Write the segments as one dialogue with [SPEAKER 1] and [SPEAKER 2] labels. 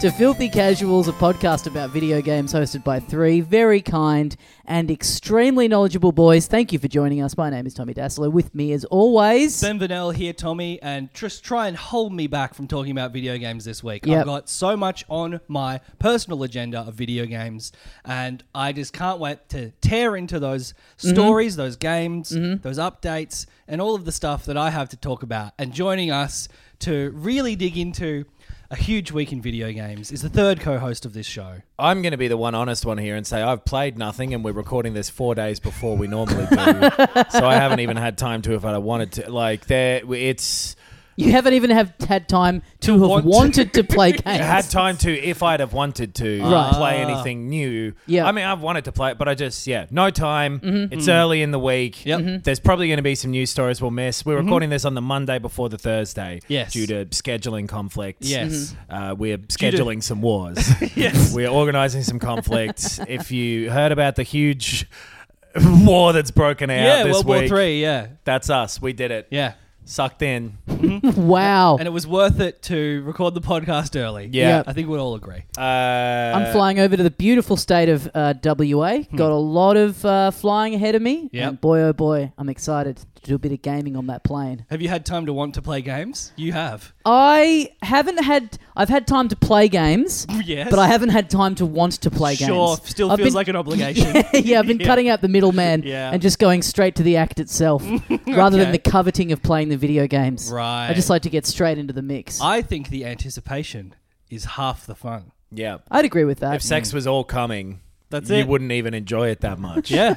[SPEAKER 1] to Filthy Casuals, a podcast about video games hosted by three very kind and extremely knowledgeable boys. Thank you for joining us. My name is Tommy Dassler. With me, as always,
[SPEAKER 2] Ben Vanel here, Tommy, and just try and hold me back from talking about video games this week.
[SPEAKER 1] Yep.
[SPEAKER 2] I've got so much on my personal agenda of video games, and I just can't wait to tear into those
[SPEAKER 3] Mm-hmm.
[SPEAKER 2] stories, those games, those updates, and all of the stuff that I have to talk about. And joining us to really dig into a huge week in video games is the third co host of this show.
[SPEAKER 3] I'm going to be the one honest one here and say I've played nothing, and we're recording this four days before we normally do, so I haven't even had time to if I wanted to. Like there, it's
[SPEAKER 1] you haven't even have had time to, have
[SPEAKER 2] want to.
[SPEAKER 1] wanted to play games.
[SPEAKER 3] I had time to if I'd have wanted to
[SPEAKER 1] Right.
[SPEAKER 3] play
[SPEAKER 2] Ah.
[SPEAKER 3] anything new.
[SPEAKER 1] Yeah.
[SPEAKER 3] I mean I've wanted to play it, but I just yeah, no time. It's early in the week.
[SPEAKER 2] Mm-hmm. Yep. Mhm.
[SPEAKER 3] There's probably going to be some news stories we'll miss. We're recording this on the Monday before the Thursday.
[SPEAKER 2] Yes.
[SPEAKER 3] due to scheduling conflicts.
[SPEAKER 2] Yes.
[SPEAKER 3] uh, we're scheduling some wars.
[SPEAKER 2] Yes.
[SPEAKER 3] We're organising some conflicts. if you heard about the huge war that's broken out
[SPEAKER 2] yeah,
[SPEAKER 3] this
[SPEAKER 2] World
[SPEAKER 3] week,
[SPEAKER 2] War Three. yeah.
[SPEAKER 3] that's us. We did it.
[SPEAKER 2] Yeah.
[SPEAKER 3] Sucked in.
[SPEAKER 1] Wow.
[SPEAKER 2] And it was worth it to record the podcast early.
[SPEAKER 3] Yeah.
[SPEAKER 2] I think we'd all agree.
[SPEAKER 3] Uh,
[SPEAKER 1] I'm flying over to the beautiful state of uh, WA. Got a lot of uh, flying ahead of me.
[SPEAKER 2] Yep.
[SPEAKER 1] And boy, oh boy, I'm excited to do a bit of gaming on that plane.
[SPEAKER 2] Have you had time to want to play games? You have.
[SPEAKER 1] I haven't had. I've had time to play games,
[SPEAKER 2] Yes.
[SPEAKER 1] but I haven't had time to want to play games.
[SPEAKER 2] Sure, still
[SPEAKER 1] I've
[SPEAKER 2] feels
[SPEAKER 1] been-
[SPEAKER 2] like an obligation.
[SPEAKER 1] yeah, I've been cutting out the middleman
[SPEAKER 2] Yeah.
[SPEAKER 1] and just going straight to the act itself, rather than the coveting of playing the video games.
[SPEAKER 2] Right.
[SPEAKER 1] I just like to get straight into the mix. I-
[SPEAKER 2] I think the anticipation is half the fun.
[SPEAKER 3] Yeah.
[SPEAKER 1] would agree with
[SPEAKER 3] If
[SPEAKER 1] that.
[SPEAKER 3] sex was all coming,
[SPEAKER 2] That's
[SPEAKER 3] you
[SPEAKER 2] it.
[SPEAKER 3] wouldn't even enjoy it that much.
[SPEAKER 2] Yeah.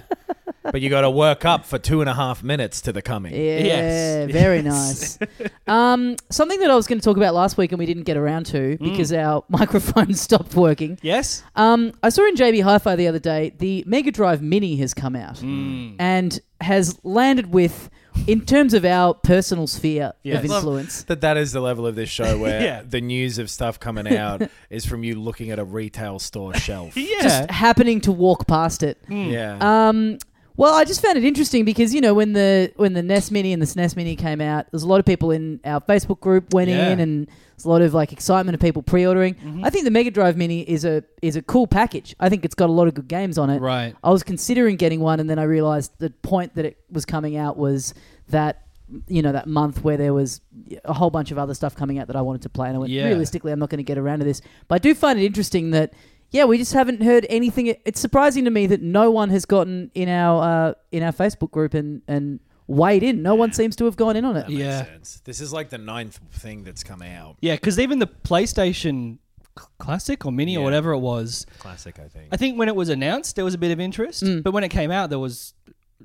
[SPEAKER 3] but you got to work up for two and a half minutes to the coming.
[SPEAKER 1] Yeah,
[SPEAKER 2] Yes.
[SPEAKER 1] very nice. um, something that I was going to talk about last week and we didn't get around to
[SPEAKER 2] Mm.
[SPEAKER 1] because our microphone stopped working.
[SPEAKER 2] Yes.
[SPEAKER 1] Um, I saw in JB Hi-Fi the other day the Mega Drive Mini has come out
[SPEAKER 2] Mm.
[SPEAKER 1] and has landed with, in terms of our personal sphere
[SPEAKER 2] Yes.
[SPEAKER 1] of
[SPEAKER 2] Love-
[SPEAKER 1] influence.
[SPEAKER 3] That that is the level of this show where
[SPEAKER 2] Yeah.
[SPEAKER 3] the news of stuff coming out is from you looking at a retail store shelf.
[SPEAKER 2] Yeah.
[SPEAKER 1] Just happening to walk past it.
[SPEAKER 2] Hmm.
[SPEAKER 3] yeah.
[SPEAKER 1] Um, well, I just found it interesting because you know when the when the NES Mini and the SNES Mini came out, there's a lot of people in our Facebook group went
[SPEAKER 2] Yeah. Mm-hmm.
[SPEAKER 1] in, and there's a lot of like excitement of people pre-ordering. I think the Mega Drive Mini is a is a cool package. I think it's got a lot of good games on it.
[SPEAKER 2] Right.
[SPEAKER 1] I was considering getting one, and then I realized the point that it was coming out was that you know that month where there was a whole bunch of other stuff coming out that I wanted to play, and I went
[SPEAKER 2] Yeah.
[SPEAKER 1] realistically, I'm not going to get around to this. But I do find it interesting that yeah, we just haven't heard anything. It's surprising to me that no one has gotten in our uh, in our Facebook group and and weighed in. No one seems to have gone in on it.
[SPEAKER 2] Yeah.
[SPEAKER 3] Makes sense. This is like the ninth thing that's come out.
[SPEAKER 2] Yeah, because even the PlayStation C- Classic or Mini or
[SPEAKER 3] Yeah.
[SPEAKER 2] whatever it was,
[SPEAKER 3] Classic, I think.
[SPEAKER 2] I think when it was announced, there was a bit of interest,
[SPEAKER 1] Mm.
[SPEAKER 2] but when it came out, there was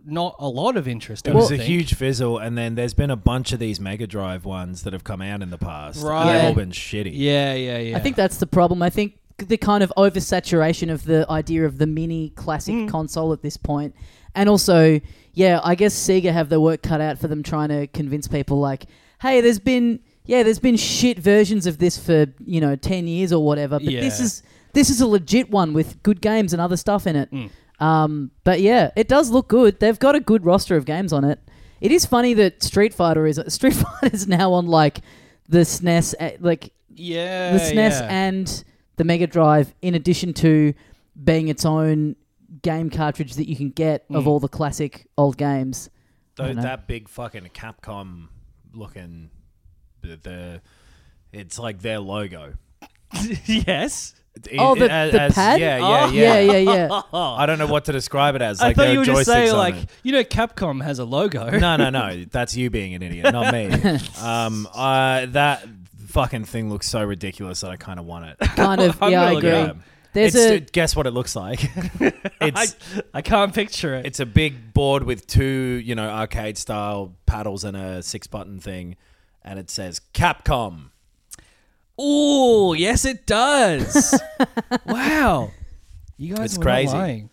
[SPEAKER 2] not a lot of interest.
[SPEAKER 3] It
[SPEAKER 2] I don't
[SPEAKER 3] was a
[SPEAKER 2] think.
[SPEAKER 3] huge fizzle, and then there's been a bunch of these Mega Drive ones that have come out in the past.
[SPEAKER 2] Right.
[SPEAKER 3] And they've all been shitty.
[SPEAKER 2] Yeah, yeah, yeah.
[SPEAKER 1] I think that's the problem. I think the kind of oversaturation of the idea of the mini classic
[SPEAKER 2] Mm.
[SPEAKER 1] console at this point, and also, yeah, I guess Sega have their work cut out for them trying to convince people like, hey, there's been yeah, there's been shit versions of this for you know ten years or whatever, but this
[SPEAKER 2] Yeah.
[SPEAKER 1] is this is a legit one with good games and other stuff in it.
[SPEAKER 2] Mm.
[SPEAKER 1] Um, but yeah, it does look good. They've got a good roster of games on it. It is funny that Street Fighter is Street Fighter is now on like the SNES, eh, like the
[SPEAKER 2] Yeah.
[SPEAKER 1] E SNES
[SPEAKER 2] yeah.
[SPEAKER 1] and the Mega Drive, in addition to being its own game cartridge that you can get of all the classic old games.
[SPEAKER 3] Tho-
[SPEAKER 1] know.
[SPEAKER 3] that big fucking Capcom looking, the, the it's like their logo.
[SPEAKER 2] yes.
[SPEAKER 1] Oh, the-
[SPEAKER 3] as-
[SPEAKER 1] the
[SPEAKER 3] as-
[SPEAKER 1] pad? Oh,
[SPEAKER 3] Yeah, yeah, yeah.
[SPEAKER 1] Yeah, yeah, yeah.
[SPEAKER 3] I don't know what to describe it as.
[SPEAKER 2] I
[SPEAKER 3] Like
[SPEAKER 2] thought
[SPEAKER 3] there
[SPEAKER 2] you
[SPEAKER 3] are
[SPEAKER 2] were just
[SPEAKER 3] joysticks
[SPEAKER 2] saying
[SPEAKER 3] on
[SPEAKER 2] like
[SPEAKER 3] it.
[SPEAKER 2] you know Capcom has a logo.
[SPEAKER 3] No, no, no. That's you being an idiot, not me. um, uh, that fucking thing looks so ridiculous that I kind of want it.
[SPEAKER 1] kind of.
[SPEAKER 2] I'm
[SPEAKER 1] Yeah, I
[SPEAKER 2] really
[SPEAKER 1] agree.
[SPEAKER 3] Yeah.
[SPEAKER 2] glad.
[SPEAKER 1] There's
[SPEAKER 3] It's-
[SPEAKER 1] a
[SPEAKER 3] guess what it looks like.
[SPEAKER 2] I,
[SPEAKER 3] it's
[SPEAKER 2] I can't picture it.
[SPEAKER 3] it's a big board with two, you know, arcade style paddles and a six button thing, and it says Capcom.
[SPEAKER 2] Oh, yes, it does. wow, you guys
[SPEAKER 3] It's
[SPEAKER 2] were not
[SPEAKER 3] crazy.
[SPEAKER 2] lying.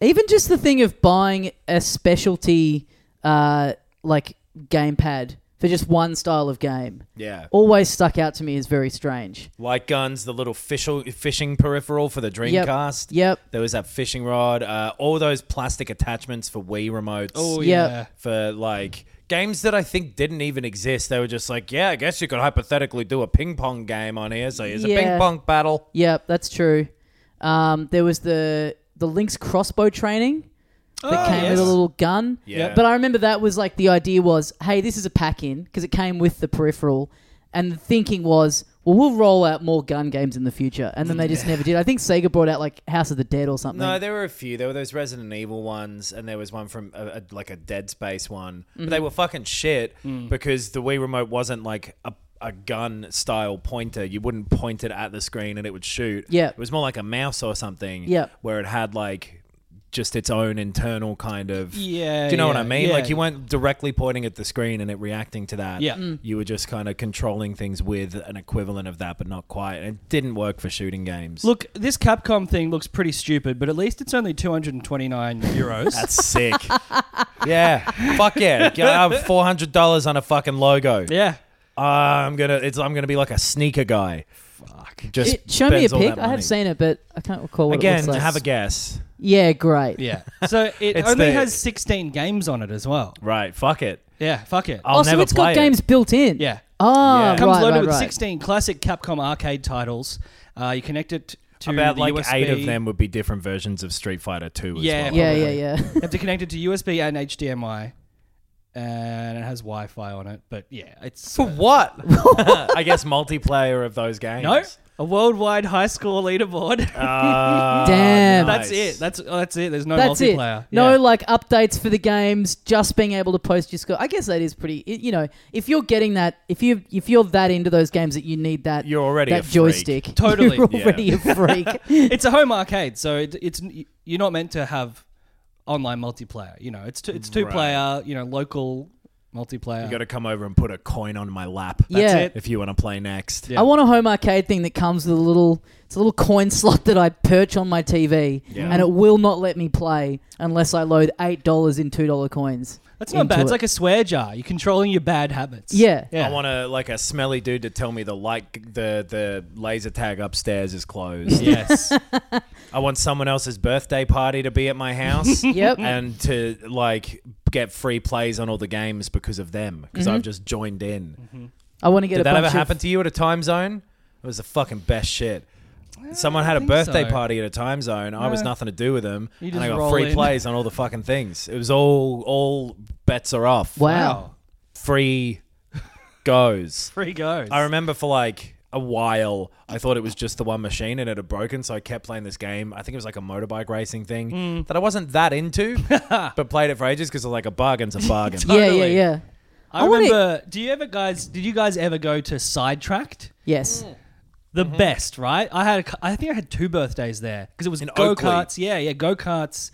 [SPEAKER 1] even just the thing of buying a specialty uh, like gamepad for just one style of game
[SPEAKER 3] Yeah.
[SPEAKER 1] always stuck out to me as very strange.
[SPEAKER 3] Light guns, the little fishel- fishing peripheral for the
[SPEAKER 1] Yep.
[SPEAKER 3] Dreamcast.
[SPEAKER 1] Yep.
[SPEAKER 3] There was that fishing rod. Uh, all those plastic attachments for Wii remotes.
[SPEAKER 2] Oh
[SPEAKER 1] Yeah.
[SPEAKER 2] yeah.
[SPEAKER 3] for like games that I think didn't even exist. They were just like, yeah, I guess you could hypothetically do a ping pong game on here. So here's a
[SPEAKER 1] Yeah.
[SPEAKER 3] ping pong battle.
[SPEAKER 1] Yep, that's true. Um, there was the the Lynx crossbow training that
[SPEAKER 2] Oh,
[SPEAKER 1] came with a
[SPEAKER 2] yes.
[SPEAKER 1] little gun.
[SPEAKER 3] Yeah.
[SPEAKER 1] But I remember that was like the idea was, hey, this is a pack in because it came with the peripheral, and the thinking was, well, we'll roll out more gun games in the future, and then they just never did. I think Sega brought out like House of the Dead or something.
[SPEAKER 3] No, there were a few. There were those Resident Evil ones, and there was one from a, a, like a Dead Space one. But
[SPEAKER 2] Mm-hmm.
[SPEAKER 3] they were fucking shit
[SPEAKER 2] Hmm.
[SPEAKER 3] because the Wii remote wasn't like a, a gun style pointer. You wouldn't point it at the screen and it would shoot.
[SPEAKER 1] Yeah.
[SPEAKER 3] it was more like a mouse or something.
[SPEAKER 1] Yeah.
[SPEAKER 3] where it had like just its own internal kind of.
[SPEAKER 2] Yeah,
[SPEAKER 3] do you know what
[SPEAKER 2] yeah,
[SPEAKER 3] I mean?
[SPEAKER 2] yeah.
[SPEAKER 3] Like you weren't directly pointing at the screen and it reacting to that.
[SPEAKER 2] Yeah. Mm.
[SPEAKER 3] you were just kind of controlling things with an equivalent of that, but not quite. And it didn't work for shooting games.
[SPEAKER 2] Look, this Capcom thing looks pretty stupid, but at least it's only 229 euros.
[SPEAKER 3] That's sick. yeah. Fuck yeah. yeah I'm four hundred dollars on a fucking logo.
[SPEAKER 2] yeah.
[SPEAKER 3] I'm gonna it's I'm gonna be like a sneaker guy. Fuck. Just
[SPEAKER 1] It- show me a
[SPEAKER 3] spends all
[SPEAKER 1] pic.
[SPEAKER 3] that
[SPEAKER 1] I
[SPEAKER 3] money.
[SPEAKER 1] have seen it, but I can't recall what it
[SPEAKER 3] Again,
[SPEAKER 1] looks like.
[SPEAKER 3] have a guess.
[SPEAKER 1] Yeah, great.
[SPEAKER 2] Yeah. So it
[SPEAKER 3] It's
[SPEAKER 2] only
[SPEAKER 3] the-
[SPEAKER 2] has 16 games on it as well.
[SPEAKER 3] Right, fuck it.
[SPEAKER 2] Yeah, fuck it.
[SPEAKER 3] I'll
[SPEAKER 1] oh, so
[SPEAKER 3] never
[SPEAKER 1] it's got
[SPEAKER 3] play it.
[SPEAKER 1] games built in.
[SPEAKER 2] Yeah.
[SPEAKER 1] Oh,
[SPEAKER 3] Yeah.
[SPEAKER 1] right,
[SPEAKER 2] comes loaded
[SPEAKER 1] right,
[SPEAKER 2] with
[SPEAKER 1] right.
[SPEAKER 2] 16 classic Capcom arcade titles. Uh, you connect it to
[SPEAKER 3] About
[SPEAKER 2] the
[SPEAKER 3] like
[SPEAKER 2] USB.
[SPEAKER 3] eight of them would be different versions of Street Fighter Two as
[SPEAKER 2] Yeah,
[SPEAKER 3] well.
[SPEAKER 1] Yeah, yeah,
[SPEAKER 2] probably.
[SPEAKER 1] yeah.
[SPEAKER 2] You have to connect it to USB and HDMI, and it has Wi-Fi on it. But yeah, it's
[SPEAKER 3] For
[SPEAKER 2] uh,
[SPEAKER 3] what? I guess multiplayer of those games.
[SPEAKER 2] no a worldwide high score leaderboard.
[SPEAKER 3] Ah,
[SPEAKER 1] Damn.
[SPEAKER 2] that's
[SPEAKER 3] nice.
[SPEAKER 2] it. That's oh, that's it. There's no
[SPEAKER 1] That's it.
[SPEAKER 2] multiplayer.
[SPEAKER 1] No,
[SPEAKER 2] Yeah.
[SPEAKER 1] like updates for the games, just being able to post your score. I guess that is pretty. i- You know, if you're getting that, if you if you're that into those games that you need that,
[SPEAKER 3] You're already a
[SPEAKER 1] that
[SPEAKER 3] freak.
[SPEAKER 1] joystick.
[SPEAKER 2] Totally,
[SPEAKER 1] you're
[SPEAKER 3] yeah.
[SPEAKER 1] already a freak.
[SPEAKER 2] it's a home arcade, so it, it's you're not meant to have online multiplayer. You know, it's two, it's two
[SPEAKER 3] Right.
[SPEAKER 2] player. You know, local multiplayer.
[SPEAKER 3] You gotta come over and put a coin on my lap.
[SPEAKER 1] Yeah.
[SPEAKER 2] it.
[SPEAKER 3] If you wanna play next.
[SPEAKER 2] Yeah.
[SPEAKER 1] I want a home arcade thing that comes with a little. It's a little coin slot that I perch on my TV,
[SPEAKER 3] Yeah.
[SPEAKER 1] and it will not let me play unless I load eight dollars in two dollar coins.
[SPEAKER 2] That's not
[SPEAKER 1] into
[SPEAKER 2] bad. It's
[SPEAKER 1] it.
[SPEAKER 2] like a swear jar. You're controlling your bad habits.
[SPEAKER 1] Yeah.
[SPEAKER 2] yeah.
[SPEAKER 3] I want a like a smelly dude to tell me the light the the laser tag upstairs is closed.
[SPEAKER 2] yes.
[SPEAKER 3] I want someone else's birthday party to be at my house.
[SPEAKER 1] Yep.
[SPEAKER 3] And to like get free plays on all the games because of them because
[SPEAKER 2] Mm-hmm.
[SPEAKER 3] I've just joined in.
[SPEAKER 1] I want to get a
[SPEAKER 3] Did that
[SPEAKER 1] bunch
[SPEAKER 3] ever
[SPEAKER 1] of-
[SPEAKER 3] happen to you at a time zone? It was the fucking best shit. Someone had a
[SPEAKER 2] think
[SPEAKER 3] birthday
[SPEAKER 2] so.
[SPEAKER 3] party at a time zone. I was
[SPEAKER 2] No.
[SPEAKER 3] nothing to do with them,
[SPEAKER 2] You
[SPEAKER 3] and I
[SPEAKER 2] just
[SPEAKER 3] got
[SPEAKER 2] roll
[SPEAKER 3] free
[SPEAKER 2] in.
[SPEAKER 3] plays on all the fucking things. It was all all bets are off.
[SPEAKER 1] Wow.
[SPEAKER 3] Free goes.
[SPEAKER 2] Free goes.
[SPEAKER 3] I remember for like a while, I thought it was just the one machine and it had broken, so I kept playing this game. I think it was like a motorbike racing thing
[SPEAKER 2] Hmm.
[SPEAKER 3] that I wasn't that into, but played it for ages because like a bargain's a bargain.
[SPEAKER 1] Yeah, yeah,
[SPEAKER 2] Totally.
[SPEAKER 1] yeah.
[SPEAKER 2] I
[SPEAKER 1] I wanna-
[SPEAKER 2] remember. Do you ever guys? Did you guys ever go to Sidetracked?
[SPEAKER 1] Yes.
[SPEAKER 2] The
[SPEAKER 3] Mm-hmm.
[SPEAKER 2] best, right? I had. a cou- I think I had two birthdays there because it was
[SPEAKER 3] In
[SPEAKER 2] go
[SPEAKER 3] Oakley.
[SPEAKER 2] karts. Yeah, yeah, go karts,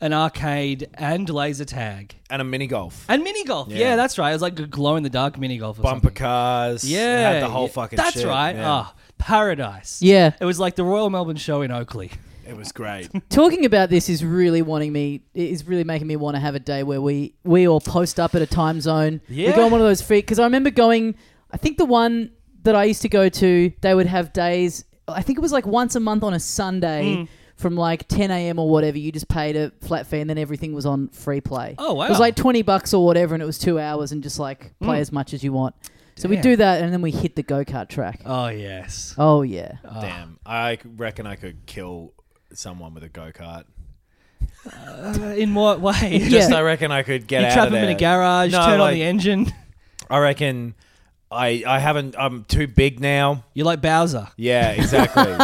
[SPEAKER 2] an arcade, and laser tag.
[SPEAKER 3] and a mini golf,
[SPEAKER 2] And mini golf. Yeah.
[SPEAKER 3] Yeah.
[SPEAKER 2] that's right. It was like a glow in the dark mini golf. Or
[SPEAKER 3] bumper
[SPEAKER 2] something.
[SPEAKER 3] cars. it
[SPEAKER 2] Yeah,
[SPEAKER 3] had the whole
[SPEAKER 2] yeah.
[SPEAKER 3] fucking.
[SPEAKER 2] That's
[SPEAKER 3] shit.
[SPEAKER 2] right.
[SPEAKER 3] Yeah.
[SPEAKER 2] Ah, paradise.
[SPEAKER 1] Yeah.
[SPEAKER 2] it was like the Royal Melbourne Show in Oakley.
[SPEAKER 3] it was great.
[SPEAKER 1] Talking about this is really wanting me is really making me want to have a day where we we all post up at a time zone. We
[SPEAKER 2] Yeah.
[SPEAKER 1] go on one of those free because I remember going. I think the one that I used to go to, they would have days. I think it was like once a month on a Sunday
[SPEAKER 2] Hmm.
[SPEAKER 1] from like 10 a.m. or whatever. You just paid a flat fee and then everything was on free play.
[SPEAKER 2] Oh, wow. Hmm.
[SPEAKER 1] It was like 20 bucks or whatever, and it was two hours and just like play as much as you want. So we
[SPEAKER 2] Damn.
[SPEAKER 1] do that and then we hit the go kart track.
[SPEAKER 2] Oh yes.
[SPEAKER 1] Oh yeah,
[SPEAKER 2] Ah.
[SPEAKER 3] Damn, I reckon I could kill someone with a go kart.
[SPEAKER 2] Uh, In what way?
[SPEAKER 1] Yeah.
[SPEAKER 3] Just I reckon I could get
[SPEAKER 2] You
[SPEAKER 3] out
[SPEAKER 2] trap
[SPEAKER 3] of
[SPEAKER 2] him
[SPEAKER 3] there.
[SPEAKER 2] in a garage,
[SPEAKER 3] No,
[SPEAKER 2] turn on
[SPEAKER 3] like-
[SPEAKER 2] the engine.
[SPEAKER 3] I reckon I I haven't. I'm too big now.
[SPEAKER 2] You're like Bowser.
[SPEAKER 3] Yeah, exactly.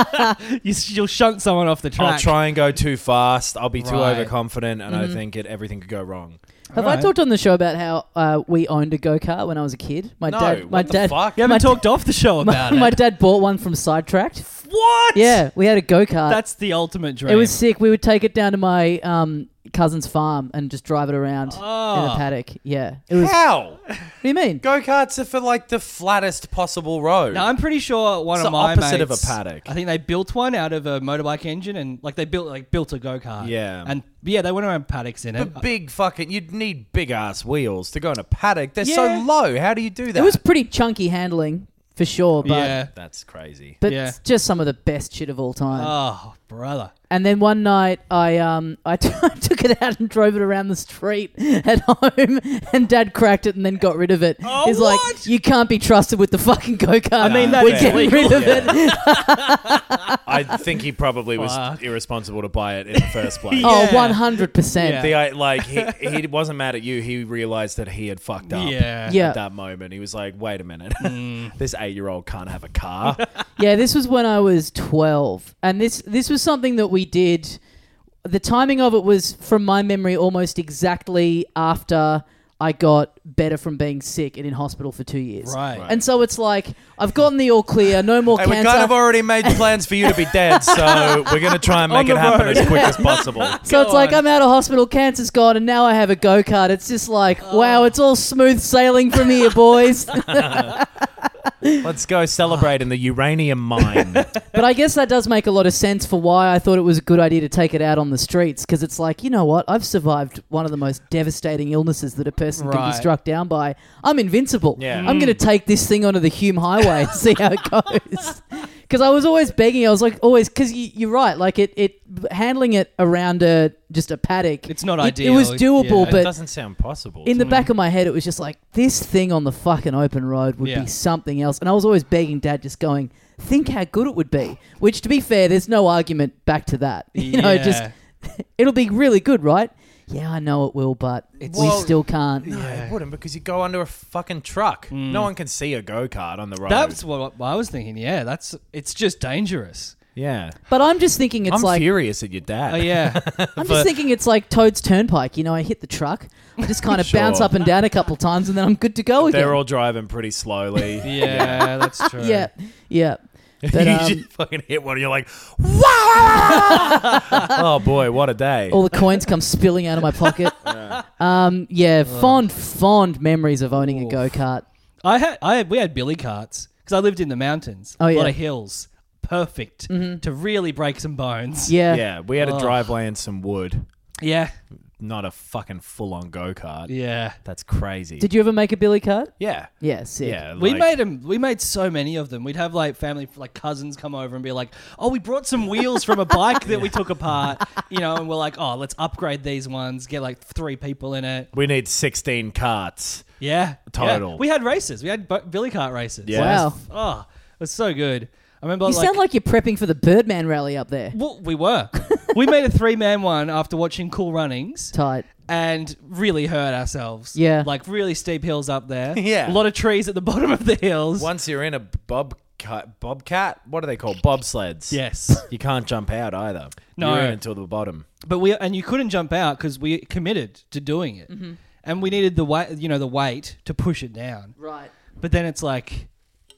[SPEAKER 2] You, you'll shunt someone off the track.
[SPEAKER 3] I'll try and go too fast. I'll be too
[SPEAKER 2] Right.
[SPEAKER 3] overconfident, and I think it everything could go wrong.
[SPEAKER 1] Have I
[SPEAKER 2] Alright.
[SPEAKER 1] talked on the show about how uh, we owned a go kart when I was a kid? My
[SPEAKER 3] No,
[SPEAKER 1] dad. My
[SPEAKER 3] what the
[SPEAKER 1] dad.
[SPEAKER 3] fuck?
[SPEAKER 2] You
[SPEAKER 1] my
[SPEAKER 2] haven't talked off the show
[SPEAKER 1] My,
[SPEAKER 2] about
[SPEAKER 1] my
[SPEAKER 2] it.
[SPEAKER 1] dad bought one from Sidetracked.
[SPEAKER 2] what?
[SPEAKER 1] Yeah, we had a go kart.
[SPEAKER 2] That's the ultimate dream.
[SPEAKER 1] It was sick. We would take it down to my um, cousin's farm and just drive it around in a
[SPEAKER 2] Oh.
[SPEAKER 1] paddock. Yeah, it was. What
[SPEAKER 3] How
[SPEAKER 1] do you mean?
[SPEAKER 3] go karts are for like the flattest possible road.
[SPEAKER 2] Now I'm pretty sure one
[SPEAKER 3] It's
[SPEAKER 2] of
[SPEAKER 3] the
[SPEAKER 2] my
[SPEAKER 3] opposite of a
[SPEAKER 2] mates-
[SPEAKER 3] paddock.
[SPEAKER 2] I think they built one out of a motorbike engine and like they built like built a go kart.
[SPEAKER 3] Yeah.
[SPEAKER 2] and yeah, they went around paddocks in it.
[SPEAKER 3] But big fucking, you'd need big ass wheels to go in a paddock. They're
[SPEAKER 2] Yeah.
[SPEAKER 3] so low. How do you do that?
[SPEAKER 1] It was pretty chunky handling for sure, but
[SPEAKER 2] yeah.
[SPEAKER 3] That's crazy.
[SPEAKER 1] but
[SPEAKER 2] Yeah.
[SPEAKER 1] just some of the best shit of all time.
[SPEAKER 2] Oh, brother.
[SPEAKER 1] And then one night, I um, I, t- I took it out and drove it around the street at home, and Dad cracked it and then got rid of it.
[SPEAKER 2] Oh,
[SPEAKER 1] He's like,
[SPEAKER 2] what?
[SPEAKER 1] "You can't be trusted with the fucking go kart." I
[SPEAKER 2] mean,
[SPEAKER 1] we're
[SPEAKER 2] that's
[SPEAKER 1] getting
[SPEAKER 2] illegal.
[SPEAKER 1] rid of it.
[SPEAKER 3] I think he probably was
[SPEAKER 2] Fuck.
[SPEAKER 3] irresponsible to buy it in the first place.
[SPEAKER 1] Oh,
[SPEAKER 2] Yeah.
[SPEAKER 1] 100 percent.
[SPEAKER 3] The, I, like he, he wasn't mad at you. He realized that he had fucked up.
[SPEAKER 2] Yeah.
[SPEAKER 1] Yeah.
[SPEAKER 3] At that moment, he was like, "Wait a minute, this eight-year-old can't have a car."
[SPEAKER 1] Yeah, this was when I was 12, and this this was something that we did. The timing of it was, from my memory, almost exactly after I got better from being sick and in hospital for two years.
[SPEAKER 2] Right. Right.
[SPEAKER 1] And so it's like I've gotten the all clear, no more
[SPEAKER 3] Hey, we
[SPEAKER 1] cancer.
[SPEAKER 3] kind of already made plans for you to be dead, so we're gonna try and
[SPEAKER 2] On
[SPEAKER 3] make it
[SPEAKER 2] the
[SPEAKER 3] happen
[SPEAKER 2] road.
[SPEAKER 3] as quick as possible.
[SPEAKER 1] So
[SPEAKER 2] Go
[SPEAKER 1] it's like
[SPEAKER 2] on.
[SPEAKER 1] I'm out of hospital, cancer's gone, and now I have a go kart. It's just like, wow, it's all smooth sailing from here, boys.
[SPEAKER 3] Let's go celebrate in the uranium mine.
[SPEAKER 1] but I guess that does make a lot of sense for why I thought it was a good idea to take it out on the streets because it's like, you know what? I've survived one of the most devastating illnesses that a person can
[SPEAKER 2] Right. Mm.
[SPEAKER 1] be struck down by. I'm invincible.
[SPEAKER 3] Yeah.
[SPEAKER 1] I'm going to take this thing onto the Hume Highway and see how it goes. Because I was always begging, I was like, always, because you, you're right, like it, it handling it around a just a paddock.
[SPEAKER 2] It's not
[SPEAKER 1] it-
[SPEAKER 2] ideal.
[SPEAKER 1] It was doable,
[SPEAKER 2] Yeah.
[SPEAKER 3] it
[SPEAKER 1] but
[SPEAKER 3] doesn't sound possible.
[SPEAKER 1] in the back of my head, it was just like this thing on the fucking open road would
[SPEAKER 2] Yeah.
[SPEAKER 1] be something else, and I was always begging Dad, just going, think how good it would be. Which, to be fair, there's no argument back to that. You know, just
[SPEAKER 2] Yeah.
[SPEAKER 1] it'll be really good, right? Yeah, I know it will, but we
[SPEAKER 3] Well,
[SPEAKER 1] still can't.
[SPEAKER 3] no, it wouldn't because you go under a fucking truck. No one can see a go kart on the road.
[SPEAKER 2] Mm. That's what I was thinking. Yeah, that's it's just dangerous.
[SPEAKER 3] yeah.
[SPEAKER 1] But I'm just thinking it's
[SPEAKER 3] I'm
[SPEAKER 1] like
[SPEAKER 3] furious at your dad.
[SPEAKER 2] Oh yeah,
[SPEAKER 1] I'm just thinking it's like Toad's Turnpike. You know, I hit the truck, I just kind of bounce
[SPEAKER 3] Sure.
[SPEAKER 1] up and down a couple times, and then I'm good to go again.
[SPEAKER 3] They're all driving pretty slowly.
[SPEAKER 2] yeah, that's true.
[SPEAKER 1] yeah, yeah. But,
[SPEAKER 3] you
[SPEAKER 1] um,
[SPEAKER 3] just fucking hit one, and you're like, wow! oh boy, what a day!
[SPEAKER 1] all the coins come spilling out of my pocket. Um, yeah, fond, fond memories of owning a
[SPEAKER 2] Oof.
[SPEAKER 1] go kart.
[SPEAKER 2] I had I had, we had billy carts because I lived in the mountains.
[SPEAKER 1] Oh,
[SPEAKER 2] a lot
[SPEAKER 1] yeah. Mm-hmm.
[SPEAKER 2] of hills. Perfect to really break some bones.
[SPEAKER 1] Yeah.
[SPEAKER 3] Yeah, we had a
[SPEAKER 2] Ugh.
[SPEAKER 3] driveway and some wood,
[SPEAKER 2] yeah,
[SPEAKER 3] not a fucking full-on go kart.
[SPEAKER 2] yeah.
[SPEAKER 3] That's crazy.
[SPEAKER 1] Did you ever make a billy cart?
[SPEAKER 3] yeah,
[SPEAKER 1] Yeah, sick.
[SPEAKER 3] yeah.
[SPEAKER 2] We
[SPEAKER 3] like-
[SPEAKER 2] made 'em We made so many of them. We'd have like family, like cousins, come over and be like, "Oh, we brought some wheels from a bike that we took apart, you know." And we're like, "Oh, let's upgrade these ones. Get like three people in it."
[SPEAKER 3] We need 16 carts.
[SPEAKER 2] Yeah,
[SPEAKER 3] Total.
[SPEAKER 2] Yeah. We had races. We had bo- billy cart races.
[SPEAKER 3] Yeah.
[SPEAKER 1] Wow.
[SPEAKER 2] Oh, it was so good. I remember.
[SPEAKER 1] You sound like you're prepping for the Birdman rally up there.
[SPEAKER 2] well, we were. we made a three-man one after watching Cool Runnings.
[SPEAKER 1] Tight.
[SPEAKER 2] and really hurt ourselves.
[SPEAKER 1] Yeah.
[SPEAKER 2] Like really steep hills up there. A
[SPEAKER 3] Yeah.
[SPEAKER 2] lot of trees at the bottom of the hills.
[SPEAKER 3] Once you're in a bob bobcat, what are they called? Bobsleds.
[SPEAKER 2] Yes.
[SPEAKER 3] You can't jump out either.
[SPEAKER 2] No.
[SPEAKER 3] You're in until the bottom.
[SPEAKER 2] But we and you couldn't jump out cuz we committed to doing it. And we needed the weight, you know, the weight to push it down.
[SPEAKER 1] Right.
[SPEAKER 2] But then it's like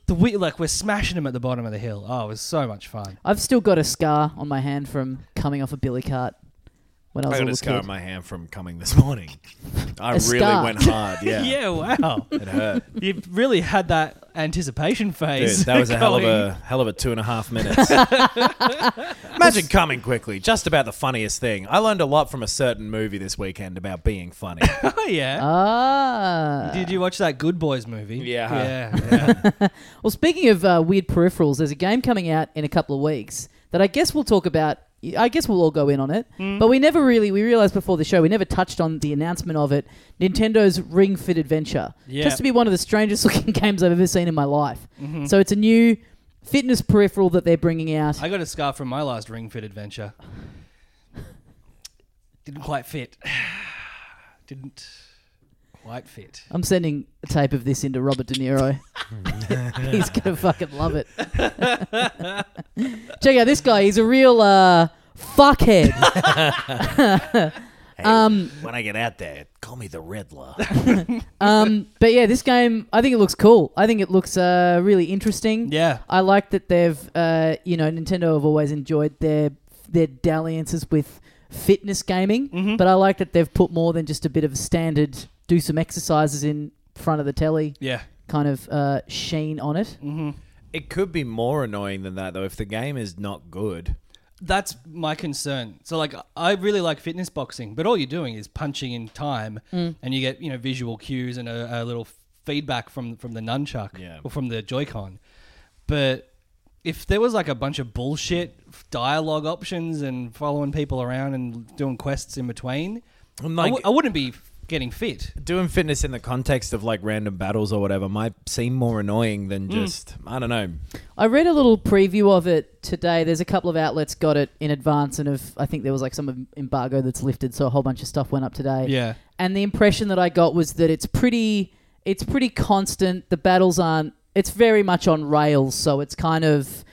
[SPEAKER 2] the we like we're smashing them at the bottom of the hill. Oh, it was so much fun.
[SPEAKER 1] I've still got a scar on my hand from coming off a billy cart when I was
[SPEAKER 3] I
[SPEAKER 1] a
[SPEAKER 3] got
[SPEAKER 1] little
[SPEAKER 3] a scar on
[SPEAKER 1] kid.
[SPEAKER 3] my hand from coming this morning. I
[SPEAKER 1] A
[SPEAKER 3] really
[SPEAKER 1] scar.
[SPEAKER 3] went hard. Yeah.
[SPEAKER 2] wow.
[SPEAKER 3] It hurt.
[SPEAKER 2] you really had that anticipation
[SPEAKER 3] Dude,
[SPEAKER 2] phase.
[SPEAKER 3] that was a hell of
[SPEAKER 2] going.
[SPEAKER 3] a hell of a two and a half minutes. Imagine coming quickly. Just about the funniest thing. I learned a lot from a certain movie this weekend about being funny.
[SPEAKER 2] Oh yeah.
[SPEAKER 1] Ah.
[SPEAKER 2] Did you watch that Good Boys movie?
[SPEAKER 3] Yeah.
[SPEAKER 2] Yeah.
[SPEAKER 1] Well, speaking of uh, weird peripherals, there's a game coming out in a couple of weeks that I guess we'll talk about. I guess we'll all go in on it,
[SPEAKER 2] Hmm.
[SPEAKER 1] but we never really we realized before the show we never touched on the announcement of it. Nintendo's Ring Fit Adventure,
[SPEAKER 2] Yeah.
[SPEAKER 1] just to be one of the strangest looking games I've ever seen in my life. So it's a new fitness peripheral that they're bringing out.
[SPEAKER 2] Mm-hmm. I got a scar from my last ring fit adventure. Didn't quite fit. Didn't. White fit.
[SPEAKER 1] I'm sending a tape of this into Robert De Niro. He's gonna fucking love it. Check out this guy. He's a real uh, fuckhead.
[SPEAKER 3] um, when I get out there, call me the Riddler.
[SPEAKER 1] Um, but yeah, this game. I think it looks cool. I think it looks uh, really interesting.
[SPEAKER 2] Yeah.
[SPEAKER 1] I like that they've, uh, you know, Nintendo have always enjoyed their their dalliances with fitness gaming,
[SPEAKER 2] Mm-hmm.
[SPEAKER 1] but I like that they've put more than just a bit of a standard do some exercises in front of the telly
[SPEAKER 2] Yeah.
[SPEAKER 1] kind of uh, sheen on it.
[SPEAKER 2] Mm-hmm.
[SPEAKER 3] it could be more annoying than that though if the game is not good.
[SPEAKER 2] That's my concern. So like I really like fitness boxing, but all you're doing is punching in time and you get, you know, visual cues and a, a little feedback from from the nunchuck
[SPEAKER 3] Yeah.
[SPEAKER 2] or from the Joy-Con. But if there was like a bunch of bullshit dialogue options and following people around and doing quests in between,
[SPEAKER 3] And,
[SPEAKER 2] I
[SPEAKER 3] like-
[SPEAKER 2] w- I wouldn't be getting fit.
[SPEAKER 3] Doing fitness in the context of like random battles or whatever might seem more annoying than just I don't know.
[SPEAKER 1] I read a little preview of it today. There's a couple of outlets got it in advance, and have, I think there was like some embargo that's lifted, so a whole bunch of stuff went up today.
[SPEAKER 2] Yeah.
[SPEAKER 1] And the impression that I got was that it's pretty, it's pretty constant. The battles aren't. It's very much on rails, so it's kind of,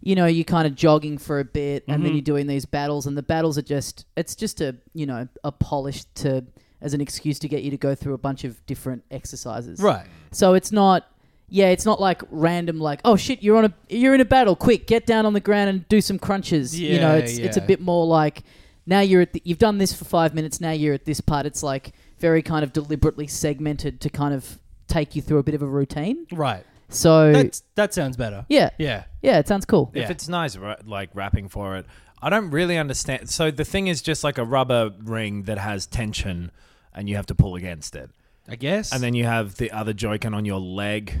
[SPEAKER 1] you know, you're kind of jogging for a bit, and then you're doing these battles, and the battles are just, it's just a, you know, a polished to as an excuse to get you to go through a bunch of different exercises.
[SPEAKER 2] Right.
[SPEAKER 1] So it's not yeah, it's not like random like, oh shit, you're on a you're in a battle, quick, get down on the ground and do some crunches. you know,
[SPEAKER 2] Yeah,
[SPEAKER 1] it's it's a
[SPEAKER 2] yeah.
[SPEAKER 1] bit more like now you're at the, you've done this for 5 minutes, now you're at this part. It's like very kind of deliberately segmented to kind of take you through a bit of a routine.
[SPEAKER 2] Right.
[SPEAKER 1] So
[SPEAKER 2] That's, that sounds better.
[SPEAKER 1] yeah.
[SPEAKER 2] Yeah.
[SPEAKER 1] Yeah, it sounds cool.
[SPEAKER 2] Yeah.
[SPEAKER 3] If it's nice, ri- like rapping for it, I don't really understand. So the thing is just like a rubber ring that has tension, and you have to pull against it,
[SPEAKER 2] I guess.
[SPEAKER 3] and then you have the other Joy-Con on your leg,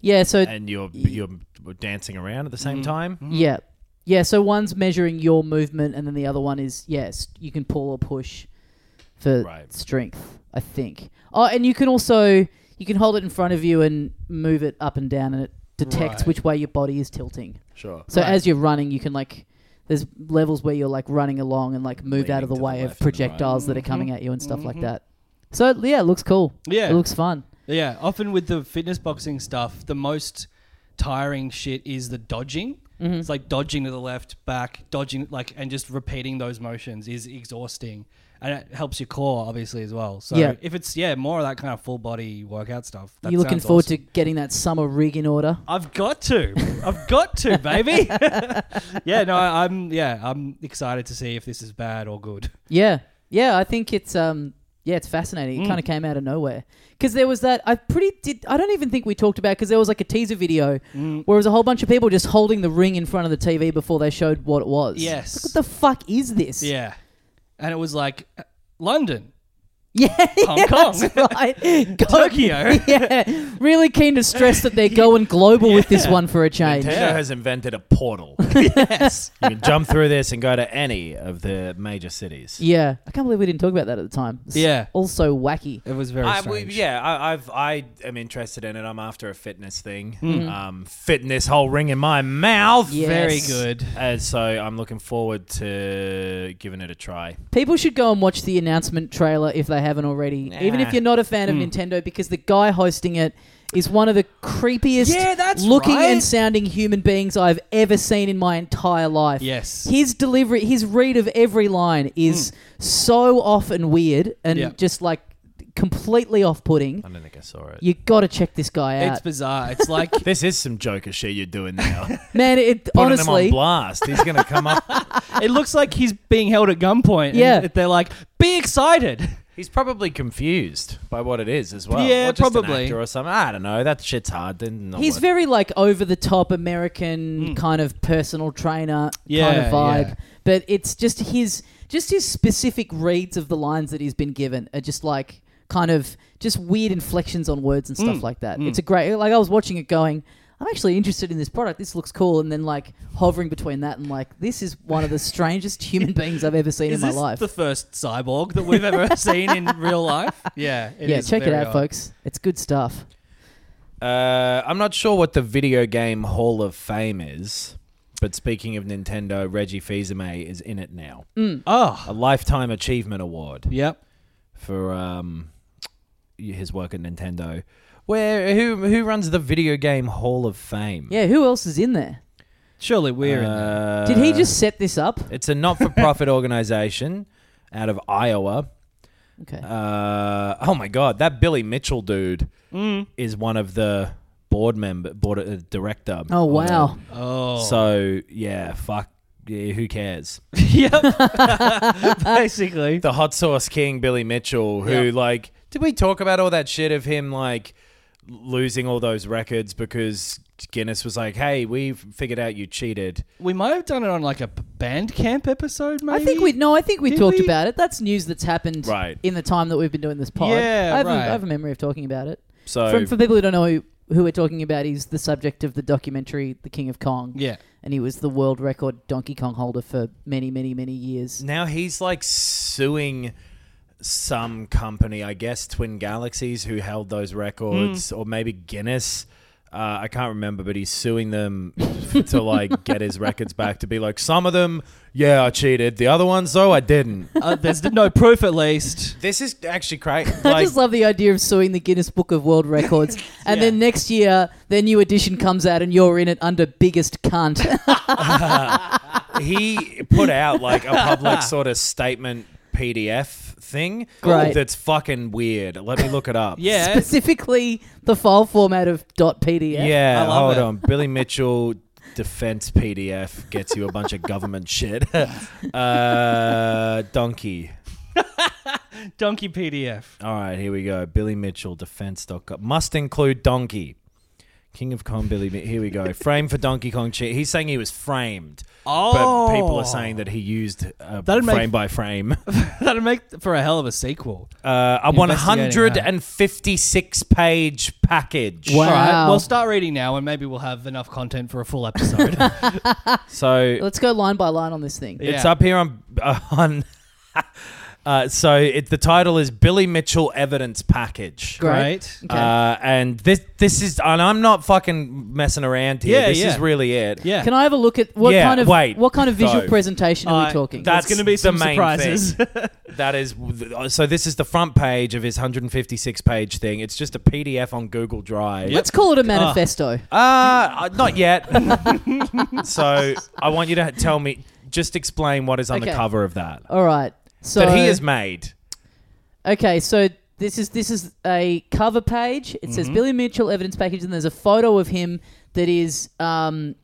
[SPEAKER 1] Yeah, so
[SPEAKER 3] and you're you're dancing around at the same time.
[SPEAKER 1] yeah. Yeah, so one's measuring your movement and then the other one is yes, you can pull or push for
[SPEAKER 3] Right.
[SPEAKER 1] strength, I think. Oh, and you can also you can hold it in front of you and move it up and down and it detects
[SPEAKER 2] Right.
[SPEAKER 1] which way your body is tilting.
[SPEAKER 3] Sure.
[SPEAKER 1] So
[SPEAKER 2] Right.
[SPEAKER 1] as you're running, you can like there's levels where you're like running along and like move out
[SPEAKER 3] Leaning
[SPEAKER 1] of the
[SPEAKER 3] to the
[SPEAKER 1] way
[SPEAKER 3] left
[SPEAKER 1] of
[SPEAKER 3] and the right.
[SPEAKER 1] projectiles that are coming at you and stuff like that. So yeah, it looks cool.
[SPEAKER 2] Yeah.
[SPEAKER 1] It looks fun.
[SPEAKER 2] Yeah, often with the fitness boxing stuff, the most tiring shit is the dodging.
[SPEAKER 1] Mm-hmm.
[SPEAKER 2] It's like dodging to the left, back, dodging, like, and just repeating those motions is exhausting, and it helps your core obviously as well. So
[SPEAKER 1] Yeah.
[SPEAKER 2] if it's yeah more of that kind of full body workout stuff, that
[SPEAKER 1] you looking
[SPEAKER 2] sounds
[SPEAKER 1] forward
[SPEAKER 2] awesome.
[SPEAKER 1] to getting that summer rig in order?
[SPEAKER 2] I've got to. I've got to, baby. yeah, no, I, I'm yeah, I'm excited to see if this is bad or good.
[SPEAKER 1] Yeah, yeah. I think it's um, yeah, it's
[SPEAKER 2] Mm.
[SPEAKER 1] fascinating. It kind of came out of nowhere because there was that. I pretty did. I don't even think we talked about because there was like a teaser video
[SPEAKER 2] Mm.
[SPEAKER 1] where it was a whole bunch of people just holding the ring in front of the TV before they showed what it was.
[SPEAKER 2] Yes.
[SPEAKER 1] It's like, what the fuck is this?
[SPEAKER 2] Yeah, and it was like uh, London,
[SPEAKER 1] yeah,
[SPEAKER 2] Hong Kong.
[SPEAKER 1] that's right. Go-
[SPEAKER 2] Tokyo.
[SPEAKER 1] yeah, really keen to stress that they're going global with this one for a change.
[SPEAKER 3] Nintendo
[SPEAKER 2] Yeah.
[SPEAKER 3] has invented a portal. yes. You can jump through this and go to any of the major cities.
[SPEAKER 1] Yeah, I can't believe we didn't talk about that at the time. It's
[SPEAKER 2] Yeah.
[SPEAKER 1] also wacky.
[SPEAKER 2] It was very
[SPEAKER 3] I, we-
[SPEAKER 2] strange.
[SPEAKER 3] yeah, I, I've I am interested in it. I'm after a fitness thing, um, fitting this whole ring in my mouth.
[SPEAKER 1] Hmm. Yeah.
[SPEAKER 2] very
[SPEAKER 1] Yes.
[SPEAKER 2] good.
[SPEAKER 3] Uh, so I'm looking forward to giving it a try.
[SPEAKER 1] People should go and watch the announcement trailer if they haven't already. Even if you're not a fan of
[SPEAKER 2] Hmm.
[SPEAKER 1] Nintendo, because the guy hosting it is one of the creepiest
[SPEAKER 2] Yeah, that's
[SPEAKER 1] looking
[SPEAKER 2] right.
[SPEAKER 1] and sounding human beings I've ever seen in my entire life.
[SPEAKER 2] Yes. Hmm.
[SPEAKER 1] His delivery, his read of every line is so off and weird and
[SPEAKER 2] Yeah.
[SPEAKER 1] just like completely off putting.
[SPEAKER 3] I don't think I saw it.
[SPEAKER 1] You gotta check this guy
[SPEAKER 2] It's
[SPEAKER 1] out.
[SPEAKER 2] bizarre. It's like
[SPEAKER 3] this is some Joker shit you're doing now. Putting
[SPEAKER 1] Man, it
[SPEAKER 3] him on
[SPEAKER 1] honestly
[SPEAKER 3] blast. He's gonna come up.
[SPEAKER 2] it looks like he's being held at gunpoint. and
[SPEAKER 1] Yeah.
[SPEAKER 2] they're like, be excited.
[SPEAKER 3] He's probably confused by what it is as well.
[SPEAKER 2] Yeah,
[SPEAKER 3] Or just an
[SPEAKER 2] probably.
[SPEAKER 3] actor or something. I don't know. That shit's hard. Then
[SPEAKER 1] He's very like over the top American kind of personal trainer kind
[SPEAKER 2] Hmm. Yeah,
[SPEAKER 1] of vibe,
[SPEAKER 2] yeah.
[SPEAKER 1] but it's just his just his specific reads of the lines that he's been given are just like kind of just weird inflections on words and
[SPEAKER 2] Hmm.
[SPEAKER 1] stuff like that. It's a great like I was watching it going. I'm actually interested in this product. This looks cool, and then like hovering between that and like this is one of the strangest human beings I've ever seen
[SPEAKER 2] Is
[SPEAKER 1] in my
[SPEAKER 2] this
[SPEAKER 1] life.
[SPEAKER 2] the first cyborg that we've ever seen in real life? Yeah. it
[SPEAKER 1] yeah,
[SPEAKER 2] is
[SPEAKER 1] check it
[SPEAKER 2] very
[SPEAKER 1] out,
[SPEAKER 2] odd.
[SPEAKER 1] folks. It's good stuff.
[SPEAKER 3] Uh, I'm not sure what the video game Hall of Fame is, but speaking of Nintendo, Reggie Fils-Aimé is in it now.
[SPEAKER 2] Oh.
[SPEAKER 3] A lifetime achievement award
[SPEAKER 2] Yep.
[SPEAKER 3] for um, his work at Nintendo. Where who who runs the video game Hall of Fame?
[SPEAKER 1] Yeah, who else is in there?
[SPEAKER 2] Surely we're in there.
[SPEAKER 3] Uh,
[SPEAKER 1] Did he just set this up?
[SPEAKER 3] It's a not-for-profit organization out of Iowa.
[SPEAKER 1] Okay.
[SPEAKER 3] Uh, oh my god, that Billy Mitchell dude
[SPEAKER 2] mm.
[SPEAKER 3] is one of the board member, board uh, director.
[SPEAKER 1] oh wow.
[SPEAKER 2] Oh.
[SPEAKER 3] So yeah, fuck. Yeah, who cares?
[SPEAKER 2] yep. Basically.
[SPEAKER 3] The hot sauce king, Billy Mitchell, who
[SPEAKER 2] Yeah.
[SPEAKER 3] like, did we talk about all that shit of him like losing all those records because Guinness was like, "Hey, we figured out you cheated."
[SPEAKER 2] We might have done it on like a band camp episode, maybe.
[SPEAKER 1] I think we no. I think we
[SPEAKER 2] Did
[SPEAKER 1] talked
[SPEAKER 2] we?
[SPEAKER 1] about it. That's news that's happened
[SPEAKER 3] Right.
[SPEAKER 1] in the time that we've been doing this pod.
[SPEAKER 2] Yeah,
[SPEAKER 1] I have, a-
[SPEAKER 2] right.
[SPEAKER 1] I have a memory of talking about it.
[SPEAKER 3] So
[SPEAKER 1] For, for people who don't know who, who we're talking about, he's the subject of the documentary "The King of Kong."
[SPEAKER 2] Yeah.
[SPEAKER 1] and he was the world record Donkey Kong holder for many, many, many years.
[SPEAKER 3] now he's like suing some company, I guess Twin Galaxies, who held those
[SPEAKER 1] Hmm.
[SPEAKER 3] records, or maybe Guinness. Uh, I can't remember, but he's suing them to like get his records back to be like some of them, yeah, I cheated. The other ones, though, I didn't.
[SPEAKER 2] Uh, there's no proof, at least.
[SPEAKER 3] This is actually crazy.
[SPEAKER 1] I
[SPEAKER 3] Like,
[SPEAKER 1] just love the idea of suing the Guinness Book of World Records, and then next year their new edition comes out, and you're in it under biggest cunt.
[SPEAKER 3] he put out like a public sort of statement PDF thing
[SPEAKER 1] Great.
[SPEAKER 3] that's fucking weird. Let me look it up.
[SPEAKER 2] Yeah.
[SPEAKER 1] Specifically, the file format of .pdf.
[SPEAKER 3] Yeah,
[SPEAKER 2] I love
[SPEAKER 3] hold
[SPEAKER 2] it.
[SPEAKER 3] on. Billy Mitchell defense PDF gets you a bunch of government shit. uh, donkey.
[SPEAKER 2] Donkey PDF.
[SPEAKER 3] All right, here we go. Billy Mitchell defense doc must include donkey. King of Kong, Billy. Mi- Here we go. Frame for Donkey Kong. Che- He's saying he was framed,
[SPEAKER 2] Oh.
[SPEAKER 3] but people are saying that he used uh,
[SPEAKER 2] That'd
[SPEAKER 3] frame
[SPEAKER 2] make-
[SPEAKER 3] by frame.
[SPEAKER 2] That'd make for a hell of a sequel.
[SPEAKER 3] Uh, a
[SPEAKER 2] Investigating
[SPEAKER 3] 156 page package.
[SPEAKER 1] Wow.
[SPEAKER 2] All right. We'll start reading now, and maybe we'll have enough content for a full episode.
[SPEAKER 3] So
[SPEAKER 1] Let's go line by line on this thing.
[SPEAKER 3] It's
[SPEAKER 2] Yeah.
[SPEAKER 3] up here on on. uh, so it, the title is Billy Mitchell Evidence Package.
[SPEAKER 2] Great.
[SPEAKER 1] Okay.
[SPEAKER 3] Uh, and this this is and I'm not fucking messing around here.
[SPEAKER 2] Yeah,
[SPEAKER 3] this
[SPEAKER 2] yeah.
[SPEAKER 3] is really it.
[SPEAKER 2] Yeah.
[SPEAKER 1] Can I have a look at what
[SPEAKER 3] Yeah,
[SPEAKER 1] kind of
[SPEAKER 3] wait,
[SPEAKER 1] what kind of visual
[SPEAKER 3] though.
[SPEAKER 1] presentation are
[SPEAKER 2] Uh,
[SPEAKER 1] we talking?
[SPEAKER 3] That's
[SPEAKER 2] gonna be
[SPEAKER 3] the
[SPEAKER 2] some
[SPEAKER 3] main
[SPEAKER 2] surprises.
[SPEAKER 3] thing. that is so. This is the front page of his 156 page thing. It's just a PDF on Google Drive.
[SPEAKER 1] Let's call it
[SPEAKER 3] Ah.
[SPEAKER 1] a manifesto.
[SPEAKER 3] Uh, uh, not yet. so I want you to tell me. Just explain what is on the
[SPEAKER 1] Okay.
[SPEAKER 3] cover of that
[SPEAKER 1] All right. So
[SPEAKER 3] that he has made.
[SPEAKER 1] Okay, so this is this is a cover page. It
[SPEAKER 3] Mm-hmm.
[SPEAKER 1] says Billy Mitchell evidence package, and there's a photo of him that is um,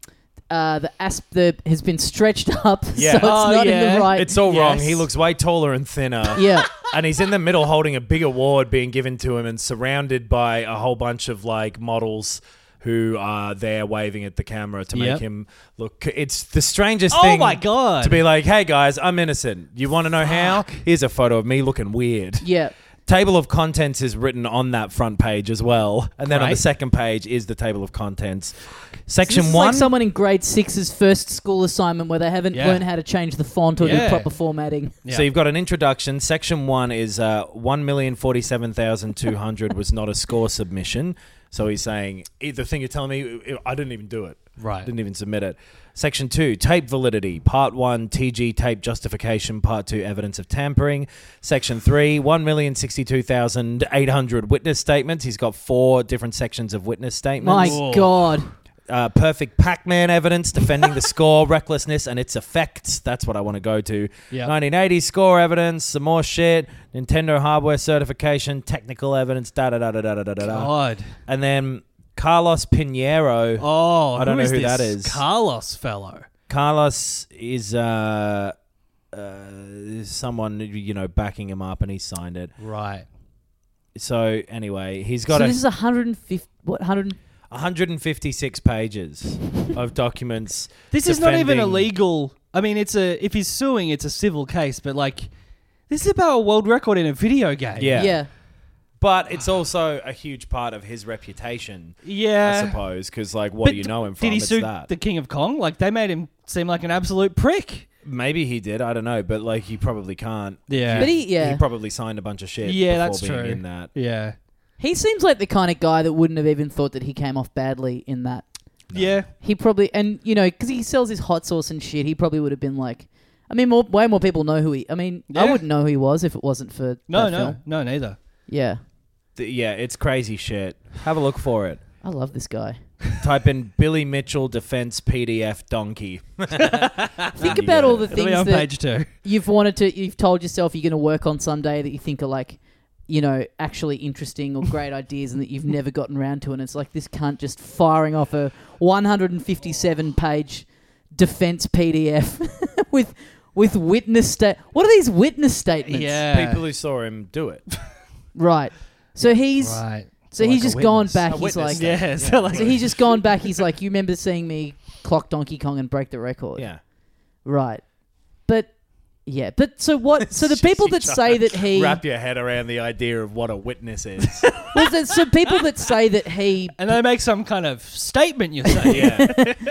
[SPEAKER 1] uh, the asp that has been stretched up,
[SPEAKER 3] Yeah.
[SPEAKER 1] so it's
[SPEAKER 2] Oh,
[SPEAKER 1] not in
[SPEAKER 2] yeah.
[SPEAKER 1] the right.
[SPEAKER 3] It's all wrong.
[SPEAKER 2] Yes.
[SPEAKER 3] He looks way taller and thinner.
[SPEAKER 1] yeah,
[SPEAKER 3] and he's in the middle holding a big award being given to him and surrounded by a whole bunch of like models who are there waving at the camera to make
[SPEAKER 2] Yep.
[SPEAKER 3] him look it's the strangest
[SPEAKER 2] Oh
[SPEAKER 3] thing
[SPEAKER 2] my God.
[SPEAKER 3] to be like hey guys i'm innocent you want to know how here's a photo of me looking weird
[SPEAKER 1] yeah.
[SPEAKER 3] table of contents is written on that front page as well and then on the
[SPEAKER 2] Great.
[SPEAKER 3] second page is the table of contents
[SPEAKER 1] This
[SPEAKER 3] section
[SPEAKER 1] is
[SPEAKER 3] 1
[SPEAKER 1] like someone in grade six's first school assignment where they haven't
[SPEAKER 2] Yeah.
[SPEAKER 1] learned how to change the font or
[SPEAKER 2] Yeah.
[SPEAKER 1] do proper formatting.
[SPEAKER 2] Yeah.
[SPEAKER 3] So you've got an introduction. Section one is uh, one million forty-seven thousand two hundred was not a score submission. So he's saying "Eh, the thing you're telling me, eh, I didn't even do it.
[SPEAKER 2] Right.
[SPEAKER 3] didn't even submit it. Section two, tape validity. Part one, TG tape justification. Part two, evidence of tampering. Section three, one million sixty-two thousand eight hundred witness statements. He's got four different sections of witness statements
[SPEAKER 1] My
[SPEAKER 2] Whoa.
[SPEAKER 1] God.
[SPEAKER 3] uh, perfect Pac-Man evidence defending the score, recklessness, and its effects. That's what I want to go to.
[SPEAKER 2] Yeah.
[SPEAKER 3] 1980 score evidence, some more shit, Nintendo hardware certification, technical evidence, da da da da da da da da.
[SPEAKER 2] God.
[SPEAKER 3] And then Carlos Pinheiro.
[SPEAKER 2] Oh,
[SPEAKER 3] I don't know
[SPEAKER 2] is
[SPEAKER 3] who that
[SPEAKER 2] this
[SPEAKER 3] is.
[SPEAKER 2] Carlos fellow.
[SPEAKER 3] Carlos is uh, uh, someone you know backing him up, and he signed it.
[SPEAKER 2] Right.
[SPEAKER 3] So anyway, he's got
[SPEAKER 1] so
[SPEAKER 3] a
[SPEAKER 1] this is 150. What 100?
[SPEAKER 3] 156 pages of documents.
[SPEAKER 2] This is not even a
[SPEAKER 3] defending-
[SPEAKER 2] legal. I mean, it's a if he's suing, it's a civil case. But like, this is about a world record in a video game.
[SPEAKER 3] Yeah.
[SPEAKER 1] yeah.
[SPEAKER 3] But it's also a huge part of his reputation,
[SPEAKER 2] Yeah.
[SPEAKER 3] I suppose, because like, what
[SPEAKER 2] But
[SPEAKER 3] do you know him from?
[SPEAKER 2] Did he
[SPEAKER 3] it's
[SPEAKER 2] sue
[SPEAKER 3] that.
[SPEAKER 2] the King of Kong? Like they made him seem like an absolute prick.
[SPEAKER 3] Maybe he did. I don't know, but like, he probably can't.
[SPEAKER 2] Yeah.
[SPEAKER 1] But he- yeah.
[SPEAKER 3] he probably signed a bunch of shit.
[SPEAKER 2] Yeah,
[SPEAKER 3] before
[SPEAKER 2] that's
[SPEAKER 3] being
[SPEAKER 2] true.
[SPEAKER 3] In that,
[SPEAKER 2] Yeah.
[SPEAKER 1] He seems like the kind of guy that wouldn't have even thought that he came off badly in that.
[SPEAKER 2] Yeah.
[SPEAKER 1] He probably and you know because he sells his hot sauce and shit. He probably would have been like, I mean, more way more people know who he. I mean, I
[SPEAKER 2] Yeah.
[SPEAKER 1] wouldn't know who he was if it wasn't for
[SPEAKER 2] No,
[SPEAKER 1] that
[SPEAKER 2] no,
[SPEAKER 1] film.
[SPEAKER 2] no, neither.
[SPEAKER 1] Yeah,
[SPEAKER 3] th- yeah, it's crazy shit. Have a look for it.
[SPEAKER 1] I love this guy.
[SPEAKER 3] Type in Billy Mitchell defense PDF donkey.
[SPEAKER 1] Think about all the
[SPEAKER 2] It'll be
[SPEAKER 1] things
[SPEAKER 2] on
[SPEAKER 1] that
[SPEAKER 2] page two.
[SPEAKER 1] you've wanted to you've told yourself you're going to work on someday that you think are like you know actually interesting or great ideas and that you've never gotten around to and it's like this cunt just firing off a 157 page defense pdf with with witness state what are these witness statements
[SPEAKER 2] Yeah.
[SPEAKER 3] People who saw him do it.
[SPEAKER 1] right so he's
[SPEAKER 2] right.
[SPEAKER 1] so he's just gone
[SPEAKER 2] gone
[SPEAKER 1] back
[SPEAKER 3] A
[SPEAKER 1] he's
[SPEAKER 3] witness
[SPEAKER 1] like
[SPEAKER 3] statement.
[SPEAKER 2] Yeah. So like
[SPEAKER 1] so he's just gone back he's like you remember seeing me clock donkey kong and break the record
[SPEAKER 3] Yeah.
[SPEAKER 1] right but yeah but so what so the
[SPEAKER 3] It's just
[SPEAKER 1] people
[SPEAKER 3] you
[SPEAKER 1] that
[SPEAKER 3] trying
[SPEAKER 1] say
[SPEAKER 3] to
[SPEAKER 1] that he
[SPEAKER 3] Wrap your head around the idea of what a witness is.
[SPEAKER 1] Well, there's some people that say that he.
[SPEAKER 2] and they make some kind of statement. You say.
[SPEAKER 3] yeah.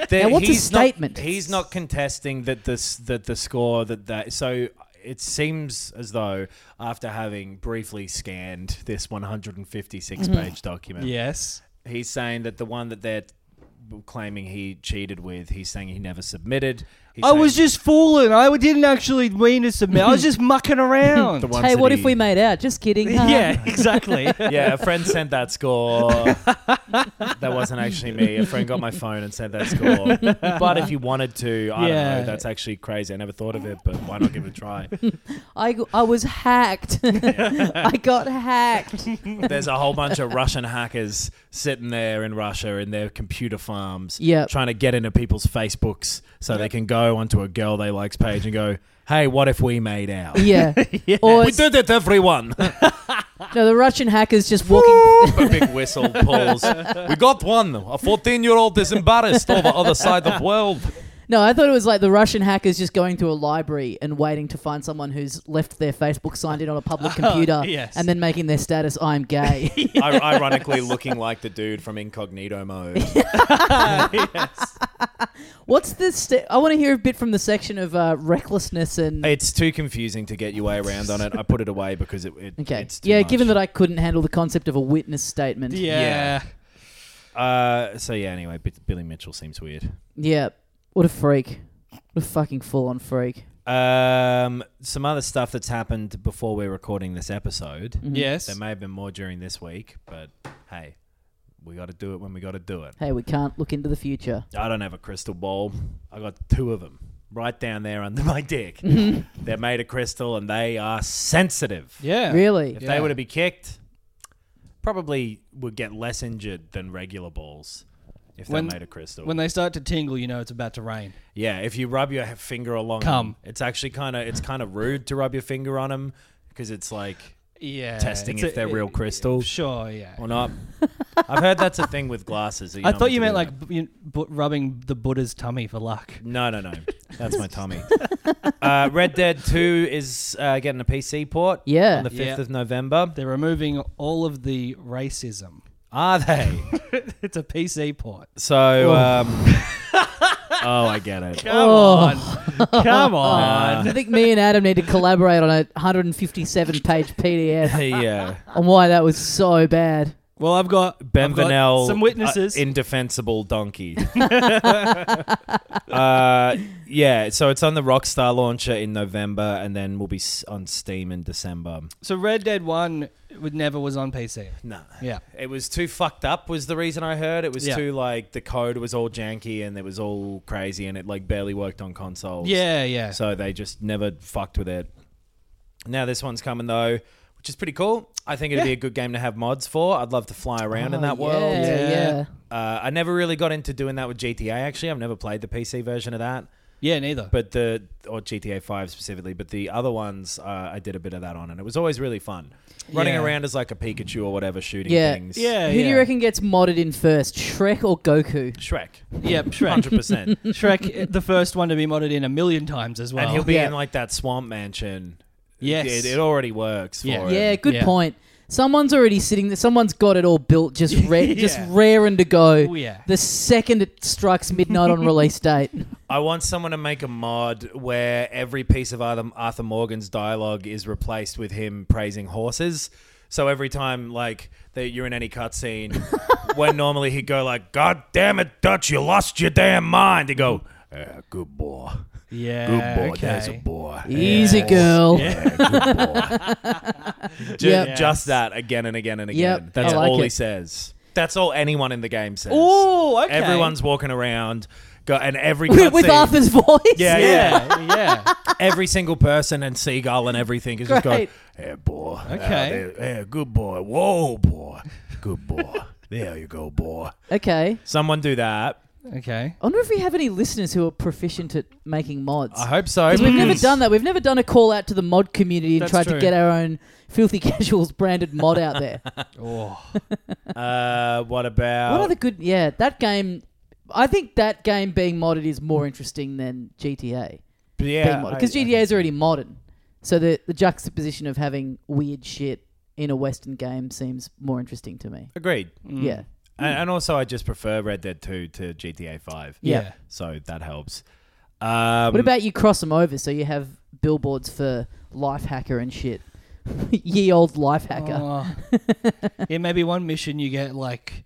[SPEAKER 3] There-
[SPEAKER 1] Now, what's his
[SPEAKER 3] he's not-
[SPEAKER 1] statement?
[SPEAKER 3] he's not contesting that this that the score that that so it seems as though after having briefly scanned this 156 page document,
[SPEAKER 2] yes.
[SPEAKER 3] he's saying that the one that they're claiming he cheated with, he's saying he never submitted. He's
[SPEAKER 2] I was
[SPEAKER 3] saying
[SPEAKER 2] just fooling. I didn't actually mean to submit. I was just mucking around.
[SPEAKER 3] the ones
[SPEAKER 1] Hey,
[SPEAKER 3] that
[SPEAKER 1] what
[SPEAKER 3] he-
[SPEAKER 1] if we made out? Just kidding. huh?
[SPEAKER 2] yeah, exactly.
[SPEAKER 3] Yeah, a friend sent that score. that wasn't actually me. A friend got my phone and sent that score. But if you wanted to, I
[SPEAKER 2] Yeah.
[SPEAKER 3] don't know. That's actually crazy. I never thought of it, but why not give it a try?
[SPEAKER 1] I, g- I was hacked. I got hacked.
[SPEAKER 3] There's a whole bunch of Russian hackers sitting there in Russia in their computer farms,
[SPEAKER 1] Yep.
[SPEAKER 3] trying to get into people's Facebooks so they can go onto a girl they likes page and go, "Hey, what if we made out?"
[SPEAKER 1] Yeah. Or
[SPEAKER 3] We
[SPEAKER 1] it's-
[SPEAKER 3] did it, everyone.
[SPEAKER 1] no, the Russian hackers just walking.
[SPEAKER 3] a big whistle pulls. We got one. A 14 year old is embarrassed over other side of world.
[SPEAKER 1] No, I thought it was like the Russian hackers just going through a library and waiting to find someone who's left their Facebook signed in on a public computer
[SPEAKER 2] yes.
[SPEAKER 1] and then making their status "I'm gay."
[SPEAKER 3] Ironically, looking like the dude from Incognito Mode.
[SPEAKER 1] What's this? St- I want to hear a bit from the section of uh, recklessness and.
[SPEAKER 3] It's too confusing to get your way around on it. I put it away because it. it
[SPEAKER 1] okay.
[SPEAKER 3] It's too
[SPEAKER 1] yeah,
[SPEAKER 3] much.
[SPEAKER 1] given that I couldn't handle the concept of a witness statement.
[SPEAKER 2] Yeah.
[SPEAKER 3] Uh, so yeah. Anyway, B- Billy Mitchell seems weird.
[SPEAKER 1] Yeah. What a freak. What a fucking full on freak.
[SPEAKER 3] Um, some other stuff that's happened before we're recording this episode.
[SPEAKER 2] Yes.
[SPEAKER 3] There may have been more during this week, but hey, we got to do it when we got to do it.
[SPEAKER 1] Hey, we can't look into the future.
[SPEAKER 3] I don't have a crystal ball. I got two of them right down there under my dick. They're made of crystal and they are sensitive.
[SPEAKER 2] Yeah.
[SPEAKER 1] Really?
[SPEAKER 3] If
[SPEAKER 2] Yeah.
[SPEAKER 3] they were to be kicked, probably would get less injured than regular balls if
[SPEAKER 2] When-
[SPEAKER 3] they're made of crystal.
[SPEAKER 2] When they start to tingle, you know it's about to rain.
[SPEAKER 3] Yeah, if you rub your finger along,
[SPEAKER 2] Come.
[SPEAKER 3] 'em, it's actually kind of it's kind of rude to rub your finger on them because it's like
[SPEAKER 2] Yeah.
[SPEAKER 3] testing
[SPEAKER 2] Uh, it's
[SPEAKER 3] if
[SPEAKER 2] a- Oh,
[SPEAKER 3] they're real crystals
[SPEAKER 2] Sure. Yeah.
[SPEAKER 3] or not. I've heard that's a thing with glasses. that you're
[SPEAKER 2] I
[SPEAKER 3] not
[SPEAKER 2] thought you
[SPEAKER 3] meant
[SPEAKER 2] meant
[SPEAKER 3] to
[SPEAKER 2] like b- you- bu- rubbing the Buddha's tummy for luck.
[SPEAKER 3] do that. No, no, no. That's my tummy. uh, Red Dead Two is uh, getting a PC port.
[SPEAKER 1] Yeah.
[SPEAKER 3] on the fifth
[SPEAKER 2] Yeah.
[SPEAKER 3] of November.
[SPEAKER 2] They're removing all of the racism.
[SPEAKER 3] Are they?
[SPEAKER 2] it's a PC port.
[SPEAKER 3] So, um, oh, I get it. Oh.
[SPEAKER 2] Come on. Come on.
[SPEAKER 1] I think me and Adam need to collaborate on a 157 page PDF
[SPEAKER 3] Yeah,
[SPEAKER 1] on why that was so bad.
[SPEAKER 2] Well, I've got
[SPEAKER 3] Ben
[SPEAKER 2] I've got
[SPEAKER 3] Vanel,
[SPEAKER 2] some witnesses.
[SPEAKER 3] uh, indefensible donkey. uh, yeah, so it's on the Rockstar launcher in November, and then we'll be s- on Steam in December.
[SPEAKER 2] so Red Dead One would never was on PC.
[SPEAKER 3] No,
[SPEAKER 2] Yeah.
[SPEAKER 3] it was too fucked up. Was the reason I heard it was
[SPEAKER 2] Yeah.
[SPEAKER 3] too like the code was all janky and it was all crazy, and it like barely worked on consoles.
[SPEAKER 2] Yeah. Yeah.
[SPEAKER 3] So they just never fucked with it. Now this one's coming though, which is pretty cool. I think it'd be a good game to have mods for. I'd love to fly around in
[SPEAKER 1] Oh,
[SPEAKER 3] that
[SPEAKER 1] yeah,
[SPEAKER 3] world.
[SPEAKER 1] Yeah.
[SPEAKER 2] Yeah.
[SPEAKER 3] Uh, I never really got into doing that with GTA. Actually, I've never played the PC version of that,
[SPEAKER 2] yeah. Neither.
[SPEAKER 3] but the or GTA Five specifically. But the other ones, uh, I did a bit of that on, and it was always really fun. Running
[SPEAKER 2] Yeah.
[SPEAKER 3] around as like a Pikachu or whatever, shooting
[SPEAKER 1] Yeah.
[SPEAKER 3] things.
[SPEAKER 2] Yeah.
[SPEAKER 1] Who do
[SPEAKER 2] yeah.
[SPEAKER 1] you reckon gets modded in first, Shrek or Goku?
[SPEAKER 3] Shrek,
[SPEAKER 2] Yeah. Shrek.
[SPEAKER 3] hundred percent.
[SPEAKER 2] Shrek, the first one to be modded in a million times as well.
[SPEAKER 3] And he'll be
[SPEAKER 1] Yeah.
[SPEAKER 3] in like that swamp mansion.
[SPEAKER 2] Yes.
[SPEAKER 3] it, it already works.
[SPEAKER 2] Yeah.
[SPEAKER 3] for
[SPEAKER 1] Yeah,
[SPEAKER 3] him.
[SPEAKER 1] good
[SPEAKER 2] Yeah.
[SPEAKER 1] point. Someone's already sitting there. Someone's got it all built, just re- just
[SPEAKER 2] Yeah.
[SPEAKER 1] raring to go.
[SPEAKER 2] Oh, yeah.
[SPEAKER 1] The second it strikes midnight on release date.
[SPEAKER 3] I want someone to make a mod where every piece of Arthur, Arthur Morgan's dialogue is replaced with him praising horses. So every time, like, that you're in any cutscene, when normally he'd go like, "God damn it, Dutch, you lost your damn mind," he'd go, "Ah, "Eh, "Good boy."
[SPEAKER 2] Yeah.
[SPEAKER 1] Eh,
[SPEAKER 2] okay.
[SPEAKER 3] boy.
[SPEAKER 1] Easy girl.
[SPEAKER 3] Ju-
[SPEAKER 1] Yep.
[SPEAKER 3] Just that again and again and again.
[SPEAKER 1] Yep.
[SPEAKER 3] That's
[SPEAKER 1] I like
[SPEAKER 3] all he
[SPEAKER 1] it.
[SPEAKER 3] says. That's all anyone in the game says.
[SPEAKER 2] Ooh, okay.
[SPEAKER 3] Everyone's walking around, go, and every
[SPEAKER 1] With, with
[SPEAKER 3] cutscene-
[SPEAKER 1] Arthur's voice.
[SPEAKER 3] Yeah, yeah.
[SPEAKER 2] Yeah, yeah.
[SPEAKER 3] every single person and seagull and everything is just going,
[SPEAKER 1] Great.
[SPEAKER 3] "Yeah, boy.
[SPEAKER 2] Okay.
[SPEAKER 3] Yeah, yeah, good boy. Whoa, boy. Good boy. there you go, boy."
[SPEAKER 1] Okay.
[SPEAKER 3] Someone do that.
[SPEAKER 2] Okay.
[SPEAKER 1] I wonder if we have any listeners who are proficient at making mods.
[SPEAKER 3] I hope so.
[SPEAKER 1] Because we've never
[SPEAKER 3] because-
[SPEAKER 1] done that. We've never done a call out to the mod community and
[SPEAKER 3] That's
[SPEAKER 1] tried
[SPEAKER 3] true.
[SPEAKER 1] to get our own filthy casuals branded mod out there.
[SPEAKER 2] Oh.
[SPEAKER 3] Uh, what about?
[SPEAKER 1] what are the good? Yeah, that game. I think that game being modded is more interesting than GTA being
[SPEAKER 3] yeah,
[SPEAKER 1] modded
[SPEAKER 3] I-
[SPEAKER 1] because GTA is already modern. So the the juxtaposition of having weird shit in a Western game seems more interesting to me.
[SPEAKER 3] agreed.
[SPEAKER 1] Yeah. Hmm.
[SPEAKER 3] And, and also, I just prefer Red Dead Two to GTA Five.
[SPEAKER 1] Yeah.
[SPEAKER 2] Yeah.
[SPEAKER 3] so that helps. Um,
[SPEAKER 1] What about you cross them over so you have billboards for life hacker and shit. Ye old life hacker.
[SPEAKER 2] Um, Oh. yeah, maybe one mission you get like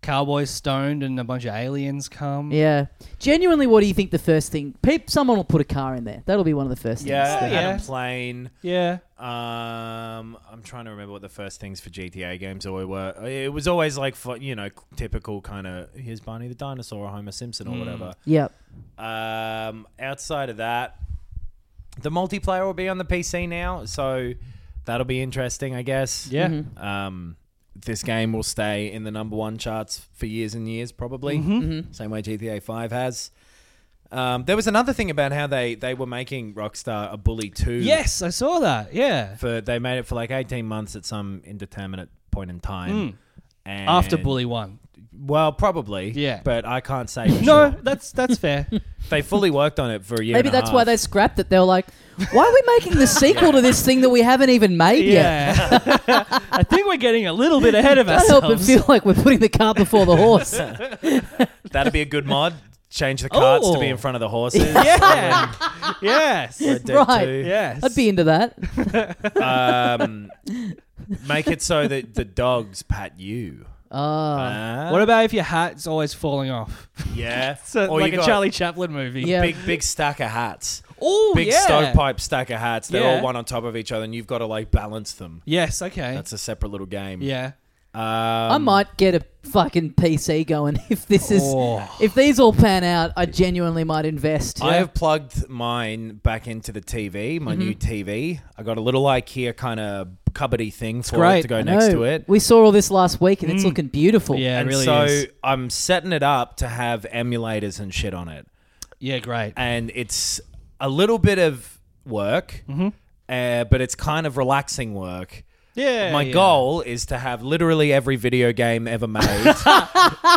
[SPEAKER 2] cowboys stoned and a bunch of aliens come.
[SPEAKER 1] Yeah. Genuinely, what do you think the first thing? Peep, someone will put a car in there. That'll be one of the first
[SPEAKER 3] Yeah,
[SPEAKER 1] things.
[SPEAKER 2] Oh,
[SPEAKER 3] and
[SPEAKER 2] yeah.
[SPEAKER 3] a plane.
[SPEAKER 2] Yeah.
[SPEAKER 3] Um, I'm trying to remember what the first things for GTA games always were. It was always like, for, you know, typical kind of here's Barney the dinosaur or Homer Simpson or whatever.
[SPEAKER 1] Yep.
[SPEAKER 3] Um, outside of that, the multiplayer will be on the PC now, so that'll be interesting, I guess.
[SPEAKER 2] Yeah.
[SPEAKER 1] Mm-hmm.
[SPEAKER 3] Um, this game will stay in the number one charts for years and years, probably. Same way GTA Five has. Um, there was another thing about how they they were making Rockstar a bully too.
[SPEAKER 2] Yes, I saw that. Yeah.
[SPEAKER 3] for they made it for like eighteen months at some indeterminate point in time. And
[SPEAKER 2] Hmm. After Bully One.
[SPEAKER 3] well, probably,
[SPEAKER 2] Yeah.
[SPEAKER 3] but I can't say. For
[SPEAKER 2] No,
[SPEAKER 3] sure.
[SPEAKER 2] that's that's fair.
[SPEAKER 3] they fully worked on it for a year.
[SPEAKER 1] Maybe
[SPEAKER 3] and a
[SPEAKER 1] that's why
[SPEAKER 3] half.
[SPEAKER 1] they scrapped it. They were like, why are we making the sequel to this thing that we haven't even made yet?
[SPEAKER 2] yeah. I think we're getting a little bit ahead of
[SPEAKER 1] I help but
[SPEAKER 2] ourselves.
[SPEAKER 1] feel like we're putting the cart before the horse.
[SPEAKER 3] That'd be a good mod. Change the carts to be
[SPEAKER 2] Oh.
[SPEAKER 3] in front of the horses.
[SPEAKER 2] yeah. yes.
[SPEAKER 3] Red Dead
[SPEAKER 1] Right.
[SPEAKER 3] 2.
[SPEAKER 2] Yes.
[SPEAKER 1] I'd be into that.
[SPEAKER 3] Um, make it so that the dogs pat you.
[SPEAKER 1] Uh,
[SPEAKER 3] Uh,
[SPEAKER 2] What about if your hat's always falling off?
[SPEAKER 3] yeah?
[SPEAKER 2] So,
[SPEAKER 3] Or
[SPEAKER 2] like
[SPEAKER 3] you
[SPEAKER 2] a
[SPEAKER 3] got
[SPEAKER 2] Charlie Chaplin movie.
[SPEAKER 1] Yeah.
[SPEAKER 3] Big big stack of hats.
[SPEAKER 2] Oh,
[SPEAKER 3] Big
[SPEAKER 2] yeah.
[SPEAKER 3] stovepipe stack of hats. They're
[SPEAKER 2] Yeah.
[SPEAKER 3] all one on top of each other, and you've got to like balance them.
[SPEAKER 2] Yes. Okay.
[SPEAKER 3] That's a separate little game.
[SPEAKER 2] yeah.
[SPEAKER 3] Um,
[SPEAKER 1] I might get a fucking PC going if this is.
[SPEAKER 2] Oh.
[SPEAKER 1] If these all pan out, I genuinely might invest.
[SPEAKER 3] I have plugged mine back into the TV,
[SPEAKER 2] Mm-hmm.
[SPEAKER 3] my new TV. I got a little IKEA kind of cupboardy thing for
[SPEAKER 2] great.
[SPEAKER 3] it to go
[SPEAKER 1] I
[SPEAKER 3] next
[SPEAKER 1] know.
[SPEAKER 3] to it. Mm.
[SPEAKER 1] We saw all this last week and it's looking beautiful.
[SPEAKER 2] Yeah. it
[SPEAKER 3] and
[SPEAKER 2] really
[SPEAKER 3] so
[SPEAKER 2] is.
[SPEAKER 3] I'm setting it up to have emulators and shit on it.
[SPEAKER 2] Yeah. Great.
[SPEAKER 3] And it's a little bit of work,
[SPEAKER 2] Mm-hmm.
[SPEAKER 3] uh, but it's kind of relaxing work.
[SPEAKER 2] yeah.
[SPEAKER 3] My
[SPEAKER 2] yeah.
[SPEAKER 3] goal is to have literally every video game ever made,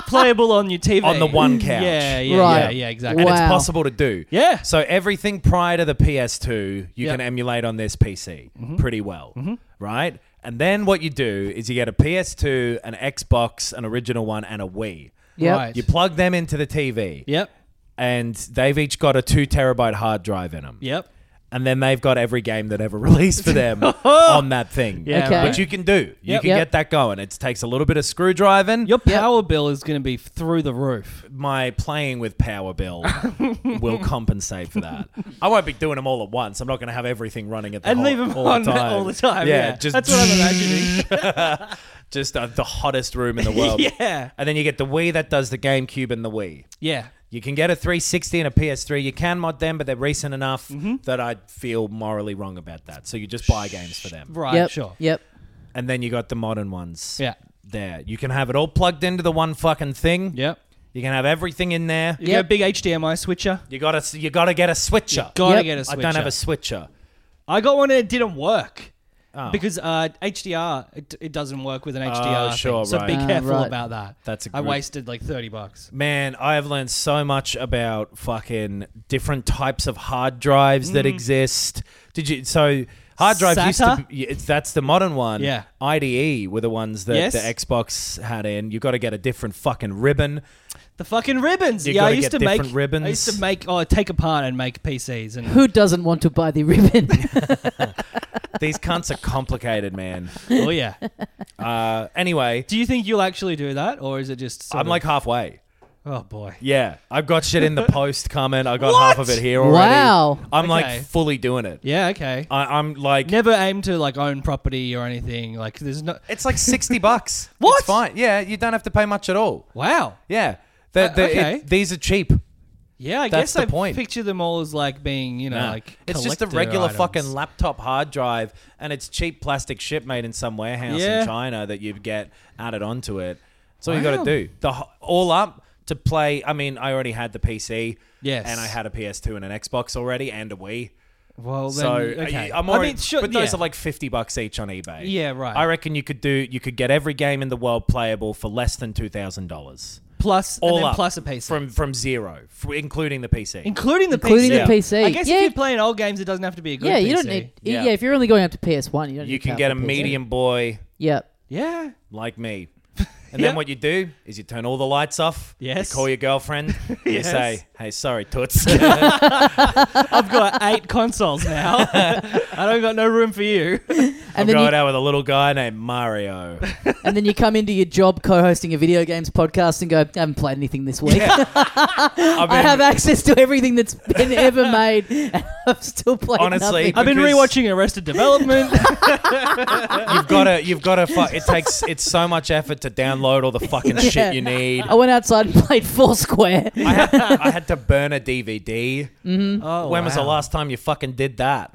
[SPEAKER 2] playable on your TV
[SPEAKER 3] On the one couch.
[SPEAKER 2] Yeah. Yeah. Yeah.
[SPEAKER 1] Right.
[SPEAKER 2] Yeah. Exactly.
[SPEAKER 3] and it's
[SPEAKER 1] Wow.
[SPEAKER 3] possible to do.
[SPEAKER 2] Yeah.
[SPEAKER 3] So everything prior to the PS2, you
[SPEAKER 2] Yeah.
[SPEAKER 3] can emulate on this PC
[SPEAKER 2] Mm-hmm.
[SPEAKER 3] pretty well, right? And then what you do is you get a PS2, an Xbox, an original one, and a Wii.
[SPEAKER 1] Yep.
[SPEAKER 2] Right.
[SPEAKER 3] You plug them into the TV,
[SPEAKER 2] Yep.
[SPEAKER 3] and they've each got a two terabyte hard drive in them.
[SPEAKER 2] Yep.
[SPEAKER 3] And then they've got every game that ever released for them on that thing,
[SPEAKER 2] Yeah,
[SPEAKER 1] Okay.
[SPEAKER 3] which you can do. You
[SPEAKER 2] Yep.
[SPEAKER 3] can
[SPEAKER 1] Yep.
[SPEAKER 3] get that going. It takes a little bit of screwdriving.
[SPEAKER 2] Your power bill is going to be through the roof.
[SPEAKER 3] my playing with power bill will compensate for that. I won't be doing them all at once. I'm not going to have everything running at the
[SPEAKER 2] And
[SPEAKER 3] whole,
[SPEAKER 2] leave them
[SPEAKER 3] all
[SPEAKER 2] on
[SPEAKER 3] the time.
[SPEAKER 2] all the time. Yeah.
[SPEAKER 3] just
[SPEAKER 2] That's what I'm imagining.
[SPEAKER 3] just uh, the hottest room in the world.
[SPEAKER 2] yeah.
[SPEAKER 3] And then you get the Wii that does the GameCube and the Wii.
[SPEAKER 2] Yeah.
[SPEAKER 3] You can get a 360 and a PS3. You can mod them, but they're recent enough
[SPEAKER 2] Mm-hmm.
[SPEAKER 3] that I feel morally wrong about that. So you just buy games for them.
[SPEAKER 2] Right.
[SPEAKER 1] Yep.
[SPEAKER 2] Sure.
[SPEAKER 1] Yep.
[SPEAKER 3] And then you got the modern ones.
[SPEAKER 2] Yeah.
[SPEAKER 3] There. You can have it all plugged into the one fucking thing.
[SPEAKER 2] Yep.
[SPEAKER 3] You can have everything in there.
[SPEAKER 2] You
[SPEAKER 1] Yep.
[SPEAKER 2] get a big HDMI switcher.
[SPEAKER 3] You gotta you gotta get a switcher.
[SPEAKER 2] Gotta
[SPEAKER 1] Yep.
[SPEAKER 2] get a
[SPEAKER 3] I
[SPEAKER 2] switcher.
[SPEAKER 3] don't have a switcher.
[SPEAKER 2] I got one and it didn't work.
[SPEAKER 3] Oh.
[SPEAKER 2] Because uh, HDR, it, it doesn't work with an HDR. thing.
[SPEAKER 3] sure,
[SPEAKER 2] So be
[SPEAKER 3] right.
[SPEAKER 1] Ah,
[SPEAKER 2] careful
[SPEAKER 1] right.
[SPEAKER 2] about that.
[SPEAKER 3] That's a
[SPEAKER 2] I
[SPEAKER 3] good-
[SPEAKER 2] wasted like 30 bucks.
[SPEAKER 3] Man, I have learned so much about fucking different types of hard drives that exist. Did you? So hard drive used to.
[SPEAKER 2] Mm. SATA?
[SPEAKER 3] be- yeah, That's the modern one.
[SPEAKER 2] Yeah.
[SPEAKER 3] IDE were the ones that
[SPEAKER 2] Yes.
[SPEAKER 3] the Xbox had in. You got to get a different fucking ribbon.
[SPEAKER 2] The fucking ribbons.
[SPEAKER 3] You
[SPEAKER 2] yeah, I
[SPEAKER 3] gotta
[SPEAKER 2] used
[SPEAKER 3] get
[SPEAKER 2] to make
[SPEAKER 3] different ribbons.
[SPEAKER 2] I used to make oh, take apart and make PCs and
[SPEAKER 1] Who doesn't want to buy the ribbon?
[SPEAKER 3] These cunts are complicated, man.
[SPEAKER 2] oh yeah.
[SPEAKER 3] Uh, anyway,
[SPEAKER 2] Do you think you'll actually do that or is it just sort
[SPEAKER 3] I'm
[SPEAKER 2] of-
[SPEAKER 3] like halfway.
[SPEAKER 2] Oh boy.
[SPEAKER 3] Yeah, I've got shit in the post comment. I got half of it here already.
[SPEAKER 1] Wow.
[SPEAKER 3] I'm
[SPEAKER 2] Okay.
[SPEAKER 3] like fully doing it.
[SPEAKER 2] Yeah. Okay.
[SPEAKER 3] I, I'm like,
[SPEAKER 2] Never aim to like own property or anything. Like there's no.
[SPEAKER 3] it's like sixty bucks.
[SPEAKER 2] What?
[SPEAKER 3] It's fine. Yeah, you don't have to pay much at all.
[SPEAKER 2] Wow.
[SPEAKER 3] Yeah, the,
[SPEAKER 2] Uh,
[SPEAKER 3] the,
[SPEAKER 2] okay.
[SPEAKER 3] it- these are cheap.
[SPEAKER 2] Yeah, I
[SPEAKER 3] That's
[SPEAKER 2] guess I
[SPEAKER 3] the point.
[SPEAKER 2] picture them all as like being, you know,
[SPEAKER 3] Nah.
[SPEAKER 2] like
[SPEAKER 3] it's just a
[SPEAKER 2] collector
[SPEAKER 3] regular
[SPEAKER 2] items.
[SPEAKER 3] fucking laptop hard drive, and it's cheap plastic shit made in some warehouse
[SPEAKER 2] Yeah.
[SPEAKER 3] in China that you get added onto it. That's all you
[SPEAKER 2] Wow.
[SPEAKER 3] got to do. The ho- all up to play. I mean, I already had the PC.
[SPEAKER 2] Yes.
[SPEAKER 3] and I had a PS2 and an Xbox already, and a Wii.
[SPEAKER 2] Well, then,
[SPEAKER 3] So
[SPEAKER 2] okay.
[SPEAKER 3] I, am already,
[SPEAKER 2] I mean, sure,
[SPEAKER 3] but those
[SPEAKER 2] yeah.
[SPEAKER 3] are like fifty bucks each on eBay.
[SPEAKER 2] Yeah, right.
[SPEAKER 3] I reckon you could do you could get every game in the world playable for less than two thousand dollars,
[SPEAKER 2] plus and
[SPEAKER 3] all
[SPEAKER 2] then
[SPEAKER 3] up
[SPEAKER 2] plus a PC,
[SPEAKER 3] from from zero, f- including the PC.
[SPEAKER 2] including the
[SPEAKER 1] Including
[SPEAKER 2] PC.
[SPEAKER 1] the PC.
[SPEAKER 2] I guess
[SPEAKER 1] Yeah.
[SPEAKER 2] if you're playing old games, it doesn't have to be a good.
[SPEAKER 1] yeah, you don't
[SPEAKER 2] PC.
[SPEAKER 1] need. Yeah.
[SPEAKER 3] Yeah.
[SPEAKER 1] if you're only going up to PS One, you don't.
[SPEAKER 3] you
[SPEAKER 1] need
[SPEAKER 3] can
[SPEAKER 1] to
[SPEAKER 3] get a
[SPEAKER 1] have the PS2.
[SPEAKER 3] medium boy
[SPEAKER 1] Yeah.
[SPEAKER 2] Yeah.
[SPEAKER 3] like me. And
[SPEAKER 2] Yeah.
[SPEAKER 3] then what you do is you turn all the lights off.
[SPEAKER 2] Yes.
[SPEAKER 3] You call your girlfriend. and You
[SPEAKER 2] Yes.
[SPEAKER 3] say, "Hey, sorry, toots."
[SPEAKER 2] I've got eight consoles now. I don't got no room for you.
[SPEAKER 1] And
[SPEAKER 3] I'm
[SPEAKER 1] then
[SPEAKER 3] going
[SPEAKER 1] you,
[SPEAKER 3] out with a little guy named Mario.
[SPEAKER 1] and then you come into your job co-hosting a video games podcast and go, I haven't played anything this week.
[SPEAKER 3] I've
[SPEAKER 1] I
[SPEAKER 3] been-
[SPEAKER 1] have access to everything that's been ever made, and I've still played.
[SPEAKER 3] Honestly,
[SPEAKER 1] nothing.
[SPEAKER 2] I've been
[SPEAKER 3] Because-
[SPEAKER 2] rewatching Arrested Development.
[SPEAKER 3] You've got to. You've got to. Fu- it takes. It's so much effort to download all the fucking
[SPEAKER 1] Yeah.
[SPEAKER 3] shit you need.
[SPEAKER 1] I went outside and played Foursquare.
[SPEAKER 3] I had, I had to burn a DVD.
[SPEAKER 2] oh,
[SPEAKER 3] when was the
[SPEAKER 2] wow.
[SPEAKER 3] last time you fucking did that?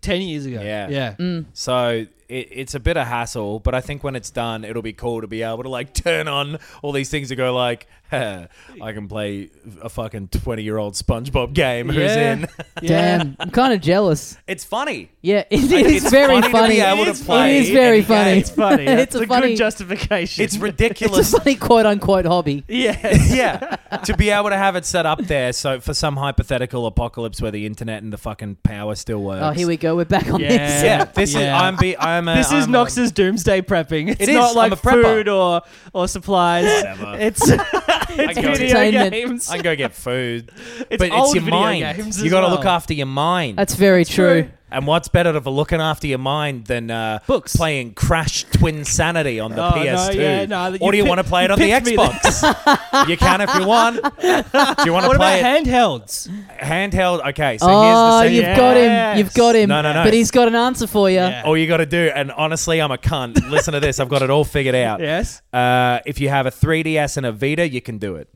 [SPEAKER 2] Ten years ago.
[SPEAKER 3] Yeah.
[SPEAKER 2] Yeah.
[SPEAKER 1] Mm.
[SPEAKER 3] So it, it's a bit of hassle, but I think when it's done, it'll be cool to be able to like turn on all these things and go like, "Huh, I can play a fucking twenty-year-old SpongeBob game. Who's
[SPEAKER 2] Yeah.
[SPEAKER 3] in?
[SPEAKER 2] Yeah.
[SPEAKER 1] Damn, I'm kind of jealous.
[SPEAKER 3] It's funny.
[SPEAKER 1] Yeah, it,
[SPEAKER 3] Like,
[SPEAKER 1] it is
[SPEAKER 3] it's
[SPEAKER 1] very
[SPEAKER 3] funny to be
[SPEAKER 1] funny.
[SPEAKER 3] able
[SPEAKER 1] It
[SPEAKER 2] to
[SPEAKER 1] is-
[SPEAKER 2] play
[SPEAKER 1] it is very
[SPEAKER 3] any
[SPEAKER 1] funny.
[SPEAKER 3] game.
[SPEAKER 2] It's funny.
[SPEAKER 1] It's
[SPEAKER 2] That's
[SPEAKER 1] a
[SPEAKER 2] a
[SPEAKER 1] funny-
[SPEAKER 2] good justification.
[SPEAKER 3] It's
[SPEAKER 1] It's
[SPEAKER 3] ridiculous.
[SPEAKER 1] a funny quote unquote hobby.
[SPEAKER 2] yeah.
[SPEAKER 3] yeah, to be able to have it set up there, so for some hypothetical apocalypse where the internet and the fucking power still works.
[SPEAKER 1] Oh, here we go. We're back on
[SPEAKER 2] Yeah.
[SPEAKER 1] this.
[SPEAKER 3] Yeah, this is.
[SPEAKER 2] Yeah.
[SPEAKER 3] I'm. Be, I'm. A,
[SPEAKER 2] This is
[SPEAKER 3] I'm a-
[SPEAKER 2] Knox's doomsday prepping. It's
[SPEAKER 3] It is.
[SPEAKER 2] not
[SPEAKER 3] I'm
[SPEAKER 2] like
[SPEAKER 3] a prepper.
[SPEAKER 2] food or or supplies.
[SPEAKER 3] Whatever.
[SPEAKER 2] It's it's
[SPEAKER 3] I go-
[SPEAKER 2] video
[SPEAKER 1] Entertainment.
[SPEAKER 2] games.
[SPEAKER 3] I can go get food.
[SPEAKER 2] It's
[SPEAKER 3] but
[SPEAKER 2] old
[SPEAKER 3] it's your
[SPEAKER 2] video
[SPEAKER 3] mind.
[SPEAKER 2] games
[SPEAKER 3] You
[SPEAKER 2] as
[SPEAKER 3] got to
[SPEAKER 2] well.
[SPEAKER 3] look after your mind.
[SPEAKER 1] That's very true.
[SPEAKER 2] true.
[SPEAKER 3] and what's better for looking after your mind than uh,
[SPEAKER 2] Books.
[SPEAKER 3] playing Crash Twin Sanity on the
[SPEAKER 2] Oh, no,
[SPEAKER 3] PS2?
[SPEAKER 2] yeah, no, you
[SPEAKER 3] or do you
[SPEAKER 2] pick-
[SPEAKER 3] want to play it
[SPEAKER 2] you
[SPEAKER 3] on the
[SPEAKER 2] picked me
[SPEAKER 3] Xbox? you can if you want. Do you want
[SPEAKER 2] What
[SPEAKER 3] to play
[SPEAKER 2] about
[SPEAKER 3] it
[SPEAKER 2] handhelds?
[SPEAKER 3] handheld? Okay, so
[SPEAKER 1] oh,
[SPEAKER 3] here's the
[SPEAKER 1] you've
[SPEAKER 3] thing.
[SPEAKER 1] got him.
[SPEAKER 2] Yes.
[SPEAKER 1] You've got him.
[SPEAKER 3] No, no, no.
[SPEAKER 1] But he's got an answer for you.
[SPEAKER 2] Yeah.
[SPEAKER 3] All you got to do, and honestly, I'm a cunt. Listen to this. I've got it all figured out.
[SPEAKER 2] Yes.
[SPEAKER 3] Uh, if you have a 3DS and a Vita, you can do it.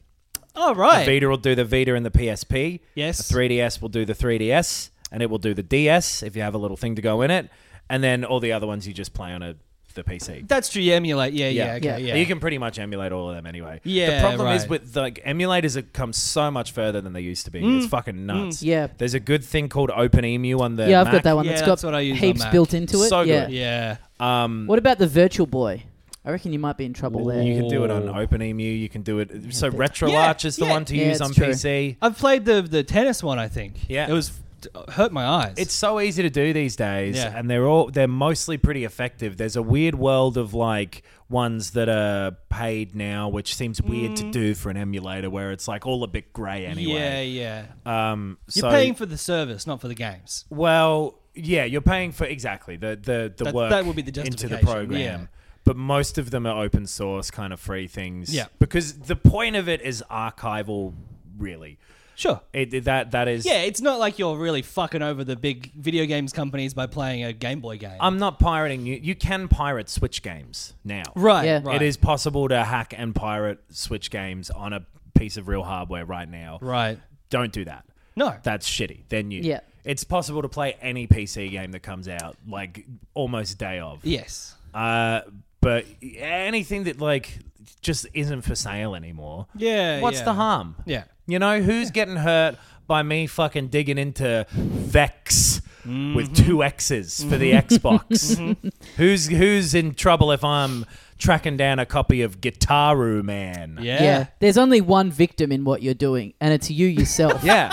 [SPEAKER 2] All
[SPEAKER 3] The
[SPEAKER 2] Oh, right.
[SPEAKER 3] Vita will do the Vita and the PSP.
[SPEAKER 2] Yes.
[SPEAKER 3] The 3DS will do the 3DS, and it will do the DS if you have a little thing to go in it, and then all the other ones you just play on a the PC.
[SPEAKER 2] That's true. You emulate. Yeah, yeah,
[SPEAKER 1] Yeah.
[SPEAKER 2] okay, yeah.
[SPEAKER 3] You can pretty much emulate all of them anyway.
[SPEAKER 2] Yeah,
[SPEAKER 3] The problem is
[SPEAKER 2] right.
[SPEAKER 3] with like emulators have come so much further than they used to be.
[SPEAKER 2] Mm.
[SPEAKER 3] It's fucking nuts.
[SPEAKER 1] Yeah.
[SPEAKER 3] There's a good thing called OpenEMU on the
[SPEAKER 1] Yeah, I've got
[SPEAKER 3] Mac.
[SPEAKER 1] that one.
[SPEAKER 2] Yeah,
[SPEAKER 1] that's
[SPEAKER 2] that's
[SPEAKER 1] got
[SPEAKER 2] what I use on
[SPEAKER 1] heaps
[SPEAKER 2] Mac.
[SPEAKER 1] built into it.
[SPEAKER 3] So
[SPEAKER 1] yeah.
[SPEAKER 3] good.
[SPEAKER 2] yeah.
[SPEAKER 3] Um,
[SPEAKER 1] What about the Virtual Boy? I reckon you might be in trouble there.
[SPEAKER 3] you can do it on
[SPEAKER 2] Ooh.
[SPEAKER 3] OpenEMU. You can do it. So
[SPEAKER 1] but-
[SPEAKER 3] RetroArch is
[SPEAKER 2] Oh.
[SPEAKER 3] the
[SPEAKER 2] yeah.
[SPEAKER 3] one to
[SPEAKER 1] Yeah,
[SPEAKER 3] use
[SPEAKER 1] it's
[SPEAKER 3] on
[SPEAKER 1] true.
[SPEAKER 3] PC.
[SPEAKER 2] I've played the the tennis one. I think.
[SPEAKER 3] Yeah.
[SPEAKER 2] It was it hurt my eyes.
[SPEAKER 3] It's so easy to do these days,
[SPEAKER 2] Yeah.
[SPEAKER 3] and they're all they're mostly pretty effective. There's a weird world of like ones that are paid now, which seems weird to do for an emulator, where it's like all a bit grey
[SPEAKER 2] Mm. Yeah,
[SPEAKER 3] anyway.
[SPEAKER 2] yeah.
[SPEAKER 3] Um,
[SPEAKER 2] You're
[SPEAKER 3] so,
[SPEAKER 2] paying for the service, not for the games.
[SPEAKER 3] well, yeah, you're paying for exactly the the the
[SPEAKER 2] That-
[SPEAKER 3] work
[SPEAKER 2] that would be the
[SPEAKER 3] into the
[SPEAKER 2] justification,
[SPEAKER 3] program.
[SPEAKER 2] yeah.
[SPEAKER 3] But most of them are open source, kind of free things.
[SPEAKER 2] Yeah.
[SPEAKER 3] because the point of it is archival, really.
[SPEAKER 2] Sure.
[SPEAKER 3] It, that that is
[SPEAKER 2] Yeah, it's not like you're really fucking over the big video games companies by playing a Game Boy game.
[SPEAKER 3] I'm not pirating you. You can pirate Switch games now.
[SPEAKER 2] right,
[SPEAKER 1] Yeah.
[SPEAKER 2] right.
[SPEAKER 3] It is possible to hack and pirate Switch games on a piece of real hardware right now.
[SPEAKER 2] Right.
[SPEAKER 3] Don't do that.
[SPEAKER 2] No.
[SPEAKER 3] That's shitty. Then you.
[SPEAKER 1] Yeah.
[SPEAKER 3] It's possible to play any PC game that comes out, like almost day of.
[SPEAKER 2] yes.
[SPEAKER 3] Uh, but anything that like just isn't for sale anymore.
[SPEAKER 2] Yeah.
[SPEAKER 3] What's
[SPEAKER 2] yeah.
[SPEAKER 3] the harm?
[SPEAKER 2] Yeah.
[SPEAKER 3] You know who's getting hurt by me fucking digging into Vex with
[SPEAKER 2] Mm-hmm.
[SPEAKER 3] two X's for the Xbox? Who's who's in trouble if I'm tracking down a copy of Guitaru Man?
[SPEAKER 2] Yeah.
[SPEAKER 1] Yeah. There's only one victim in what you're doing, and it's you yourself.
[SPEAKER 3] Yeah.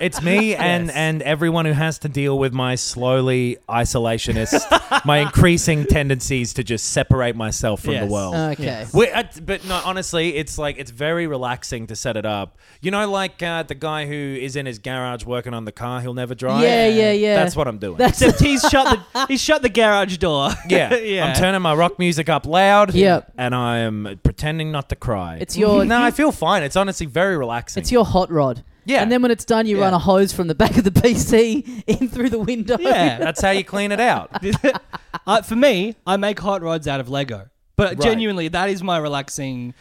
[SPEAKER 3] It's me and and everyone who has to deal with my slowly isolationist, my increasing tendencies to just separate myself from
[SPEAKER 2] Yes.
[SPEAKER 3] the world.
[SPEAKER 1] Okay.
[SPEAKER 3] We- uh, but no, honestly, it's like it's very relaxing to set it up. You know, like uh, the guy who is in his garage working on the car he'll never drive.
[SPEAKER 1] Yeah, yeah, yeah.
[SPEAKER 3] That's what I'm doing.
[SPEAKER 1] That's
[SPEAKER 2] Except he's shut the he's shut the garage door.
[SPEAKER 3] yeah.
[SPEAKER 2] yeah.
[SPEAKER 3] I'm turning my rock music up loud.
[SPEAKER 1] Yep.
[SPEAKER 3] and I am pretending not to cry.
[SPEAKER 1] It's your-
[SPEAKER 3] no, I feel fine. It's honestly very relaxing.
[SPEAKER 1] It's your hot rod.
[SPEAKER 3] Yeah.
[SPEAKER 1] And then when it's done, you
[SPEAKER 3] Yeah.
[SPEAKER 1] run a hose from the back of the PC in through the window.
[SPEAKER 2] Yeah.
[SPEAKER 3] That's how you clean it out.
[SPEAKER 2] uh, for me, I make hot rods out of Lego. But genuinely, that is my relaxing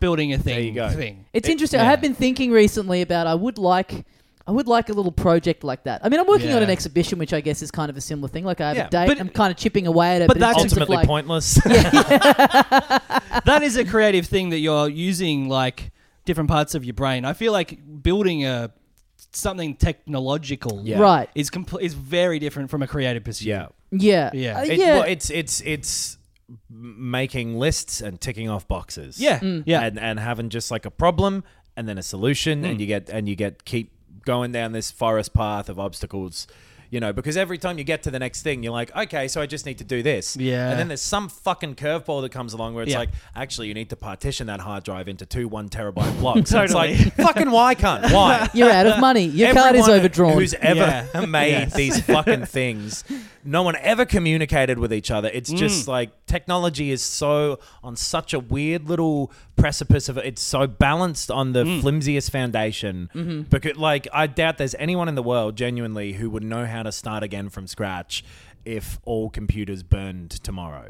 [SPEAKER 2] building a thing
[SPEAKER 3] you go.
[SPEAKER 2] thing.
[SPEAKER 1] It's interesting. I have been thinking recently about I would like I would like a little project like that. I mean, I'm working on
[SPEAKER 2] Yeah.
[SPEAKER 1] an exhibition, which I guess is kind of a similar thing. Like I have
[SPEAKER 3] Yeah,
[SPEAKER 1] a date,
[SPEAKER 2] but-
[SPEAKER 1] I'm kind of chipping away at it.
[SPEAKER 2] but
[SPEAKER 1] But,
[SPEAKER 2] that's
[SPEAKER 1] in terms of,
[SPEAKER 3] Ultimately
[SPEAKER 1] like,
[SPEAKER 3] pointless.
[SPEAKER 2] that is a creative thing that you're using like different parts of your brain. I feel like building a something technological
[SPEAKER 3] Yeah.
[SPEAKER 1] Right.
[SPEAKER 2] is compl- is very different from a creative pursuit.
[SPEAKER 3] yeah.
[SPEAKER 1] Yeah.
[SPEAKER 2] Yeah.
[SPEAKER 1] Uh,
[SPEAKER 3] It-
[SPEAKER 1] yeah.
[SPEAKER 3] well, it's it's it's m- making lists and ticking off boxes.
[SPEAKER 2] Yeah. Yeah. Mm.
[SPEAKER 3] And and having just like a problem and then a solution and you get and you get keep going down this forest path of obstacles. You know, because every time you get to the next thing, you're like, okay, so I just need to do this.
[SPEAKER 2] Yeah.
[SPEAKER 3] And then there's some fucking curveball that comes along where it's
[SPEAKER 2] Yeah.
[SPEAKER 3] like, actually, you need to partition that hard drive into two one terabyte blocks.
[SPEAKER 2] Totally.
[SPEAKER 3] And it's like, fucking why can't? Why?
[SPEAKER 1] You're out of money. Your card is
[SPEAKER 3] Everyone
[SPEAKER 1] overdrawn.
[SPEAKER 3] Who's ever
[SPEAKER 2] Yeah.
[SPEAKER 3] made these fucking things? No one ever communicated with each other. It's
[SPEAKER 1] Mm.
[SPEAKER 3] just like technology is so on such a weird little precipice of it's so balanced
[SPEAKER 1] Mm.
[SPEAKER 3] on the flimsiest foundation.
[SPEAKER 1] Mm-hmm.
[SPEAKER 3] Because like I doubt there's anyone in the world genuinely who would know how to start again from scratch if all computers burned tomorrow.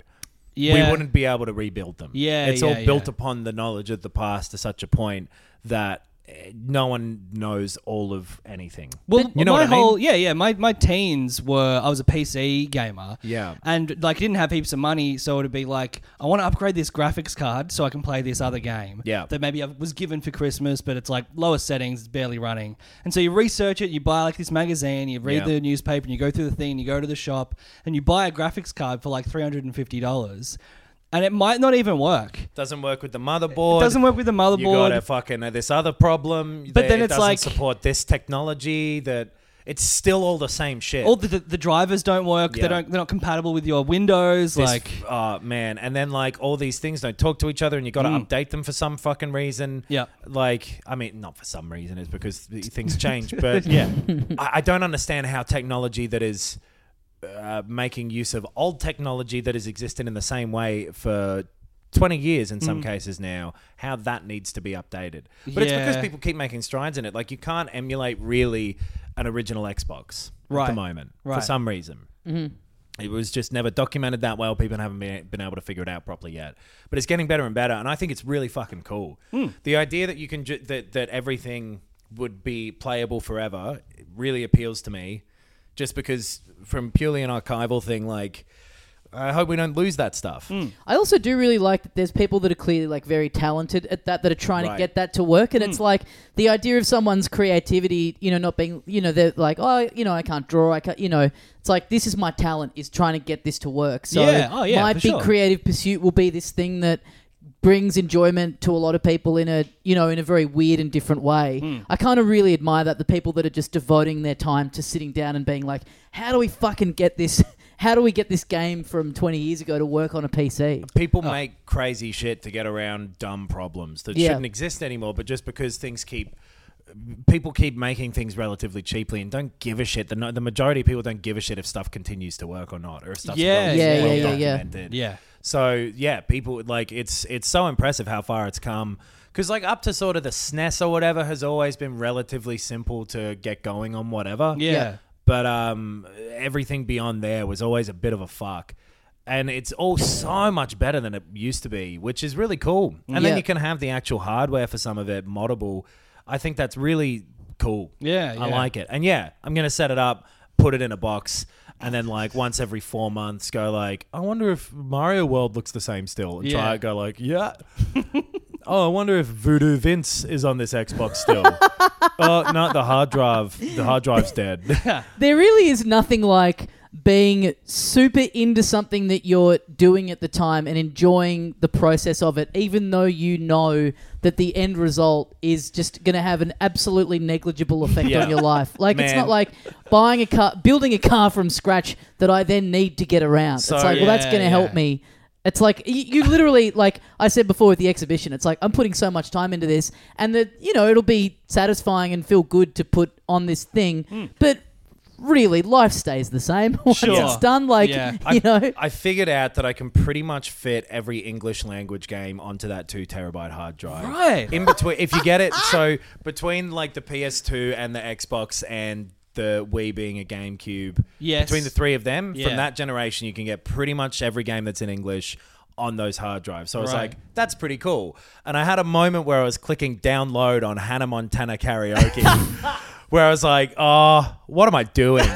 [SPEAKER 2] Yeah.
[SPEAKER 3] We wouldn't be able to rebuild them.
[SPEAKER 2] Yeah,
[SPEAKER 3] it's
[SPEAKER 2] yeah,
[SPEAKER 3] all built
[SPEAKER 2] yeah.
[SPEAKER 3] upon the knowledge of the past to such a point that eh, no one knows all of anything.
[SPEAKER 2] Well,
[SPEAKER 3] you know
[SPEAKER 2] my
[SPEAKER 3] what I mean?
[SPEAKER 2] whole yeah, yeah. My my teens were I was a PC gamer.
[SPEAKER 3] Yeah.
[SPEAKER 2] and like didn't have heaps of money, so it'd be like I want to upgrade this graphics card so I can play this other game.
[SPEAKER 3] Yeah.
[SPEAKER 2] that maybe I was given for Christmas, but it's like lower settings, it's barely running. And so you research it, you buy like this magazine, you read
[SPEAKER 3] Yeah.
[SPEAKER 2] the newspaper, and you go through the thing, and you go to the shop, and you buy a graphics card for like three hundred and fifty dollars, and it might not even work.
[SPEAKER 3] doesn't work with the motherboard.
[SPEAKER 2] It doesn't work with the
[SPEAKER 3] You got
[SPEAKER 2] motherboard.
[SPEAKER 3] a fucking uh, this other problem.
[SPEAKER 2] But
[SPEAKER 3] that
[SPEAKER 2] then
[SPEAKER 3] it
[SPEAKER 2] it's
[SPEAKER 3] doesn't
[SPEAKER 2] like-
[SPEAKER 3] support this technology. That it's still all the same shit.
[SPEAKER 2] All the, the, the drivers don't work. They
[SPEAKER 3] Yeah.
[SPEAKER 2] don't. They're not compatible with your Windows.
[SPEAKER 3] This-
[SPEAKER 2] like
[SPEAKER 3] oh man, and then like all these things don't talk to each other, and you got to update them for some fucking reason.
[SPEAKER 2] Mm. Yeah.
[SPEAKER 3] like I mean, not for some reason. It's because th- things change. But yeah, I, I don't understand how technology that is. Uh, making use of old technology that has existed in the same way for 20 years in
[SPEAKER 2] Mm.
[SPEAKER 3] some cases now, how that needs to be updated. But it's because
[SPEAKER 2] Yeah.
[SPEAKER 3] people keep making strides in it. Like, you can't emulate really an original Xbox at
[SPEAKER 2] Right.
[SPEAKER 3] the moment for
[SPEAKER 2] Right.
[SPEAKER 3] some reason. It was just never documented that well. People haven't been, been able to figure it out properly yet. But it's getting better and better, and I think it's really fucking cool. The idea that you can ju- that that everything would be playable forever really appeals to me, just because from purely an archival thing. Like, I hope we don't lose that stuff.
[SPEAKER 1] I also do really like that there's people that are clearly like very talented at that that are trying
[SPEAKER 3] Right. Hmm.
[SPEAKER 1] to get that to work and it's like the idea of someone's creativity, you know, not being, you know, they're like, oh, you know, I can't draw, I can't, you know, it's like this is my talent is trying to get this to work. So
[SPEAKER 2] Yeah. Oh, yeah,
[SPEAKER 1] my
[SPEAKER 2] for
[SPEAKER 1] big
[SPEAKER 2] sure.
[SPEAKER 1] creative pursuit will be this thing that brings enjoyment to a lot of people in a you know in a very weird and different way
[SPEAKER 2] Hmm.
[SPEAKER 1] i kind of really admire that the people that are just devoting their time to sitting down and being like how do we fucking get this how do we get this game from 20 years ago to work on a pc
[SPEAKER 3] People
[SPEAKER 2] Oh.
[SPEAKER 3] make crazy shit to get around dumb problems that
[SPEAKER 1] Yeah.
[SPEAKER 3] shouldn't exist anymore, but just because things keep people keep making things relatively cheaply and don't give a shit. The, no- the majority of people don't give a shit if stuff continues to work or not, or if stuff's
[SPEAKER 2] Yeah,
[SPEAKER 3] well,
[SPEAKER 2] yeah,
[SPEAKER 3] well
[SPEAKER 2] yeah,
[SPEAKER 1] yeah, yeah.
[SPEAKER 3] documented.
[SPEAKER 2] Yeah.
[SPEAKER 3] So yeah, people like it's it's so impressive how far it's come. Because like up to sort of the SNES or whatever has always been relatively simple to get going on whatever.
[SPEAKER 2] yeah.
[SPEAKER 3] But um, everything beyond there was always a bit of a fuck. And it's all so much better than it used to be, which is really cool. And
[SPEAKER 1] Yeah.
[SPEAKER 3] then you can have the actual hardware for some of it moddable. I think that's really cool.
[SPEAKER 2] Yeah,
[SPEAKER 3] I
[SPEAKER 2] yeah.
[SPEAKER 3] like it. And yeah, I'm going to set it up, put it in a box, and then like once every four months go like, I wonder if Mario World looks the same still. And
[SPEAKER 2] Yeah.
[SPEAKER 3] try it, go like, yeah. oh, I wonder if Voodoo Vince is on this Xbox still. "Uh, Oh, no, the hard drive. The hard drive's dead.
[SPEAKER 1] There really is nothing like being super into something that you're doing at the time and enjoying the process of it, even though you know that the end result is just going to have an absolutely negligible effect
[SPEAKER 3] Yeah.
[SPEAKER 1] on your life. Like it's
[SPEAKER 3] Man.
[SPEAKER 1] not like buying a car, building a car from scratch that I then need to get around.
[SPEAKER 3] So,
[SPEAKER 1] it's like, well, that's
[SPEAKER 2] yeah,
[SPEAKER 1] going to help
[SPEAKER 2] yeah.
[SPEAKER 1] me. It's like y- you literally, like I said before with the exhibition, it's like I'm putting so much time into this, and that you know it'll be satisfying and feel good to put on this thing,
[SPEAKER 3] Hmm.
[SPEAKER 1] but really life stays the same once
[SPEAKER 2] Sure.
[SPEAKER 1] it's done. Like
[SPEAKER 2] Yeah.
[SPEAKER 1] you
[SPEAKER 3] I,
[SPEAKER 1] know,
[SPEAKER 3] I figured out that I can pretty much fit every English language game onto that two terabyte hard drive.
[SPEAKER 2] Right.
[SPEAKER 3] In between, if you get it, so between like the PS2 and the Xbox and the Wii being a GameCube,
[SPEAKER 2] Yes.
[SPEAKER 3] between the three of them
[SPEAKER 2] Yeah.
[SPEAKER 3] from that generation, you can get pretty much every game that's in English on those hard drives. So I was
[SPEAKER 2] Right.
[SPEAKER 3] like, that's pretty cool. And I had a moment where I was clicking download on Hannah Montana karaoke, where I was like, oh, what am I doing?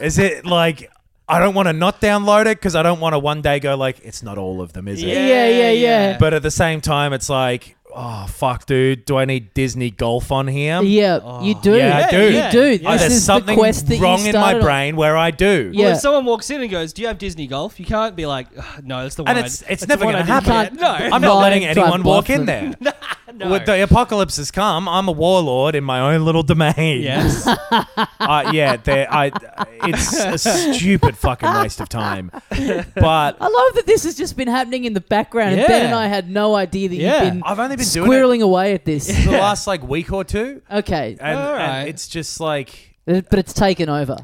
[SPEAKER 3] Is it like I don't want to not download it because I don't want to one day go like it's not all of them, is it?
[SPEAKER 1] Yeah. yeah.
[SPEAKER 3] But at the same time, it's like, oh fuck, dude, do I need Disney golf on here?
[SPEAKER 1] yeah, you do,
[SPEAKER 3] Oh. Yeah, I do.
[SPEAKER 1] you do.
[SPEAKER 3] Oh,
[SPEAKER 2] Yeah.
[SPEAKER 1] This
[SPEAKER 3] there's
[SPEAKER 1] is
[SPEAKER 3] something
[SPEAKER 1] the quest that you
[SPEAKER 3] wrong in my
[SPEAKER 1] started on.
[SPEAKER 3] brain where I do.
[SPEAKER 1] Yeah.
[SPEAKER 2] Well, if someone walks in and goes, "Do you have Disney Golf?" You can't be like, "Ugh, "No, it's the one."
[SPEAKER 3] And
[SPEAKER 2] I-
[SPEAKER 3] it's
[SPEAKER 2] that's
[SPEAKER 3] it's
[SPEAKER 2] the
[SPEAKER 3] never
[SPEAKER 2] one
[SPEAKER 3] going to
[SPEAKER 2] I didn't
[SPEAKER 3] happen.
[SPEAKER 2] get." No,
[SPEAKER 3] I'm not
[SPEAKER 1] Lie,
[SPEAKER 3] letting
[SPEAKER 1] try
[SPEAKER 3] anyone
[SPEAKER 1] and
[SPEAKER 3] walk
[SPEAKER 1] bluff
[SPEAKER 3] in there.
[SPEAKER 1] them.
[SPEAKER 2] no.
[SPEAKER 3] Well, the apocalypse has come. I'm a warlord in my own little domain.
[SPEAKER 2] yes.
[SPEAKER 3] uh, yeah, there. I. It's a stupid fucking waste of time. But
[SPEAKER 1] I love that this has just been happening in the background,
[SPEAKER 2] Yeah.
[SPEAKER 1] and Ben and I had no idea that
[SPEAKER 2] Yeah.
[SPEAKER 1] you've been
[SPEAKER 3] I've only been doing it-
[SPEAKER 1] squirreling away at this.
[SPEAKER 3] the last like week or two,
[SPEAKER 1] Okay,
[SPEAKER 3] and,
[SPEAKER 2] All right.
[SPEAKER 3] and it's just like
[SPEAKER 1] but it's taken over.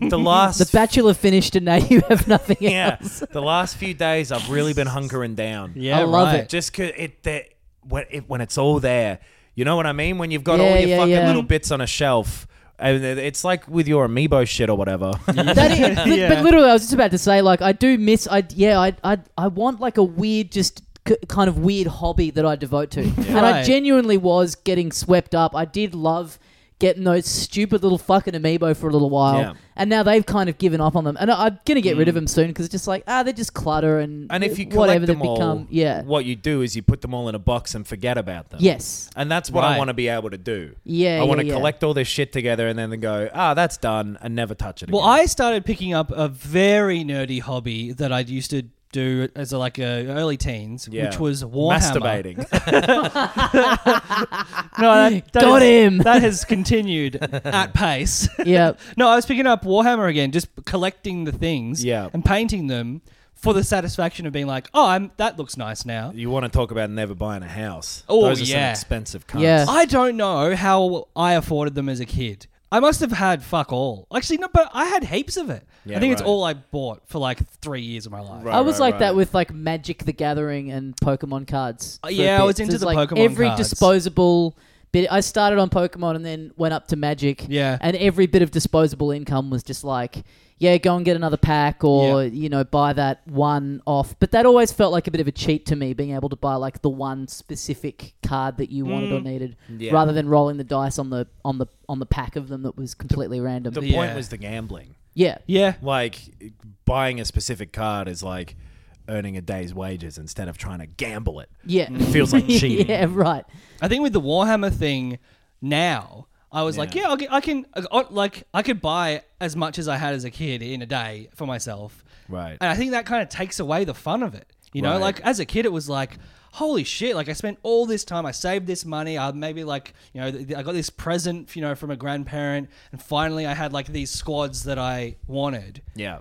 [SPEAKER 3] the last.
[SPEAKER 1] The Bachelor finished, and now you have nothing
[SPEAKER 3] yeah,
[SPEAKER 1] else.
[SPEAKER 3] the last few days I've really been hunkering down.
[SPEAKER 2] Yeah,
[SPEAKER 1] I love
[SPEAKER 2] right.
[SPEAKER 1] it.
[SPEAKER 3] just cause it that when it, when it's all there, you know what I mean. When you've got all
[SPEAKER 1] Yeah,
[SPEAKER 3] your
[SPEAKER 1] yeah,
[SPEAKER 3] fucking
[SPEAKER 1] yeah.
[SPEAKER 3] little bits on a shelf, and it- it's like with your amiibo shit or whatever.
[SPEAKER 1] That is, but-
[SPEAKER 2] Yeah.
[SPEAKER 1] But literally, I was just about to say, like, I do miss. I yeah, I I, I want like a weird, just c- kind of weird hobby that I devote to, and I
[SPEAKER 2] Right.
[SPEAKER 1] genuinely was getting swept up. I did love getting those stupid little fucking amiibo for a little while,
[SPEAKER 3] Yeah.
[SPEAKER 1] and now they've kind of given up on them, and I, I'm gonna get rid of
[SPEAKER 2] Mm.
[SPEAKER 1] them soon because it's just like ah, they're just clutter and
[SPEAKER 3] and if you collect
[SPEAKER 1] whatever
[SPEAKER 3] them
[SPEAKER 1] they've become,
[SPEAKER 3] all,
[SPEAKER 1] yeah,
[SPEAKER 3] what you do is you put them all in a box and forget about them.
[SPEAKER 1] yes,
[SPEAKER 3] And that's what I
[SPEAKER 2] Right.
[SPEAKER 3] want to be able to do.
[SPEAKER 1] Yeah,
[SPEAKER 3] I want to
[SPEAKER 1] yeah, yeah.
[SPEAKER 3] collect all this shit together and then go, ah, that's done, and never touch it
[SPEAKER 2] Well,
[SPEAKER 3] again.
[SPEAKER 2] I started picking up a very nerdy hobby that I used to do as a, like a early teens,
[SPEAKER 3] Yeah.
[SPEAKER 2] which was Warhammer.
[SPEAKER 3] masturbating.
[SPEAKER 2] No, that, that
[SPEAKER 1] Got
[SPEAKER 2] is-
[SPEAKER 1] him.
[SPEAKER 2] That has continued at pace.
[SPEAKER 1] yeah.
[SPEAKER 2] no, I was picking up Warhammer again, just collecting the things
[SPEAKER 3] Yeah.
[SPEAKER 2] and painting them for the satisfaction of being like, oh, I'm that looks nice now.
[SPEAKER 3] you want to talk about never buying a house?
[SPEAKER 2] Oh,
[SPEAKER 3] those are some
[SPEAKER 2] yeah.
[SPEAKER 3] expensive cunts.
[SPEAKER 1] Yeah.
[SPEAKER 2] I don't know how I afforded them as a kid. I must have had fuck all. Actually, no, but I had heaps of it.
[SPEAKER 3] Yeah,
[SPEAKER 2] I think it's
[SPEAKER 3] right.
[SPEAKER 2] all I bought for like three years of my life.
[SPEAKER 3] Right,
[SPEAKER 1] I was
[SPEAKER 3] right,
[SPEAKER 1] like
[SPEAKER 3] right.
[SPEAKER 1] that with like Magic the Gathering and Pokemon cards.
[SPEAKER 2] Uh,
[SPEAKER 1] for a
[SPEAKER 2] yeah, I
[SPEAKER 1] bit.
[SPEAKER 2] was into
[SPEAKER 1] it's
[SPEAKER 2] the
[SPEAKER 1] like
[SPEAKER 2] Pokemon
[SPEAKER 1] every
[SPEAKER 2] cards.
[SPEAKER 1] disposable bit. I started on Pokemon and then went up to Magic.
[SPEAKER 2] Yeah.
[SPEAKER 1] and every bit of disposable income was just like, yeah, go and get another pack or
[SPEAKER 2] Yeah.
[SPEAKER 1] you know buy that one off. But that always felt like a bit of a cheat to me, being able to buy like the one specific card that you wanted
[SPEAKER 2] Mm.
[SPEAKER 1] or needed,
[SPEAKER 3] Yeah.
[SPEAKER 1] rather than rolling the dice on the on the on the pack of them that was completely random.
[SPEAKER 3] The
[SPEAKER 2] Yeah.
[SPEAKER 3] point was the gambling.
[SPEAKER 1] yeah,
[SPEAKER 2] Yeah.
[SPEAKER 3] like buying a specific card is like earning a day's wages instead of trying to gamble it.
[SPEAKER 1] yeah,
[SPEAKER 3] It feels like cheating.
[SPEAKER 1] yeah, right.
[SPEAKER 2] I think with the Warhammer thing now, I was like, yeah, I can, I can, I- like, I could buy as much as I had as a kid in a day for myself.
[SPEAKER 3] Right.
[SPEAKER 2] And I think that kind of takes away the fun of it. You know,
[SPEAKER 3] Right.
[SPEAKER 2] like as a kid, it was like, holy shit! Like I spent all this time, I saved this money. I maybe like, you know, th- I got this present, you know, from a grandparent, and finally I had like these squads that I wanted,
[SPEAKER 3] Yeah.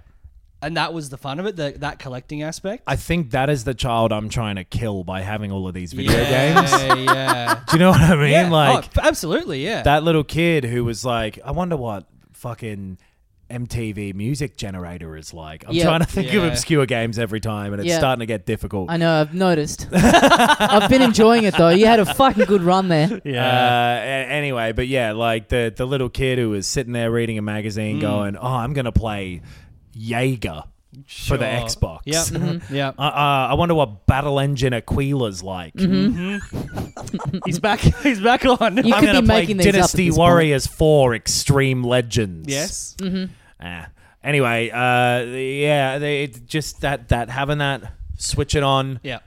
[SPEAKER 2] and that was the fun of it. The, that collecting aspect.
[SPEAKER 3] I think that is the child I'm trying to kill by having all of these video
[SPEAKER 2] yeah,
[SPEAKER 3] games.
[SPEAKER 2] yeah,
[SPEAKER 3] Do you know what I mean?
[SPEAKER 2] yeah.
[SPEAKER 3] Like
[SPEAKER 2] Oh, absolutely, yeah.
[SPEAKER 3] that little kid who was like, I wonder what fucking MTV music generator is like. I'm
[SPEAKER 1] Yeah.
[SPEAKER 3] trying to think of
[SPEAKER 2] Yeah.
[SPEAKER 3] obscure games every time and it's
[SPEAKER 1] Yeah.
[SPEAKER 3] starting to get difficult.
[SPEAKER 1] I know, I've noticed. I've been enjoying it though. You had a fucking good run there.
[SPEAKER 3] Uh, a- anyway, but yeah, like the the little kid who was sitting there reading a
[SPEAKER 1] Mm.
[SPEAKER 3] magazine, going, "Oh, I'm gonna play Jaeger for the Xbox."
[SPEAKER 2] Yeah, yeah.
[SPEAKER 3] Uh, uh, I wonder what battle engine Aquila's like.
[SPEAKER 2] He's back. He's back on.
[SPEAKER 1] You
[SPEAKER 3] I'm
[SPEAKER 1] Mm-hmm. could
[SPEAKER 3] gonna
[SPEAKER 1] be
[SPEAKER 3] play
[SPEAKER 1] making these up at
[SPEAKER 3] Dynasty
[SPEAKER 1] this
[SPEAKER 3] Warriors Four Extreme Legends.
[SPEAKER 2] yes. Mm-hmm.
[SPEAKER 3] Ah. Anyway, uh, yeah, they, it- just that that having that switch it on,
[SPEAKER 2] Yeah.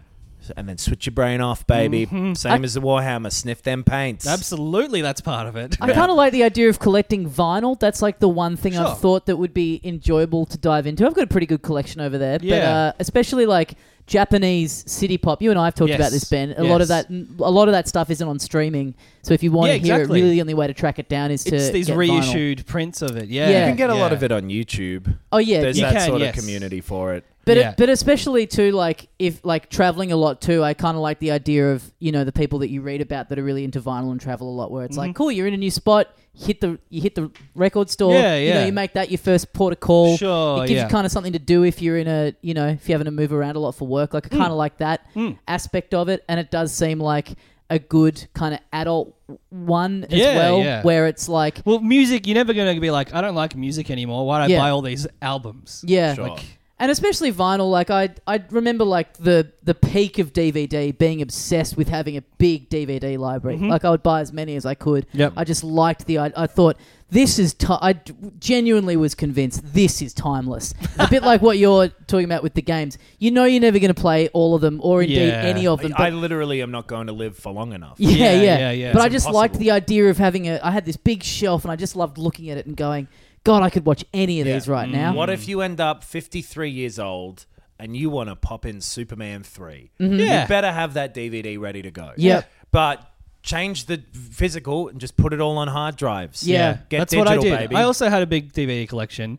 [SPEAKER 3] and then switch your brain off, baby. Same
[SPEAKER 1] I-
[SPEAKER 3] as the Warhammer. Sniff them paints.
[SPEAKER 2] Absolutely, that's part of it.
[SPEAKER 1] I kind of like the idea of collecting vinyl. That's like the one thing
[SPEAKER 2] Sure.
[SPEAKER 1] I've thought that would be enjoyable to dive into. I've got a pretty good collection over there, but
[SPEAKER 2] Yeah.
[SPEAKER 1] uh, especially like Japanese city pop. You and I have talked
[SPEAKER 2] Yes.
[SPEAKER 1] about this, Ben. A lot of
[SPEAKER 2] Yes.
[SPEAKER 1] that, a lot of that stuff isn't on streaming. So if you want
[SPEAKER 2] Yeah,
[SPEAKER 1] to hear
[SPEAKER 2] exactly.
[SPEAKER 1] it, really the only way to track it down is to
[SPEAKER 2] it's these
[SPEAKER 1] get vinyl.
[SPEAKER 2] reissued prints of it. Yeah,
[SPEAKER 1] You
[SPEAKER 3] You can get a lot
[SPEAKER 2] yeah.
[SPEAKER 3] of it on YouTube.
[SPEAKER 1] Oh yeah,
[SPEAKER 3] There's
[SPEAKER 1] yeah.
[SPEAKER 3] that
[SPEAKER 2] can,
[SPEAKER 3] sort
[SPEAKER 2] yes.
[SPEAKER 3] of community for it.
[SPEAKER 1] But
[SPEAKER 2] Yeah.
[SPEAKER 1] but especially too like if like traveling a lot too, I kind of like the idea of you know the people that you read about that are really into vinyl and travel a lot, where it's
[SPEAKER 2] Mm-hmm.
[SPEAKER 1] like cool, you're in a new spot, you hit the you hit the record store,
[SPEAKER 2] Yeah,
[SPEAKER 1] you know,
[SPEAKER 2] yeah.
[SPEAKER 1] you make that your first port of call.
[SPEAKER 2] Sure,
[SPEAKER 1] it gives
[SPEAKER 2] yeah.
[SPEAKER 1] you kind of something to do if you're in a you know if you're having to move around a lot for work. Like I
[SPEAKER 2] Mm.
[SPEAKER 1] kind of like that aspect of it, and it does seem like a good kind of adult one as
[SPEAKER 2] Yeah,
[SPEAKER 1] well,
[SPEAKER 2] yeah.
[SPEAKER 1] where it's like
[SPEAKER 2] Well, music, you're never going to be like, I don't like music anymore. Why do I
[SPEAKER 1] Yeah.
[SPEAKER 2] buy all these albums?
[SPEAKER 1] yeah,
[SPEAKER 3] Sure.
[SPEAKER 1] and especially vinyl like i i remember like the the peak of dvd being obsessed with having a big dvd library like i would buy as many as i could
[SPEAKER 2] Yep.
[SPEAKER 1] i just liked the i, I thought this is ti I d- genuinely was convinced this is timeless a bit like what you're talking about with the games you know you're never going to play all of them or indeed
[SPEAKER 2] Yeah.
[SPEAKER 1] any of them
[SPEAKER 3] I, I
[SPEAKER 1] but-
[SPEAKER 3] literally am not going to live for long enough.
[SPEAKER 1] yeah,
[SPEAKER 2] Yeah,
[SPEAKER 1] yeah,
[SPEAKER 2] yeah, yeah.
[SPEAKER 1] But
[SPEAKER 2] It's
[SPEAKER 1] I just liked
[SPEAKER 3] impossible.
[SPEAKER 1] the idea of having a. I had this big shelf, and I just loved looking at it and going, "God, I could watch any of
[SPEAKER 3] Yeah. Mm,
[SPEAKER 1] these right now."
[SPEAKER 3] What if you end up 53 years old and you want to pop in Superman 3?
[SPEAKER 2] Mm-hmm.
[SPEAKER 1] Mm-hmm.
[SPEAKER 2] Yeah.
[SPEAKER 3] You better have that DVD ready to go.
[SPEAKER 1] Yep.
[SPEAKER 3] But change the physical and just put it all on hard drives.
[SPEAKER 1] Yeah.
[SPEAKER 3] Get
[SPEAKER 2] that's
[SPEAKER 3] digital,
[SPEAKER 2] what I did.
[SPEAKER 3] baby.
[SPEAKER 2] I also had a big DVD collection,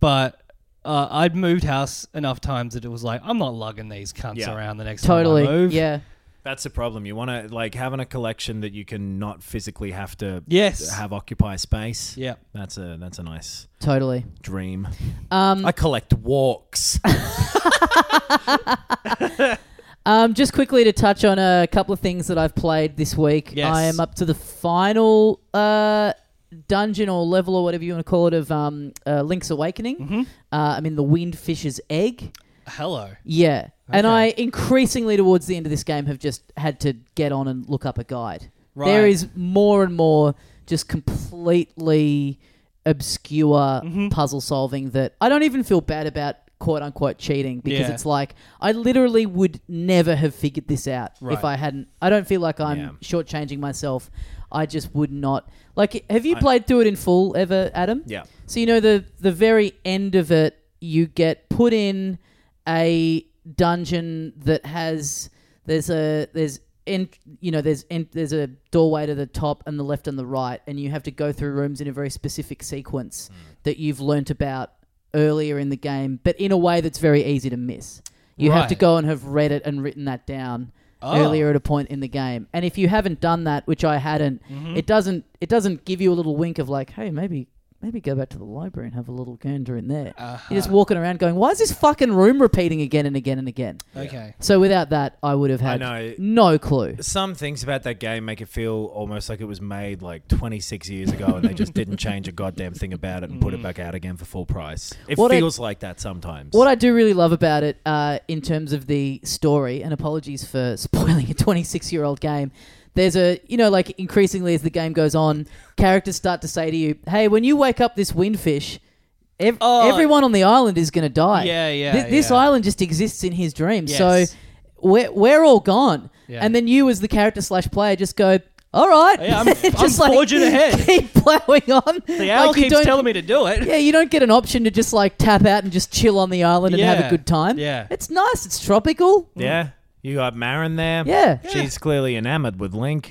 [SPEAKER 2] but uh, I'd moved house enough times that it was like, I'm not lugging these cunts
[SPEAKER 3] Yeah.
[SPEAKER 2] around the next
[SPEAKER 1] Totally,
[SPEAKER 2] time I move.
[SPEAKER 1] yeah.
[SPEAKER 3] That's the problem. You want to, like, having a collection that you can not physically have to
[SPEAKER 2] Yes.
[SPEAKER 3] have occupy space.
[SPEAKER 2] Yeah.
[SPEAKER 3] That's a that's a nice
[SPEAKER 1] Totally.
[SPEAKER 3] dream. Um, I collect walks.
[SPEAKER 1] Um, just quickly to touch on a couple of things that I've played this week.
[SPEAKER 2] Yes.
[SPEAKER 1] I am up to the final uh, dungeon or level or whatever you want to call it of um, uh, Link's Awakening. Uh, I'm in the Windfish's Egg.
[SPEAKER 2] Hello.
[SPEAKER 1] Yeah. And
[SPEAKER 2] Okay.
[SPEAKER 1] I increasingly towards the end of this game have just had to get on and look up a guide. There
[SPEAKER 2] Right.
[SPEAKER 1] is more and more just completely obscure
[SPEAKER 2] Mm-hmm.
[SPEAKER 1] puzzle solving that I don't even feel bad about quote unquote cheating because
[SPEAKER 2] Yeah.
[SPEAKER 1] it's like I literally would never have figured this out if
[SPEAKER 2] Right.
[SPEAKER 1] I hadn't I don't feel like I'm
[SPEAKER 3] Yeah.
[SPEAKER 1] shortchanging myself. I just would not like have you played through it in full ever, Adam?
[SPEAKER 3] Yeah.
[SPEAKER 1] So you know the the very end of it, you get put in a dungeon that has there's a there's en- you know there's en- there's a doorway to the top and the left and the right, and you have to go through rooms in a very specific sequence that you've learnt about earlier in the game, but in a way that's very easy to miss. You have to
[SPEAKER 2] Right.
[SPEAKER 1] go and have read it and written that down
[SPEAKER 2] Oh.
[SPEAKER 1] earlier at a point in the game. And if you haven't done that, which I hadn't, it doesn't it doesn't give you a little wink of like, hey, maybe maybe go back to the library and have a little gander in there. You're just walking around going, why is this fucking room repeating again and again and again?
[SPEAKER 2] Okay.
[SPEAKER 1] So without that, I would have had
[SPEAKER 3] know.
[SPEAKER 1] no clue.
[SPEAKER 3] Some things about that game make it feel almost like it was made like 26 years ago and they just didn't change a goddamn thing about it and put it back out again for full price. It
[SPEAKER 1] What I-
[SPEAKER 3] feels like that sometimes.
[SPEAKER 1] What I do really love about it, uh, in terms of the story, and apologies for spoiling a 26 year old game. There's a, you know, like increasingly as the game goes on, characters start to say to you, "Hey, when you wake up this windfish, ev-
[SPEAKER 2] Oh.
[SPEAKER 1] everyone on the island is going to die.
[SPEAKER 2] Yeah, yeah,
[SPEAKER 1] Th- this
[SPEAKER 2] yeah.
[SPEAKER 1] island just exists in his dreams.
[SPEAKER 2] Yes.
[SPEAKER 1] So we're we're all gone.
[SPEAKER 2] Yeah. Oh,
[SPEAKER 1] And then you, as the character slash player, just go." All right,
[SPEAKER 2] Yeah, I'm- I'm forging ahead.
[SPEAKER 1] Keep plowing on.
[SPEAKER 2] The owl
[SPEAKER 1] you
[SPEAKER 2] keeps
[SPEAKER 1] don't-
[SPEAKER 2] telling me to do it.
[SPEAKER 1] yeah, you don't get an option to just like tap out and just chill on the island and have
[SPEAKER 2] Yeah.
[SPEAKER 1] a good time.
[SPEAKER 2] Yeah.
[SPEAKER 1] It's nice. It's tropical.
[SPEAKER 3] yeah. You got Marin there.
[SPEAKER 1] Yeah. Yeah.
[SPEAKER 3] She's clearly enamored with Link.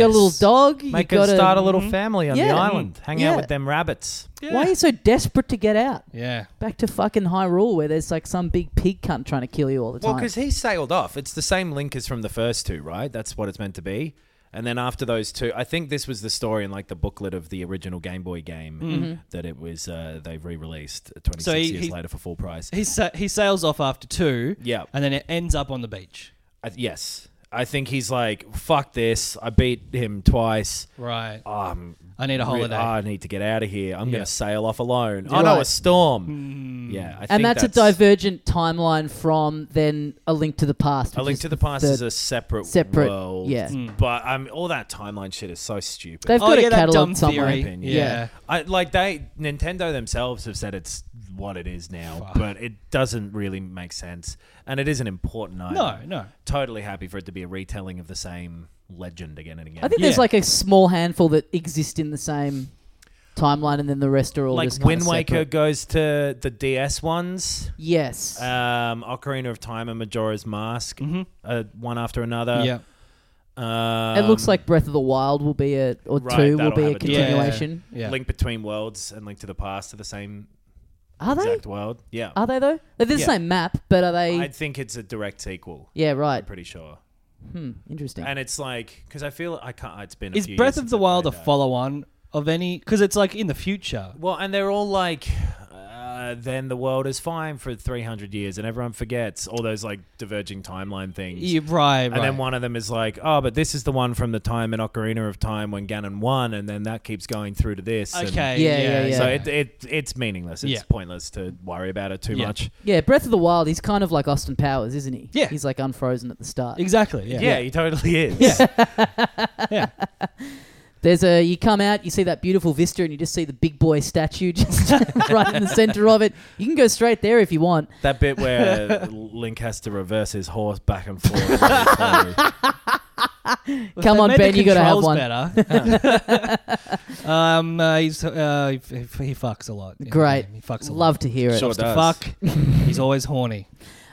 [SPEAKER 1] You got a little dog.
[SPEAKER 3] Make
[SPEAKER 1] you
[SPEAKER 3] her
[SPEAKER 1] got
[SPEAKER 3] start a little family on
[SPEAKER 1] Yeah.
[SPEAKER 3] the island. Hang
[SPEAKER 1] Yeah.
[SPEAKER 3] out with them rabbits.
[SPEAKER 2] Yeah.
[SPEAKER 1] Why are you so desperate to get out?
[SPEAKER 2] Yeah.
[SPEAKER 1] Back to fucking Hyrule where there's like some big pig cunt trying to kill you all the
[SPEAKER 3] Well,
[SPEAKER 1] time.
[SPEAKER 3] because he sailed off. It's the same link as from the first two, right? That's what it's meant to be. And then after those two, I think this was the story in like the booklet of the original Game Boy game that it was uh, they re-released 26
[SPEAKER 2] Mm-hmm. So he-
[SPEAKER 3] years
[SPEAKER 2] he-
[SPEAKER 3] later for full price.
[SPEAKER 2] He, sa- he sails off after two.
[SPEAKER 3] Yeah.
[SPEAKER 2] And then it ends up on the beach.
[SPEAKER 3] I, yes, I think he's like, fuck this. I beat him twice.
[SPEAKER 2] Right.
[SPEAKER 3] Um,
[SPEAKER 2] I need a
[SPEAKER 3] re-
[SPEAKER 2] holiday.
[SPEAKER 3] I need to get out of here. I'm
[SPEAKER 2] Yeah.
[SPEAKER 3] gonna sail off alone. Oh
[SPEAKER 1] Right.
[SPEAKER 3] no, a storm.
[SPEAKER 2] Hmm.
[SPEAKER 3] Yeah, I think
[SPEAKER 1] and that's, a
[SPEAKER 3] diversion.
[SPEAKER 1] divergent timeline from then A Link to the Past.
[SPEAKER 3] A
[SPEAKER 1] which
[SPEAKER 3] Link
[SPEAKER 1] is
[SPEAKER 3] to the Past
[SPEAKER 1] the-
[SPEAKER 3] is a separate,
[SPEAKER 1] separate-
[SPEAKER 3] world.
[SPEAKER 1] yeah.
[SPEAKER 2] Hmm.
[SPEAKER 3] But um, all that timeline shit is so stupid.
[SPEAKER 1] They've
[SPEAKER 2] oh,
[SPEAKER 1] got
[SPEAKER 2] yeah,
[SPEAKER 1] a
[SPEAKER 2] that
[SPEAKER 1] catalog
[SPEAKER 2] dumb
[SPEAKER 1] somewhere.
[SPEAKER 2] theory.
[SPEAKER 3] Opinion.
[SPEAKER 1] Yeah.
[SPEAKER 3] I, like they Nintendo themselves have said it's what it is now, but it doesn't really make sense, and it isn't important. Either.
[SPEAKER 2] No, no.
[SPEAKER 3] Totally happy for it to be a retelling of the same legend again and again.
[SPEAKER 1] I think there's
[SPEAKER 2] Yeah.
[SPEAKER 1] like a small handful that exist in the same timeline, and then the rest are all
[SPEAKER 3] like
[SPEAKER 1] just kinda
[SPEAKER 3] Wind Waker
[SPEAKER 1] separate.
[SPEAKER 3] goes to the DS ones.
[SPEAKER 1] Yes.
[SPEAKER 3] Um, Ocarina of Time and Majora's Mask,
[SPEAKER 2] Mhm.
[SPEAKER 3] uh, one after another.
[SPEAKER 2] yeah.
[SPEAKER 3] Um,
[SPEAKER 1] it looks like Breath of the Wild will be a or
[SPEAKER 3] right,
[SPEAKER 1] two will
[SPEAKER 3] that'll
[SPEAKER 1] be
[SPEAKER 3] have
[SPEAKER 1] a
[SPEAKER 3] a different-
[SPEAKER 1] continuation.
[SPEAKER 2] Yeah.
[SPEAKER 3] Link Between Worlds and Link to the Past are the same
[SPEAKER 1] Are they?
[SPEAKER 3] exact world. Yeah.
[SPEAKER 1] Are they though? They're the
[SPEAKER 3] Yeah.
[SPEAKER 1] same map, but are they?
[SPEAKER 3] I think it's a direct sequel.
[SPEAKER 1] yeah, right.
[SPEAKER 3] I'm pretty sure.
[SPEAKER 1] Hmm, interesting.
[SPEAKER 3] And it's like because I feel I can't. It's been a
[SPEAKER 2] Is
[SPEAKER 3] few
[SPEAKER 2] Breath
[SPEAKER 3] years
[SPEAKER 2] of
[SPEAKER 3] since
[SPEAKER 2] the
[SPEAKER 3] I
[SPEAKER 2] Wild a
[SPEAKER 3] played that.
[SPEAKER 2] follow on of any? Because it's like in the future.
[SPEAKER 3] Well, and they're all like, uh, then the world is fine for 300 years, and everyone forgets all those like diverging timeline things.
[SPEAKER 2] Yeah, right, right.
[SPEAKER 3] And then one of them is like, oh, but this is the one from the time in Ocarina of Time when Ganon won, and then that keeps going through to this. and-
[SPEAKER 2] Okay.
[SPEAKER 1] Yeah,
[SPEAKER 2] Yeah,
[SPEAKER 1] yeah,
[SPEAKER 2] yeah,
[SPEAKER 1] yeah.
[SPEAKER 3] So it, it it's meaningless. It's
[SPEAKER 2] Yeah.
[SPEAKER 3] pointless to worry about it too
[SPEAKER 2] Yeah.
[SPEAKER 3] much.
[SPEAKER 1] yeah, Breath of the Wild. He's kind of like Austin Powers, isn't he?
[SPEAKER 2] Yeah.
[SPEAKER 1] He's like unfrozen at the start.
[SPEAKER 2] exactly. Yeah.
[SPEAKER 3] Yeah, he totally is.
[SPEAKER 2] yeah.
[SPEAKER 1] There's a you come out, you see that beautiful vista, and you just see the big boy statue just right in the center of it. You can go straight there if you want.
[SPEAKER 3] That bit where Link has to reverse his horse back and forth.
[SPEAKER 2] If
[SPEAKER 1] Come
[SPEAKER 2] they
[SPEAKER 1] on,
[SPEAKER 2] made
[SPEAKER 1] Ben,
[SPEAKER 2] the
[SPEAKER 1] you gotta have one.
[SPEAKER 2] controls Better. um, uh, he's uh, he, he he fucks a lot. in the
[SPEAKER 1] Great.
[SPEAKER 2] game. He fucks a
[SPEAKER 1] Love
[SPEAKER 2] lot.
[SPEAKER 1] to hear it.
[SPEAKER 3] Sure
[SPEAKER 2] Loves to
[SPEAKER 3] does.
[SPEAKER 2] fuck. he's always horny.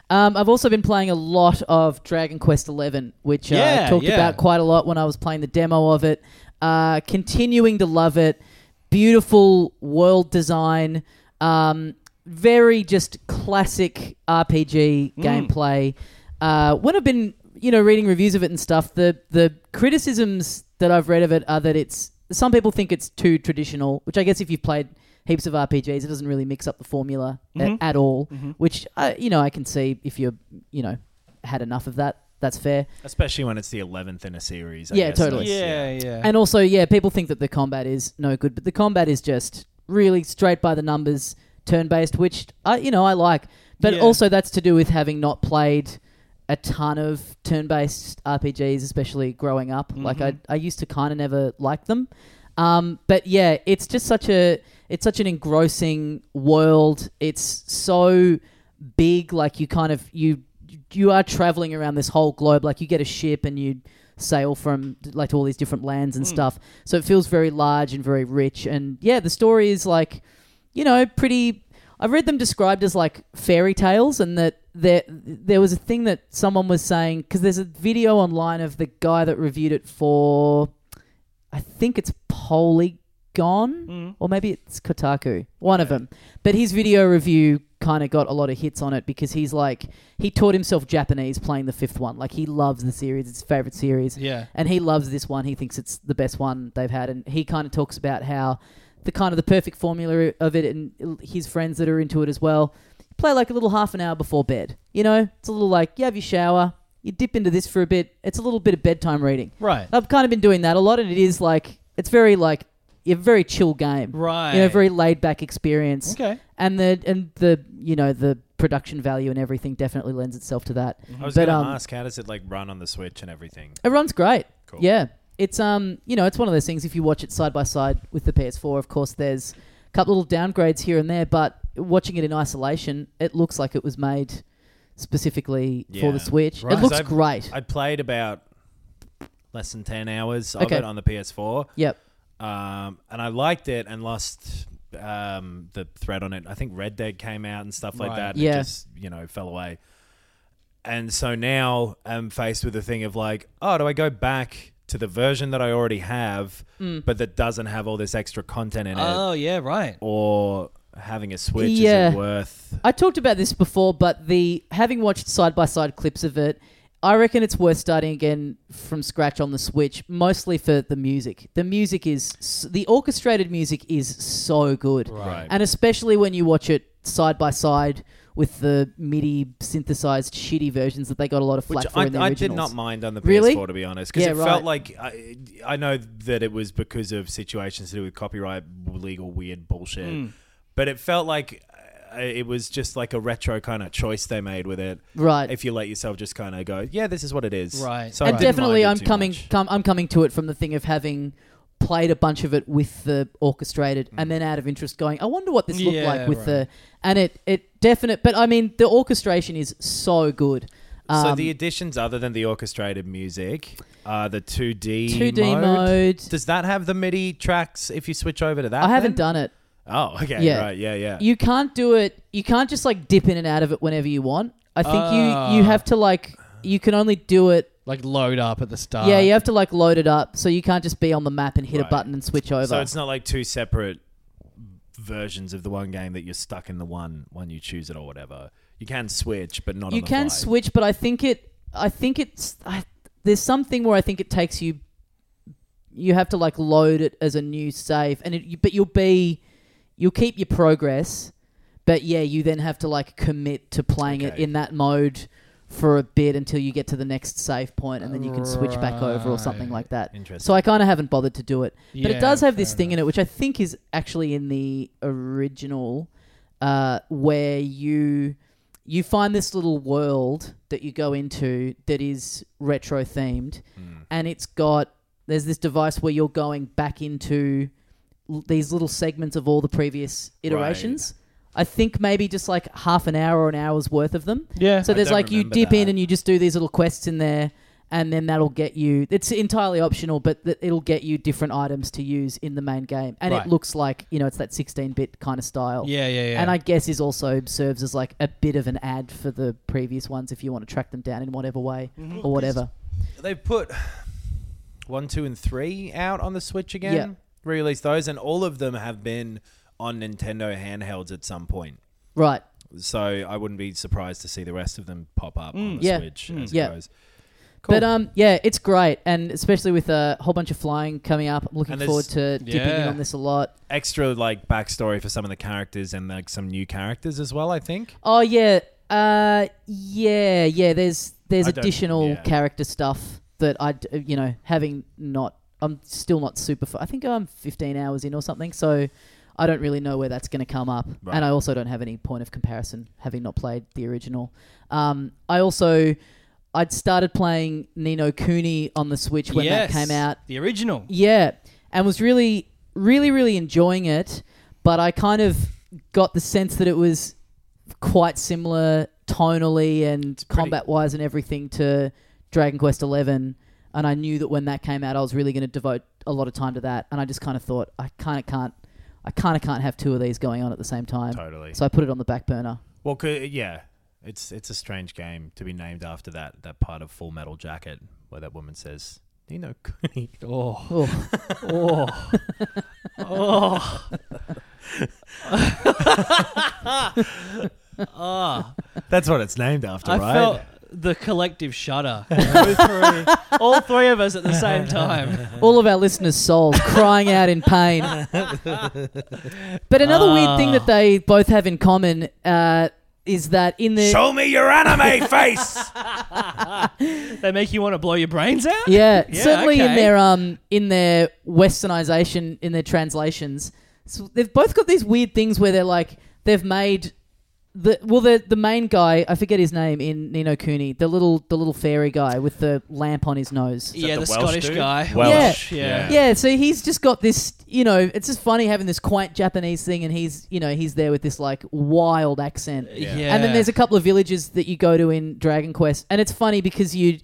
[SPEAKER 1] Um, I've also been playing a lot of Dragon Quest Eleven, which uh, I
[SPEAKER 2] Yeah,
[SPEAKER 1] talked
[SPEAKER 2] yeah.
[SPEAKER 1] about quite a lot when I was playing the demo of it. Uh, continuing to love it. Beautiful world design. Um, very just classic RPG gameplay. Uh, when I've been, you know, reading reviews of it and stuff, the the criticisms that I've read of it are that it's some people think it's too traditional, which I guess if you've played heaps of RPGs, it doesn't really mix up the formula a- at all. Which uh, you know I can see if you're, you know, had enough of that. That's fair. Especially
[SPEAKER 3] Especially when it's the 11th in a series. I
[SPEAKER 1] Yeah,
[SPEAKER 3] guess
[SPEAKER 1] totally.
[SPEAKER 3] that's-
[SPEAKER 2] Yeah, yeah.
[SPEAKER 1] And also, yeah, people think that the combat is no good, but the combat is just really straight by the numbers, turn based, which I, you know, I like. But
[SPEAKER 2] Yeah.
[SPEAKER 1] also, that's to do with having not played a ton of turn based RPGs, especially growing up. Like I, I used to kind of never like them. Um, but yeah, it's just such a, it's such an engrossing world. It's so big, like you kind of you you are traveling around this whole globe. Like you get a ship and you sail from like to all these different lands and stuff. So it feels very large and very rich. And yeah, the story is like, you know, pretty. I've read them described as like fairy tales, and that there there was a thing that someone was saying because there's a video online of the guy that reviewed it for, I think it's Polygon
[SPEAKER 2] Mm.
[SPEAKER 1] or maybe it's Kotaku, one of them. But his video review kind of got a lot of hits on it because he's like he taught himself Japanese playing the fifth one. Like he loves the series, it's his favorite series
[SPEAKER 2] yeah.
[SPEAKER 1] and he loves this one. He thinks it's the best one they've had, and he kind of talks about how the kind of the perfect formula of it, and his friends that are into it as well play like a little half an hour before bed. You know, it's a little like you have your shower, you dip into this for a bit. It's a little bit of bedtime reading.
[SPEAKER 2] Right.
[SPEAKER 1] I've kind of been doing that a lot, and it is like it's very like a very chill game,
[SPEAKER 2] Right.
[SPEAKER 1] You know, very laid back experience
[SPEAKER 2] Okay.
[SPEAKER 1] and the and the you know the production value and everything definitely lends itself to that.
[SPEAKER 3] I was
[SPEAKER 1] But,
[SPEAKER 3] going to
[SPEAKER 1] um,
[SPEAKER 3] ask, how does it like run on the Switch and everything?
[SPEAKER 1] It runs great.
[SPEAKER 3] Cool.
[SPEAKER 1] Yeah. It's um you know, it's one of those things if you watch it side by side with the PS4, of course there's a couple little downgrades here and there, but watching it in isolation, it looks like it was made specifically for
[SPEAKER 3] Yeah.
[SPEAKER 1] the Switch.
[SPEAKER 2] Right.
[SPEAKER 1] It looks
[SPEAKER 3] I've-
[SPEAKER 1] great.
[SPEAKER 3] I played about less than 10 hours of
[SPEAKER 1] Okay.
[SPEAKER 3] it on the PS4.
[SPEAKER 1] yep.
[SPEAKER 3] um, and I liked it and lost um, the thread on it. I think Red Dead came out and stuff like
[SPEAKER 2] Right.
[SPEAKER 3] that. And
[SPEAKER 1] Yeah.
[SPEAKER 3] It just, you know, fell away. And so now I'm faced with the thing of like, oh, do I go back to the version that I already have,
[SPEAKER 1] Mm.
[SPEAKER 3] but that doesn't have all this extra content in it?
[SPEAKER 2] Oh yeah. Right.
[SPEAKER 3] Or having a Switch,
[SPEAKER 1] Yeah.
[SPEAKER 3] is it worth.
[SPEAKER 1] I talked about this before, but the having watched side by side clips of it, I reckon it's worth starting again from scratch on the Switch, mostly for the music. The music is s- the orchestrated music is so good,
[SPEAKER 3] Right.
[SPEAKER 1] and especially when you watch it side by side with the MIDI synthesized shitty versions that they got a lot of
[SPEAKER 3] Which
[SPEAKER 1] flack for
[SPEAKER 3] I,
[SPEAKER 1] in the
[SPEAKER 3] I
[SPEAKER 1] originals.
[SPEAKER 3] did not mind on the PS4,
[SPEAKER 1] Really?
[SPEAKER 3] to be honest, because
[SPEAKER 1] Yeah,
[SPEAKER 3] it
[SPEAKER 1] right.
[SPEAKER 3] felt like I, I know that it was because of situations to do with copyright, legal, weird bullshit, but it felt like uh, it was just like a retro kind of choice they made with it.
[SPEAKER 1] Right.
[SPEAKER 3] If you let yourself just kind of go, yeah, this is what it is.
[SPEAKER 2] Right.
[SPEAKER 3] So I
[SPEAKER 1] Uh, and
[SPEAKER 3] didn't
[SPEAKER 1] definitely,
[SPEAKER 3] mind it
[SPEAKER 1] I'm
[SPEAKER 3] too
[SPEAKER 1] coming.
[SPEAKER 3] much.
[SPEAKER 1] Com- I'm coming to it from the thing of having played a bunch of it with the orchestrated,
[SPEAKER 3] Mm.
[SPEAKER 1] and then out of interest, going, I wonder what this looked
[SPEAKER 2] Yeah,
[SPEAKER 1] like with
[SPEAKER 2] right.
[SPEAKER 1] the, and it it definite. But I mean, the orchestration is so good.
[SPEAKER 3] so
[SPEAKER 1] Um,
[SPEAKER 3] the additions other than the orchestrated music are the 2D
[SPEAKER 1] 2D mode.
[SPEAKER 3] Does that have the MIDI tracks if you switch over to that?
[SPEAKER 1] I haven't
[SPEAKER 3] then?
[SPEAKER 1] done it.
[SPEAKER 3] Oh, okay.
[SPEAKER 1] Yeah.
[SPEAKER 3] Right. Yeah, yeah.
[SPEAKER 1] You can't do it. You can't just like dip in and out of it whenever you want. I think you you
[SPEAKER 2] Ah.
[SPEAKER 1] have to like you can only do it.
[SPEAKER 2] Like load up at the start.
[SPEAKER 1] yeah, you have to like load it up, so you can't just be on the map and hit a
[SPEAKER 3] Ah. Right.
[SPEAKER 1] button and switch over.
[SPEAKER 3] so it's not like two separate versions of the one game that you're stuck in the one one you choose it or whatever. You can switch, but not on
[SPEAKER 1] you
[SPEAKER 3] the
[SPEAKER 1] can
[SPEAKER 3] fly.
[SPEAKER 1] switch, but I think it. I think it's. I, there's something where I think it takes you. You have to like load it as a new save, and it. But you'll be, you'll keep your progress, but yeah, you then have to like commit to playing it
[SPEAKER 3] Okay.
[SPEAKER 1] in that mode for a bit until you get to the next save point, and then you can switch back over or something
[SPEAKER 2] Right.
[SPEAKER 1] like that.
[SPEAKER 3] Interesting.
[SPEAKER 1] So I kind of haven't bothered to do it, but
[SPEAKER 2] Yeah,
[SPEAKER 1] it does have this
[SPEAKER 2] fair
[SPEAKER 1] thing in it, which I think is actually in the original, uh, where you you find this little world that you go into that is retro themed,
[SPEAKER 2] Hmm.
[SPEAKER 1] and it's got there's this device where you're going back into l- these little segments of all the previous iterations. I think maybe just like half an hour or an hour's worth of them.
[SPEAKER 2] Yeah.
[SPEAKER 1] So
[SPEAKER 3] I
[SPEAKER 1] there's
[SPEAKER 3] don't
[SPEAKER 1] like you
[SPEAKER 3] remember
[SPEAKER 1] dip in
[SPEAKER 3] that.
[SPEAKER 1] and you just do these little quests in there, and then that'll get you. It's entirely optional, but th- it'll get you different items to use in the main game, and
[SPEAKER 2] Right.
[SPEAKER 1] it looks like you know it's that 16-bit kind of style.
[SPEAKER 2] yeah, yeah, yeah.
[SPEAKER 1] And I guess is also serves as like a bit of an ad for the previous ones if you want to track them down in whatever way
[SPEAKER 3] Mm-hmm.
[SPEAKER 1] or whatever.
[SPEAKER 3] they put one, two, and three out on the Switch again.
[SPEAKER 1] Yeah.
[SPEAKER 3] Re-released those, and all of them have been on Nintendo handhelds at some point.
[SPEAKER 1] Right.
[SPEAKER 3] So I wouldn't be surprised to see the rest of them pop up on the
[SPEAKER 1] Mm, Yeah.
[SPEAKER 3] Switch as
[SPEAKER 1] Yeah.
[SPEAKER 3] it goes.
[SPEAKER 1] But um, yeah, it's great, and especially with a whole bunch of flying coming up, I'm looking
[SPEAKER 3] And
[SPEAKER 1] forward to dipping in
[SPEAKER 2] Yeah.
[SPEAKER 1] on this a lot.
[SPEAKER 3] Extra like backstory for some of the characters and like some new characters as well. I think.
[SPEAKER 1] Oh yeah, uh, yeah, yeah. There's there's
[SPEAKER 3] I don't-
[SPEAKER 1] additional
[SPEAKER 3] yeah.
[SPEAKER 1] character stuff that I, d- you know, having not, I'm still not super. F- I think I'm 15 hours in or something, so I don't really know where that's going to come up,
[SPEAKER 3] Right.
[SPEAKER 1] and I also don't have any point of comparison having not played the original. Um, I also. I'd started playing Nino Cooney on the Switch when
[SPEAKER 2] yes,
[SPEAKER 1] that came out,
[SPEAKER 2] The original.
[SPEAKER 1] yeah, and was really, really, really enjoying it. But I kind of got the sense that it was quite similar tonally and
[SPEAKER 3] pretty-
[SPEAKER 1] combat wise and everything to Dragon Quest Eleven. And I knew that when that came out, I was really going to devote a lot of time to that. And I just kind of thought, I kind of can't, I kind of can't have two of these going on at the same time.
[SPEAKER 3] Totally.
[SPEAKER 1] So I put it on the back burner.
[SPEAKER 3] Well, 'cause- yeah, it's it's a strange game to be named after that that part of Full Metal Jacket where that woman says, "Do you know Cooney?"
[SPEAKER 2] Oh.
[SPEAKER 1] Oh,
[SPEAKER 2] Oh. oh. Ah.
[SPEAKER 3] That's what it's named after,
[SPEAKER 2] I
[SPEAKER 3] right?
[SPEAKER 2] felt the collective shudder. All three, all three of us at the same time.
[SPEAKER 1] all of our listeners' souls crying out in pain. But another weird thing
[SPEAKER 2] Ah.
[SPEAKER 1] that they both have in common uh, is that in the
[SPEAKER 3] Show me your anime face.
[SPEAKER 2] They make you want to blow your brains out?
[SPEAKER 1] yeah,
[SPEAKER 2] Yeah,
[SPEAKER 1] certainly in
[SPEAKER 2] okay.
[SPEAKER 1] their um in their westernization in their translations so they've both got these weird things where they're like they've made the well the the main guy I forget his name in Nino Cooney the little the little fairy guy with the lamp on his nose
[SPEAKER 2] Yeah,
[SPEAKER 3] the
[SPEAKER 2] the,
[SPEAKER 3] Welsh
[SPEAKER 2] Scottish
[SPEAKER 3] dude?
[SPEAKER 2] guy.
[SPEAKER 3] Welsh,
[SPEAKER 2] Yeah.
[SPEAKER 3] yeah.
[SPEAKER 1] yeah so he's just got this you know it's just funny having this quaint Japanese thing and he's you know he's there with this like wild accent
[SPEAKER 3] Yeah.
[SPEAKER 1] And then there's a couple of villages that you go to in Dragon Quest, and it's funny because you,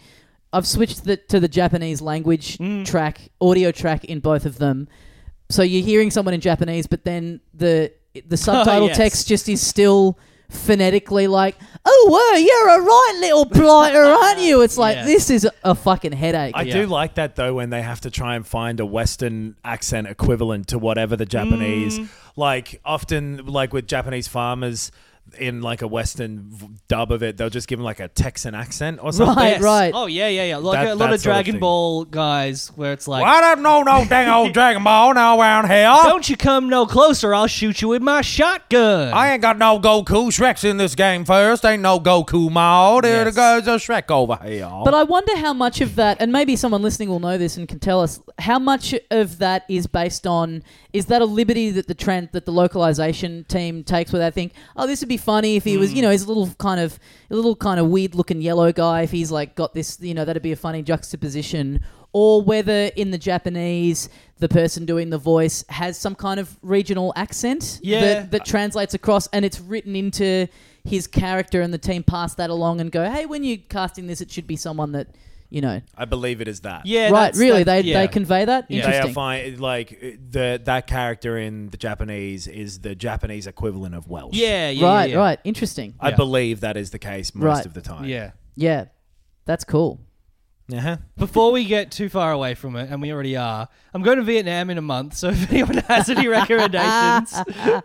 [SPEAKER 1] I've switched the, to the Japanese language track, audio track in both of them, so you're hearing someone in Japanese, but then the the subtitle
[SPEAKER 2] yes.
[SPEAKER 1] text just is still phonetically like, oh, well, you're a right little blighter, aren't you? It's like
[SPEAKER 2] Yeah.
[SPEAKER 1] this is a, a fucking headache.
[SPEAKER 3] I do like that though when they have to try and find a Western accent equivalent to whatever the Japanese.
[SPEAKER 2] Mm.
[SPEAKER 3] Like often, like with Japanese farmers in like a Western v- dub of it, they'll just give them like a Texan accent or something.
[SPEAKER 1] Right, right.
[SPEAKER 2] Oh yeah, yeah, yeah. Like
[SPEAKER 3] That-
[SPEAKER 2] a lot
[SPEAKER 3] that
[SPEAKER 2] of
[SPEAKER 3] sort of
[SPEAKER 2] Dragon
[SPEAKER 3] thing.
[SPEAKER 2] Ball guys, where it's like,
[SPEAKER 3] I don't know no dang old Dragon Ball now around here.
[SPEAKER 2] "Don't you come no closer, I'll shoot you with my shotgun."
[SPEAKER 4] I ain't got no Goku Shrek's in this game first. Ain't no Goku mod. There
[SPEAKER 3] Yes.
[SPEAKER 4] goes a Shrek over here.
[SPEAKER 1] But I wonder how much of that, and maybe someone listening will know this and can tell us how much of that is based on. Is that a liberty that the trend that the localization team takes, where they think, "Oh, this would be funny if he was, you know, he's a little kind of, a little kind of weird-looking yellow guy. If he's like got this, you know, that'd be a funny juxtaposition." or whether in the Japanese the person doing the voice has some kind of regional accent
[SPEAKER 2] Yeah.
[SPEAKER 1] that, that translates across and it's written into his character and the team pass that along and go, hey, when you're casting this, it should be someone that, you know.
[SPEAKER 3] I believe it is that.
[SPEAKER 1] right,
[SPEAKER 2] Yeah, that's-
[SPEAKER 1] really?
[SPEAKER 2] that-
[SPEAKER 1] they,
[SPEAKER 2] yeah.
[SPEAKER 1] they convey that?
[SPEAKER 3] They
[SPEAKER 1] Interesting.
[SPEAKER 3] are fine. Like the that character in the Japanese is the Japanese equivalent of Welsh.
[SPEAKER 2] Yeah, yeah,
[SPEAKER 1] right,
[SPEAKER 2] yeah, yeah.
[SPEAKER 1] right. Interesting.
[SPEAKER 3] I
[SPEAKER 2] Yeah.
[SPEAKER 3] believe that is the case most
[SPEAKER 1] Right.
[SPEAKER 3] of the time.
[SPEAKER 2] Yeah.
[SPEAKER 1] Yeah. That's cool.
[SPEAKER 3] Uh-huh.
[SPEAKER 2] Before we get too far away from it, and we already are, I'm going to Vietnam in a month. So if anyone has any recommendations,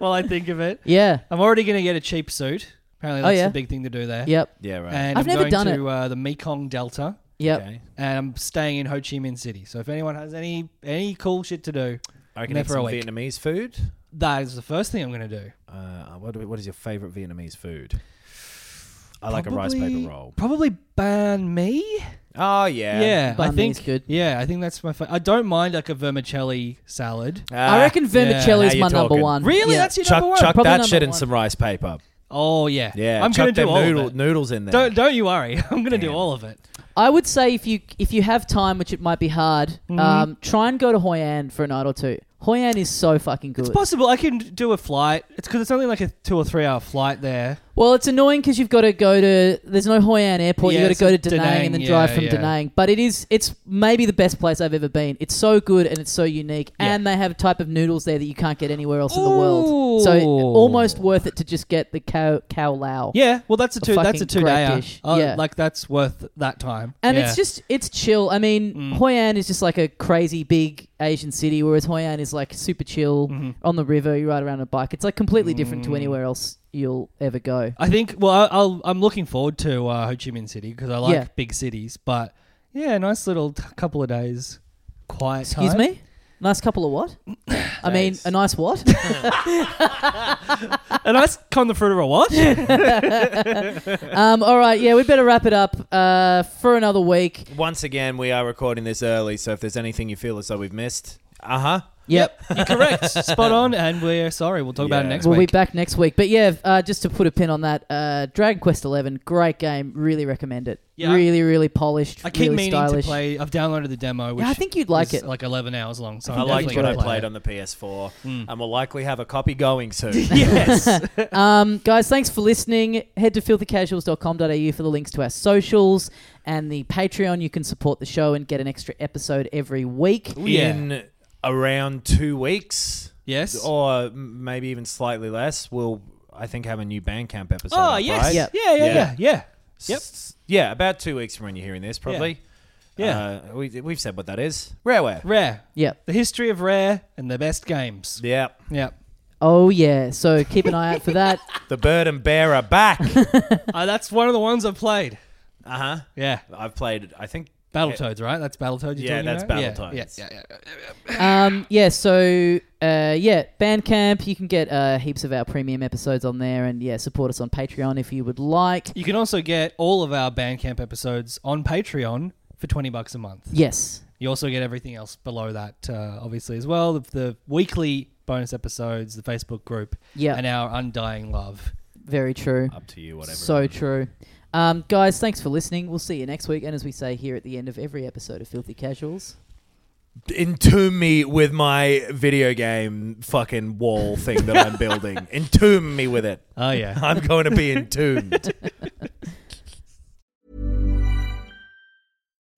[SPEAKER 2] while I think of it,
[SPEAKER 1] Yeah.
[SPEAKER 2] I'm already going to get a cheap suit. Apparently,
[SPEAKER 1] Oh,
[SPEAKER 2] that's
[SPEAKER 1] yeah.
[SPEAKER 2] the big thing to do there.
[SPEAKER 1] Yep.
[SPEAKER 3] Yeah. Right.
[SPEAKER 2] And
[SPEAKER 1] I've
[SPEAKER 2] I'm
[SPEAKER 1] never
[SPEAKER 2] going
[SPEAKER 1] done
[SPEAKER 2] to Uh, the Mekong Delta,
[SPEAKER 1] Yep.
[SPEAKER 3] Okay.
[SPEAKER 2] and I'm staying in Ho Chi Minh City. So if anyone has any any cool shit to do,
[SPEAKER 3] I can
[SPEAKER 2] There
[SPEAKER 3] eat
[SPEAKER 2] for a
[SPEAKER 3] some
[SPEAKER 2] week.
[SPEAKER 3] Vietnamese food.
[SPEAKER 2] that is the first thing I'm going to do.
[SPEAKER 3] Uh, what, what is your favorite Vietnamese food? I like a rice
[SPEAKER 2] Probably-
[SPEAKER 3] paper roll.
[SPEAKER 2] Probably ban me.
[SPEAKER 3] Oh yeah.
[SPEAKER 2] Yeah, I
[SPEAKER 1] Banh mi's
[SPEAKER 2] think
[SPEAKER 1] good.
[SPEAKER 2] Yeah, I think that's my. Fa- I don't mind like a vermicelli salad.
[SPEAKER 3] Ah,
[SPEAKER 1] I reckon vermicelli's
[SPEAKER 3] now
[SPEAKER 1] my
[SPEAKER 3] you're
[SPEAKER 1] number
[SPEAKER 3] talking.
[SPEAKER 1] one.
[SPEAKER 2] Really,
[SPEAKER 1] Mm. Yeah.
[SPEAKER 2] that's your
[SPEAKER 3] Chuck,
[SPEAKER 2] number one.
[SPEAKER 3] chuck
[SPEAKER 1] Probably
[SPEAKER 3] that
[SPEAKER 1] number
[SPEAKER 3] shit in
[SPEAKER 1] one.
[SPEAKER 3] some rice paper.
[SPEAKER 2] oh yeah,
[SPEAKER 3] Yeah.
[SPEAKER 2] I'm going
[SPEAKER 3] chuck
[SPEAKER 2] to do
[SPEAKER 3] them
[SPEAKER 2] all
[SPEAKER 3] noodle,
[SPEAKER 2] of it.
[SPEAKER 3] noodles in there.
[SPEAKER 2] Don't don't you worry. I'm going to do
[SPEAKER 3] Damn.
[SPEAKER 2] all of it.
[SPEAKER 1] I would say if you if you have time, which it might be hard,
[SPEAKER 2] Mm-hmm.
[SPEAKER 1] um, try and go to Hoi An for a night or two. Hoi An is so fucking good.
[SPEAKER 2] It's possible I can do a flight. It's because it's only like a two or three hour flight there.
[SPEAKER 1] well, it's annoying because you've got to go to. There's no Hoi An airport.
[SPEAKER 2] Yeah,
[SPEAKER 1] you got
[SPEAKER 2] it's
[SPEAKER 1] to go to Da
[SPEAKER 2] Da
[SPEAKER 1] Nang
[SPEAKER 2] Nang,
[SPEAKER 1] and then
[SPEAKER 2] yeah,
[SPEAKER 1] drive from
[SPEAKER 2] yeah.
[SPEAKER 1] Da Nang. But it is. It's maybe the best place I've ever been. It's so good and it's so unique. And they have a type of noodles there that you can't get anywhere else in the world. So
[SPEAKER 2] Ooh.
[SPEAKER 1] almost worth it to just get the cow cow lao.
[SPEAKER 2] Yeah, well that's a two. that's a
[SPEAKER 1] fucking
[SPEAKER 2] two
[SPEAKER 1] great
[SPEAKER 2] day.
[SPEAKER 1] dish.
[SPEAKER 2] Oh,
[SPEAKER 1] Yeah.
[SPEAKER 2] like that's worth that time.
[SPEAKER 1] And
[SPEAKER 2] Yeah. Mm.
[SPEAKER 1] it's just it's chill. I mean, Hoi An is just like a crazy big Asian city, whereas Hoi An is like super chill
[SPEAKER 2] Mm-hmm.
[SPEAKER 1] on the river. You ride around on a bike. It's like completely different
[SPEAKER 2] Mm.
[SPEAKER 1] to anywhere else you'll ever go.
[SPEAKER 2] I think. Well, I, I'll. I'm looking forward to uh, Ho Chi Minh City because I like
[SPEAKER 1] Yeah.
[SPEAKER 2] big cities. But yeah, nice little t- couple of days, quiet.
[SPEAKER 1] Excuse
[SPEAKER 2] time.
[SPEAKER 1] me. Nice couple of what? I mean,
[SPEAKER 3] Days.
[SPEAKER 1] a nice what?
[SPEAKER 2] A nice con the fruit of a what?
[SPEAKER 1] um, all right, yeah, we better wrap it up uh, for another week.
[SPEAKER 3] Once again, we are recording this early, so if there's anything you feel as though we've missed, uh huh.
[SPEAKER 1] Yep,
[SPEAKER 2] You're correct. Spot on. And we're sorry. We'll talk about it
[SPEAKER 3] Yeah.
[SPEAKER 2] next
[SPEAKER 1] we'll
[SPEAKER 2] week.
[SPEAKER 1] be back next week. But yeah, uh, just to put a pin on that, uh, Dragon Quest Eleven, great game. Really recommend it.
[SPEAKER 2] Yeah.
[SPEAKER 1] Really, really polished.
[SPEAKER 2] I keep
[SPEAKER 1] really
[SPEAKER 2] meaning
[SPEAKER 1] stylish.
[SPEAKER 2] to play. I've downloaded the demo. Which
[SPEAKER 1] I think you'd like
[SPEAKER 2] is
[SPEAKER 1] it.
[SPEAKER 2] Like 11 hours long. So
[SPEAKER 3] I
[SPEAKER 2] I'm
[SPEAKER 3] liked
[SPEAKER 2] definitely
[SPEAKER 3] what I
[SPEAKER 2] gonna play
[SPEAKER 3] played
[SPEAKER 2] it.
[SPEAKER 3] on the PS4, and we'll likely have a copy going soon.
[SPEAKER 2] Yes.
[SPEAKER 1] Um, guys, thanks for listening. Head to filthycasuals.com.au for the links to our socials and the Patreon. You can support the show and get an extra episode every week.
[SPEAKER 2] Yeah.
[SPEAKER 3] In around two weeks,
[SPEAKER 2] yes.
[SPEAKER 3] or m- maybe even slightly less, we'll I think have a new Bandcamp episode.
[SPEAKER 2] oh
[SPEAKER 3] up,
[SPEAKER 2] yes.
[SPEAKER 3] right?
[SPEAKER 1] Yep.
[SPEAKER 2] Yeah. Yeah.
[SPEAKER 3] Yeah.
[SPEAKER 2] Yeah. Yeah. Yep.
[SPEAKER 3] S- Yeah, about two weeks from when you're hearing this, probably.
[SPEAKER 2] Yeah.
[SPEAKER 3] Uh, we, we've said what that is. Rareware.
[SPEAKER 2] Rare.
[SPEAKER 1] Yep.
[SPEAKER 2] The history of rare and the best games.
[SPEAKER 3] yeah.
[SPEAKER 2] Yep.
[SPEAKER 1] Oh, yeah. So keep an eye out for that.
[SPEAKER 3] The Bird and Bear are back. uh
[SPEAKER 2] Uh, that's one of the ones I've played.
[SPEAKER 3] huh.
[SPEAKER 2] Yeah.
[SPEAKER 3] I've played, I think.
[SPEAKER 2] Battletoads, right? That's Battletoads. You're
[SPEAKER 3] Eh, Yeah,
[SPEAKER 2] talking
[SPEAKER 3] that's
[SPEAKER 2] about?
[SPEAKER 3] Battletoads.
[SPEAKER 2] Yeah, yeah, yeah, yeah.
[SPEAKER 1] Um, yeah, so uh, yeah, Bandcamp. You can get uh, heaps of our premium episodes on there. And yeah, support us on Patreon if you would like.
[SPEAKER 2] You can also get all of our Bandcamp episodes on Patreon for twenty bucks a month.
[SPEAKER 1] Yes.
[SPEAKER 2] You also get everything else below that, uh, obviously as well. The, the weekly bonus episodes, the Facebook group,
[SPEAKER 1] Yeah.
[SPEAKER 2] and our undying love.
[SPEAKER 1] Very true.
[SPEAKER 3] Up to you, whatever.
[SPEAKER 1] So true. Um, guys, thanks for listening. We'll see you next week. And as we say here at the end of every episode of Filthy Casuals.
[SPEAKER 3] entomb me with my video game fucking wall thing that I'm building. entomb me with it.
[SPEAKER 2] Oh yeah.
[SPEAKER 3] I'm going to be entombed.